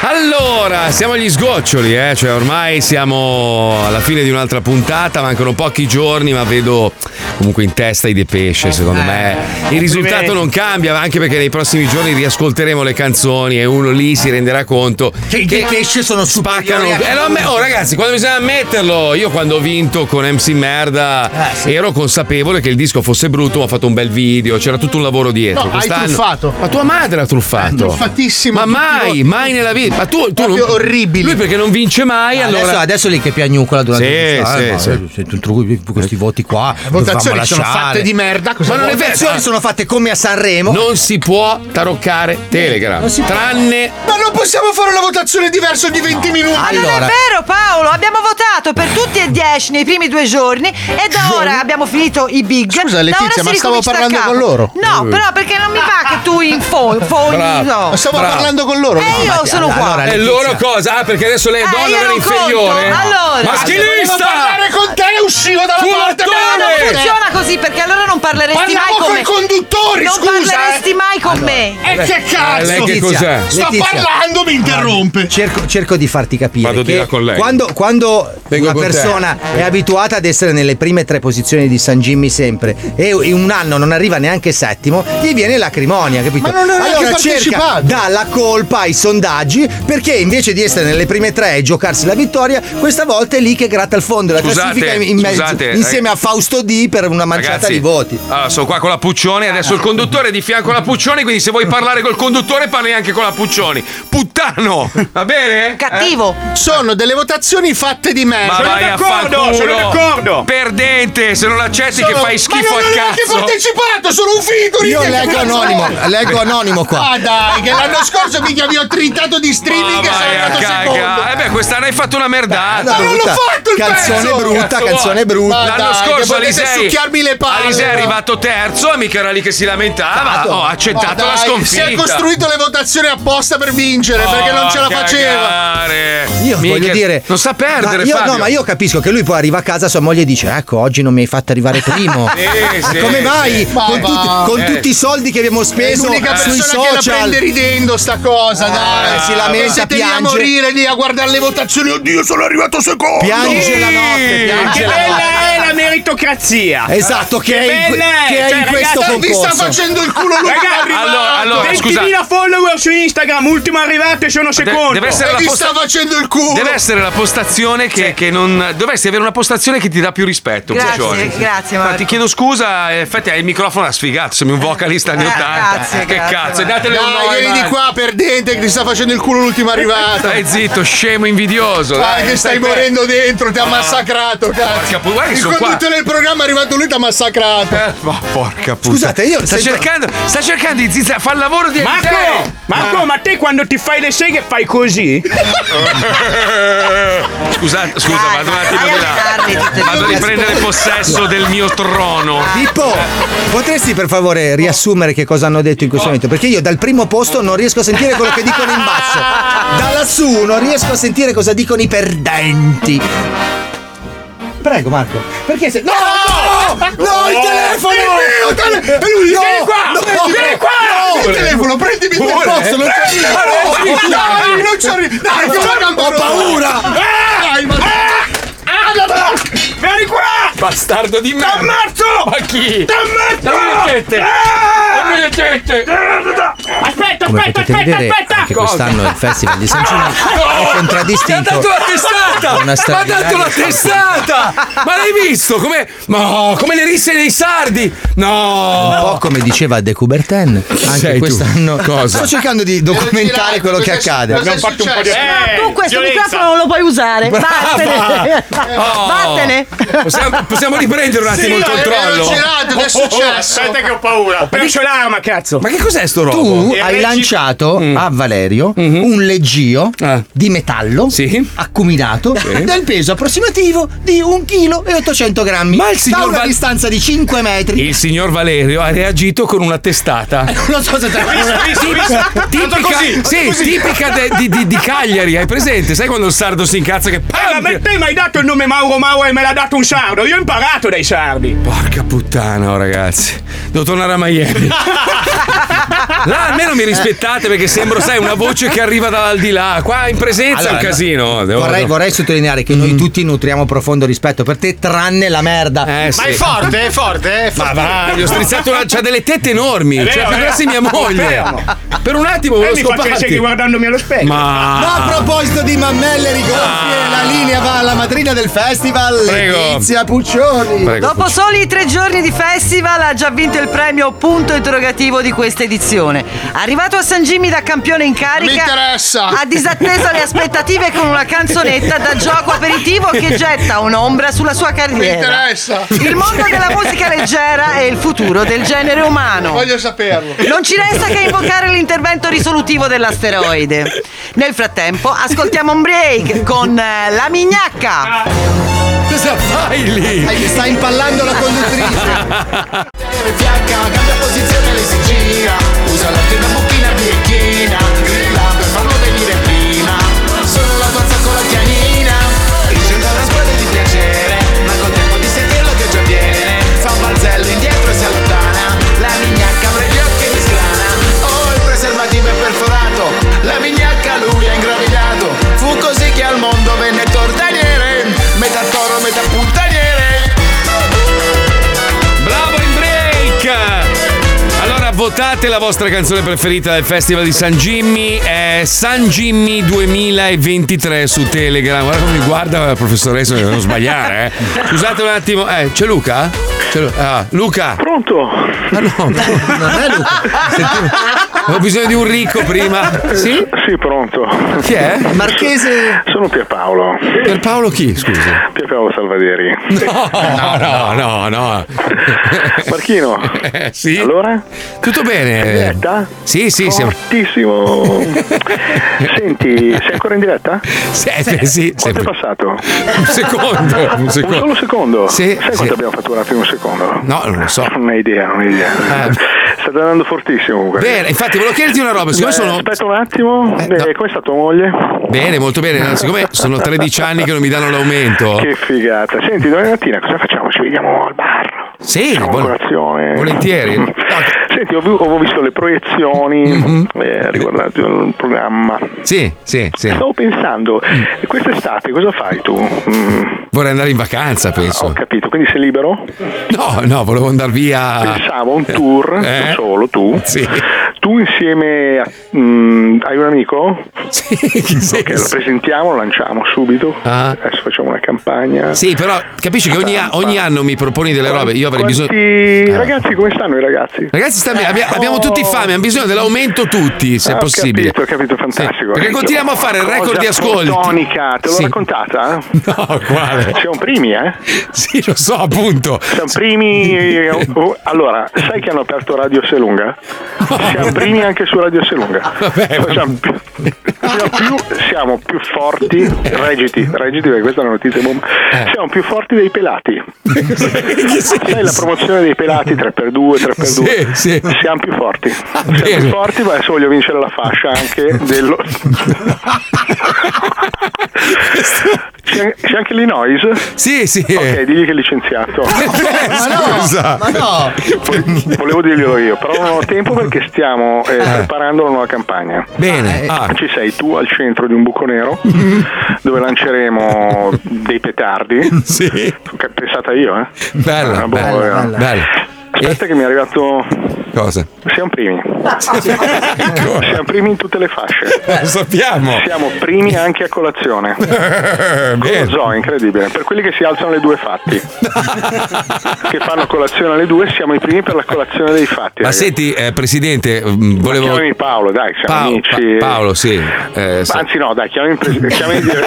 Allora, siamo agli sgoccioli, eh? cioè ormai siamo alla fine di un'altra puntata, mancano pochi giorni, ma vedo comunque in testa i De Pesce, secondo me.
Eh,
Il risultato non cambia, anche perché nei prossimi giorni riascolteremo le canzoni e uno lì si renderà conto
Che i De Pesce sono
spaccano.
superiori a-
Eh, no, me- oh, ragazzi, quando bisogna ammetterlo, io quando ho vinto con MC
Ah,
Merda ero consapevole che il disco fosse brutto, ma ho fatto un bel video, c'era tutto un lavoro dietro.
No, hai
Quest'anno-
truffato. Eh,
Ma tua madre l'ha truffato.
Truffatissimo.
Ma mai, mai nella vita. Ma tu, Oh, tu
Proprio
non-
orribili.
Lui perché non vince mai,
Adesso-
allora.
Adesso, lì che piagnucola durante
Sì,
la
sì,
eh, ma-
sì. Eh,
se tu trovi questi voti qua.
Le
votazioni
dovevamo
sono
lasciare.
fatte di merda, cosa
Ma non
vuoi?
le votazioni
Eh.
sono fatte come a Sanremo.
Non si può taroccare Telegram.
Non si può.
Tranne.
Ma non possiamo fare una votazione diversa ogni 20 minuti.
Ma non è vero Paolo, abbiamo votato per tutti e dieci nei primi due giorni e da ora abbiamo finito i big.
Scusa,
Da
Letizia,
ora si
ma stavo
ricomincia da
parlando
capo.
con loro.
No,
Eh.
però perché non mi va che tu info, foni,
Bravo,
no.
Stavo bravo. parlando
con loro.
E
No,
io
ma-
sono qua.
allora, E loro cosa? Ah, perché adesso lei è donna,
Eh, io
era
non conto.
inferiore.
Allora.
Volevo
Maschilista!
parlare con te e uscivo dalla porta.
No, non funziona così perché allora non parleresti
Parlavo
mai con
coi
me.
conduttori,
non
scusa,
parleresti
eh.
mai con
Allora.
me.
E che
Ah,
cazzo?
lei che cos'è?
Sto
Letizia.
parlando, mi interrompe.
Cerco, cerco di farti capire
Vado di
che
là con lei.
quando, quando
Vengo
una
con te.
persona è abituata ad essere nelle prime tre posizioni di San Jimmy sempre e in un anno non arriva neanche settimo, gli viene l'acrimonia, capito.
Ma non ha neanche
allora cerca,
partecipato.
dà la colpa ai sondaggi perché invece di essere nelle prime tre e giocarsi la vittoria, questa volta è lì che gratta il fondo della
Scusate,
classifica in mezzo,
scusate, eh.
insieme a Fausto D per una manciata
Ragazzi,
di voti.
allora, sono qua con la Puccioni, adesso il conduttore è di fianco alla Puccioni, quindi se vuoi parlare col conduttore parli anche con la Puccioni. Puttano, va
Eh?
bene?
Cattivo. Sono delle votazioni fatte di me.
Ma vai a fanculo. Perdente, se non l'accetti che fai schifo
ma
a
non ho neanche
cazzo.
partecipato, sono un figo.
Io
minchia,
leggo
che cazzo
anonimo,
è?
leggo anonimo qua.
Ah dai, che l'anno scorso mica mi ho trintato di streaming e sono
Vai a
andato secondo.
caga. Eh beh, quest'anno hai fatto una merdata.
Ma non l'ho fatto il
Canzone
pezzo!
brutta,
Cazzo
canzone
vuoi?
brutta. Ma
L'anno
dai, che
scorso
potete
Alisei,
succhiarmi le palle,
Alisei è
no?
arrivato terzo, e mica era lì che si lamentava.
Stato.
Ho Ah, oh, accettato
Ma
la
dai,
sconfitta. Oh,
Si è costruito le votazioni apposta per vincere perché non ce la faceva.
Io voglio dire.
Non sa perdere,
ma io,
Fabio.
No, ma io capisco che lui poi arriva a casa, sua moglie dice: Ecco, oggi non mi hai fatto arrivare primo.
Eh, Sì, sì,
Come mai?
sì.
Con,
Ah, Ma
tutti,
va.
con
Eh.
tutti i soldi che abbiamo
È
speso
l'unica
sui
persona che la
social. Eh,
prende ridendo sta cosa, dai.
si lamenta,
E siete lì a
piange.
morire lì a guardare le votazioni. Oddio, sono arrivato secondo.
Piange la notte, piange
che
la
bella
notte.
è la meritocrazia.
Esatto, che è in que-
bella Cioè,
che è in questo
ragazzi,
concorso.
Raga,
Allora, allora, scusa.
20.000 follower su Instagram, ultimo arrivato e sono secondo.
deve essere la posta-
facendo il culo.
Deve essere la postazione che, che non. Dovresti avere una postazione che ti dà più rispetto.
Grazie,
Puccioni.
grazie,
Ma
Marco.
ti chiedo scusa, in effetti hai il microfono a sfigato. Sembri un vocalista anni 80.
grazie,
Eh, che
grazie,
cazzo,
Marco.
datele un
Dai,
noi,
vieni di
vai.
qua perdente che ti sta facendo il culo l'ultima arrivata.
Stai zitto, scemo invidioso.
Dai,
dai,
che stai
per-
morendo dentro, ti ha
Ah.
massacrato, cazzo.
Porca pu- guarda che
Il
sono qua.
conduttore del programma è arrivato lui, ti ha massacrato.
Ma Oh, porca puttana.
Scusate, io
Sta
sempre-
cercando, sta cercando di zizzare. Fa il lavoro di
Marco,
Alisei.
Marco, ma te quando ti fai le seghe fai così?
Scusate, scusa, vado un attimo di là. Vado a riprendere possesso del mio trono.
Pippo, potresti per favore riassumere che cosa hanno detto in questo momento? Perché io dal primo posto non riesco a sentire quello che dicono in
Ah.
basso. Da lassù non riesco a sentire cosa dicono i perdenti. Prego Marco. Perché se. No! No!
No, il telefono! Il mio tele- e lui,
No,
vieni qua!
no,
vieni qua!
no.
il telefono, prendimi quel
Pure.
posto, non ci
Eh,
arrivo!
no,
Dai,
no.
non ci arrivo! Dai,
Ho
che
paura.
cambio.
Ho paura.
eh, Dai, ma...
Ah, Vieni qua!
Bastardo di merda!
T'ammazzo!
Ma chi?
T'ammazzo! Eh! Aspetta,
Come
aspetta,
potete
aspetta,
vedere,
aspetta!
anche quest'anno il Festival di San Gino è
Mi ha
contraddistinto
dato la
da
testata! Mi
una
ha dato la
straordinaria-
testata! Ma l'hai visto? Come, ma- come le risse dei sardi!
Un
No!
po' come diceva De Coubertin,
Sei
anche
tu.
quest'anno.
Cosa?
Sto cercando di documentare quello che accade.
Abbiamo fatto un po'
Eh,
di Eh,
Ma tu Eh, questo
violenza.
microfono non lo puoi usare.
Brava!
Vattene.
Oh.
Vattene.
Possiamo, possiamo riprendere un attimo
Sì, eh,
il
no,
controllo? Oh,
ero girato, che è successo? Oh, Aspetta che ho paura. Ho perso l'arma, cazzo.
Ma che cos'è sto robo? Mm.
Tu
E
hai
leggi-
lanciato a Valerio
Mm-hmm.
un leggio
Eh.
di metallo accuminato del peso approssimativo di 1,8 kg. Ma
il signor
da una
Val-
distanza di 5 metri.
Il signor Valerio ha reagito con una testata.
Non so se te
Tip-
Fatto
tipica,
così, fatto
sì,
così.
tipica de- di, di- di Cagliari, hai presente? Sai quando il sardo si incazza che
Eh, ma per te mi hai dato il nome Mauro Mauro e me l'ha dato un sardo. Io ho imparato dai sardi.
Porca puttana, oh, ragazzi. Devo tornare a Miami. Là almeno mi rispettate perché sembro, sai, una voce che arriva dall'aldilà. Qua in presenza è
Allora,
un casino. Devo-
Vorrei, vorrei sottolineare che
Mm-hmm.
noi tutti nutriamo profondo rispetto per te, tranne la merda.
Eh, sì.
è forte, è
Ma va, gli ho strizzato una. C'ha delle tette enormi.
È vero,
cioè,
è vero.
figurarsi mia moglie.
Lo
Per un attimo
E
volevo
mi faccio le seghe
scoparti.
guardandomi allo specchio.
Eh, Ma- Ah,
Ma a proposito di mammelle rigonfie, la linea va alla madrina del festival,
Prego.
Letizia Puccioni.
Dopo soli tre giorni di festival ha già vinto il premio punto interrogativo di questa edizione. Arrivato a San Gimmi da campione in carica,
Mi interessa.
ha disatteso le aspettative con una canzonetta da gioco aperitivo che getta un'ombra sulla sua carriera.
Mi interessa.
Il mondo della musica leggera e il futuro del genere umano.
Voglio saperlo.
Non ci resta che invocare l'intervento risolutivo dell'asteroide. Nel frattempo, ascoltiamo un break con eh, la mignacca.
Cosa fai lì?
Dai, sta impallando la conduttrice.
fiacca, cambia posizione lei si gira Usa la prima bocchina birichina Grilla per farlo venire prima Sono la tua zoccola pianina Ricendo la spada di piacere Ma col tempo di sentirlo che già viene Fa un balzello indietro e si allontana La mignacca apre gli occhi e mi scrana Oh il preservativo è perforato La mignacca lui ha ingravidato Fu così che al mondo venne tortaniere Metà toro, metà puttaniere
Bravo in break! Allora, vot- Votate la vostra canzone preferita del Festival di San Jimmy. È San Jimmy 2023 su Telegram. Guarda come mi guarda la professoressa, per non sbagliare. eh. Scusate un attimo, eh, c'è Luca? C'è Lu- ah, Luca? Pronto? no, non è Luca. Ho bisogno di un ricco prima. Sì?
Sì, pronto.
Chi è?
Marchese. Sono Pierpaolo.
Pierpaolo chi, scusa?
Pierpaolo Salvaderi.
No, no, no, no.
Marchino.
sì.
Allora?
Tutto bene?
Diretta?
Sì, sì, siamo.
Fortissimo. Senti, sei ancora in diretta?
Sì, sì, sì,
Quanto è passato? Un
secondo, un secondo.
solo secondo?
Sì,
Sai
sì.
quanto abbiamo fatturato in un secondo?
No, non lo so. Eh.
Non ho idea, non ho idea. Sta andando fortissimo comunque.
Bene, infatti volevo chiederti una roba, siccome
Beh,
sono-
Aspetta un attimo, eh, come sta tua moglie?
Bene, molto bene. No, Siccome sono 13 anni che non mi danno l'aumento.
Che figata. Senti, domani mattina cosa facciamo? Ci vediamo al bar.
Sì,
Facciamo colazione.
volentieri.
Senti, ho, vi- ho visto le proiezioni eh, riguardanti il programma.
Mm-hmm. Sì, sì, sì. Mm.
Stavo pensando, quest'estate cosa fai tu? Mm,
Vorrei andare in vacanza, penso.
capito, quindi sei libero?
No, no, volevo andare via. Eh?
Pensavo a un tour, da solo tu. Tu insieme a... mm, hai un amico?
Sì, Ah.
Ok, lo presentiamo, lo lanciamo subito. Adesso facciamo una campagna.
Sì, però capisci che ogni, a- ogni anno mi proponi delle robe. Io avrei bisogno. Eh.
Quanti- Ragazzi, come stanno i ragazzi?
Ragazzi, sta bene, abbia- abbiamo tutti fame, abbiamo bisogno dell'aumento tutti, se
Ah, ho
possibile.
capito, ho capito, fantastico.
perché continuiamo a fare il record di ascolti.
Tonica, te l'ho
Sì.
raccontata?
No, quale?
Siamo primi, eh?
Sì, lo so, appunto.
Siamo primi. oh, Allora, sai che hanno aperto Radio Selunga? Siamo primi anche su Radio Selunga. Facciamo più- siamo, più, siamo più forti, reggiti, reggiti perché questa è una notizia bomba. Siamo più forti dei pelati. Sai la promozione dei pelati 3x2, 3x2. Siamo più forti. Siamo più forti, ma adesso voglio vincere la fascia anche dello. C'è, c'è anche l'Illinois?
Sì, sì.
Ok, digli che è licenziato.
Ma no,
Scusa.
ma no.
Vo- Volevo dirglielo io, però non ho tempo perché stiamo eh, preparando una nuova campagna.
Bene.
Eh,
Ah.
Ci sei tu al centro di un buco nero
Eh.
dove lanceremo dei petardi.
Sì.
Pensata io, eh?
Bella,
Ah, boh,
bella,
eh.
bella. bella.
Aspetta che mi è arrivato...
Cosa? Ecco.
Siamo primi. Siamo primi in tutte le fasce.
Eh, Lo sappiamo. Eh.
Siamo primi anche a colazione. Con lo zoo, incredibile. Per quelli che si alzano alle due fatti. che fanno colazione alle due, siamo i primi per la colazione dei fatti.
Ma
ragazzi.
senti, eh, presidente, mh, volevo.
chiamami Paolo, dai, siamo
Paolo,
amici.
Pa- Paolo, sì. eh,
Ma
sa-
Anzi, no, dai, chiamami, pres- chiamami dire.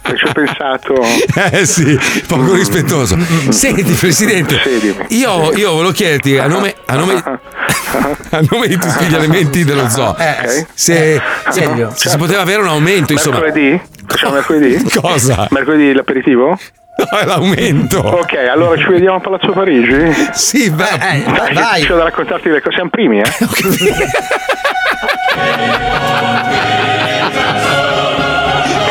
Perché ci ho pensato.
Eh sì, poco rispettoso. Senti, presidente, io, io volevo chiederti a nome, a nome- a nome di tutti gli elementi dello zoo,
Eh,
Ok.
se, se-
Certo.
se si poteva avere un aumento, insomma.
Mercoledì? Facciamo mercoledì?
Cosa?
Mercoledì l'aperitivo?
No, è l'aumento.
Ok, allora ci vediamo a Palazzo Parigi? Eh,
Sì, vai.
Dai, che c'ho da raccontarti le cose, siamo primi, eh?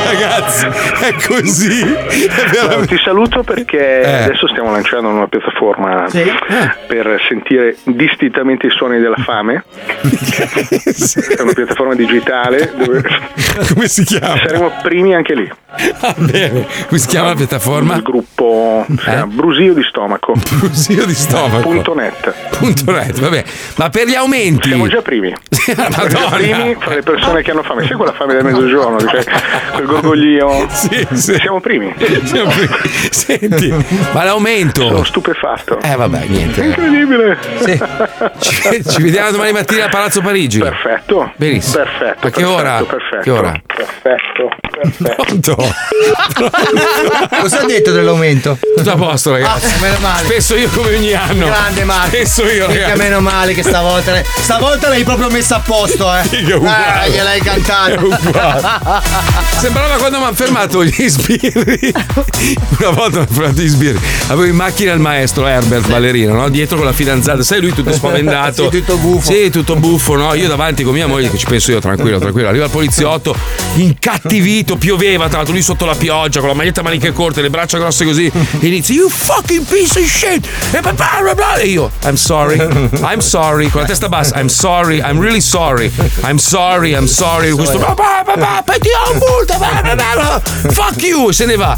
Ragazzi, è così.
ti saluto perché Eh,
Eh.
Eh.
adesso stiamo lanciando una piattaforma per sentire distintamente i suoni della fame. È una piattaforma digitale dove
Come si chiama?
saremo primi anche lì.
Va bene. Come si chiama la piattaforma? Eh?
Il gruppo si chiama Brusio di Stomaco.
Brusio di Stomaco.
Punto net.
Punto net, vabbè. Ma per gli aumenti.
Siamo già primi.
Siamo già Madonna.
primi fra le persone che hanno fame. Sai quella fame del mezzogiorno? Cioè, quel gorgoglio. Siamo primi.
Siamo primi. Senti, ma l'aumento. Sono
stupefatto.
Eh, vabbè, niente. Eh,
Incredibile.
Ci, ci vediamo domani mattina a Palazzo Parigi.
Perfetto.
Benissimo.
Perfetto.
Ma che ora?
Perfetto.
Che ora?
Perfetto. Perfetto.
Cosa ha detto dell'aumento?
Tutto a posto, ragazzi.
Ah, meno male.
Spesso io come ogni anno.
Grande Marco.
Spesso io,
Mica
ragazzi.
meno male che stavolta. l'hai- Stavolta l'hai proprio messa a posto, eh.
Figa, uguale.
Eh, gliel'hai cantata.
È uguale. Sembrava quando mi hanno fermato gli sbirri. Una volta mi hanno fermato gli sbirri. Avevo in macchina il maestro Herbert Ballerino, no? dietro con la fidanzata. Sai, lui tutto spaventato.
Sì, tutto buffo.
Sì, tutto buffo, no? Io davanti con mia moglie, che ci penso io, tranquillo, tranquillo. Arriva il poliziotto, incattivito, pioveva, tra l'altro lui sotto la pioggia, con la maglietta a maniche corte, le braccia grosse così. E inizia, you fucking piece of shit! E bla bla bla bla. E io, I'm sorry, I'm sorry, con la testa bassa, I'm sorry, I'm really sorry, I'm sorry, I'm sorry. Questo, bla, bla, bla, bla, poi ti do la multa, bla, bla, bla, bla. fuck you, se ne va.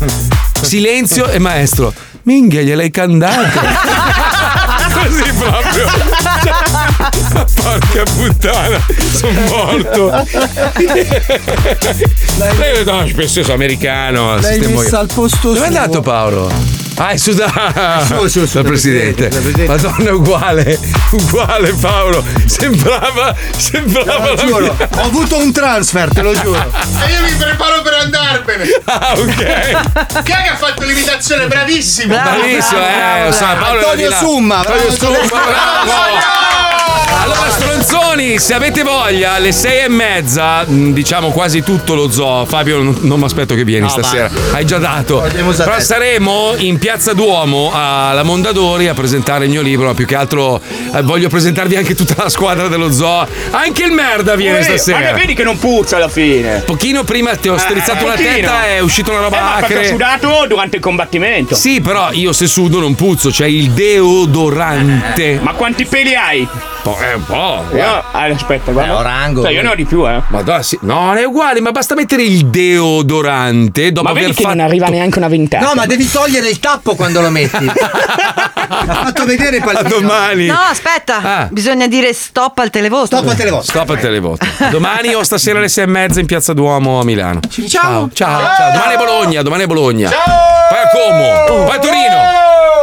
Silenzio e maestro. Minghia, gliel'hai candata. Così proprio.
cioè,
Ma Porca puttana, sono morto. Lei no, spesso sono americano.
L'hai
sistemo
messa
io.
al posto
Dove è
suo.
andato Paolo? Ah, è Sudà.
Su, su, su,
la presidente.
la presidente.
Madonna, è uguale. Uguale Paolo. Sembrava. Sembrava
No,
la
giuro,
mia-
ho avuto un transfer, te lo giuro.
E io mi preparo per andarmene.
Ah, ok.
Che ha fatto l'imitazione, bravissimo.
Bravissimo, eh, lo sa, Paolo era di là. Antonio Summa, Oh, bravo. Allora, stronzoni, se avete voglia, alle sei e mezza, mh, diciamo quasi tutto lo zoo. Fabio, non, non mi aspetto che vieni
No,
stasera.
va.
Hai già dato.
L'abbiamo già
Però
detto.
saremo in piazza Duomo alla Mondadori a presentare il mio libro. Ma più che altro eh, voglio presentarvi anche tutta la squadra dello zoo. Anche il merda viene
Eh,
stasera.
ma vedi che non puzza alla fine.
Pochino prima ti ho strizzato una testa, è uscita una roba
eh, ma perché
acre.
ho sudato durante il combattimento.
Sì, però io se sudo non puzzo, c'è il deodorante.
Ma quanti peli hai?
Po- eh, un po'.
Io, ah, aspetta, guarda.
orango.
Cioè, io ne ho di più, eh.
Madonna, sì. No, non è uguale, ma basta mettere il deodorante dopo
Ma vedi
aver
che
fatto.
non arriva neanche una ventata.
No, ma devi togliere il tappo quando lo metti. L'ha fatto vedere
A
Palmiro.
domani.
No, aspetta,
Ah.
bisogna dire stop al televoto. Stop al televoto.
Stop al televoto. Domani o stasera alle sei e mezza in piazza Duomo a Milano. Ciao. Ciao. ciao. Domani è Bologna, domani è Bologna. Ciao. Vai a Como. Vai a Torino.
Oh!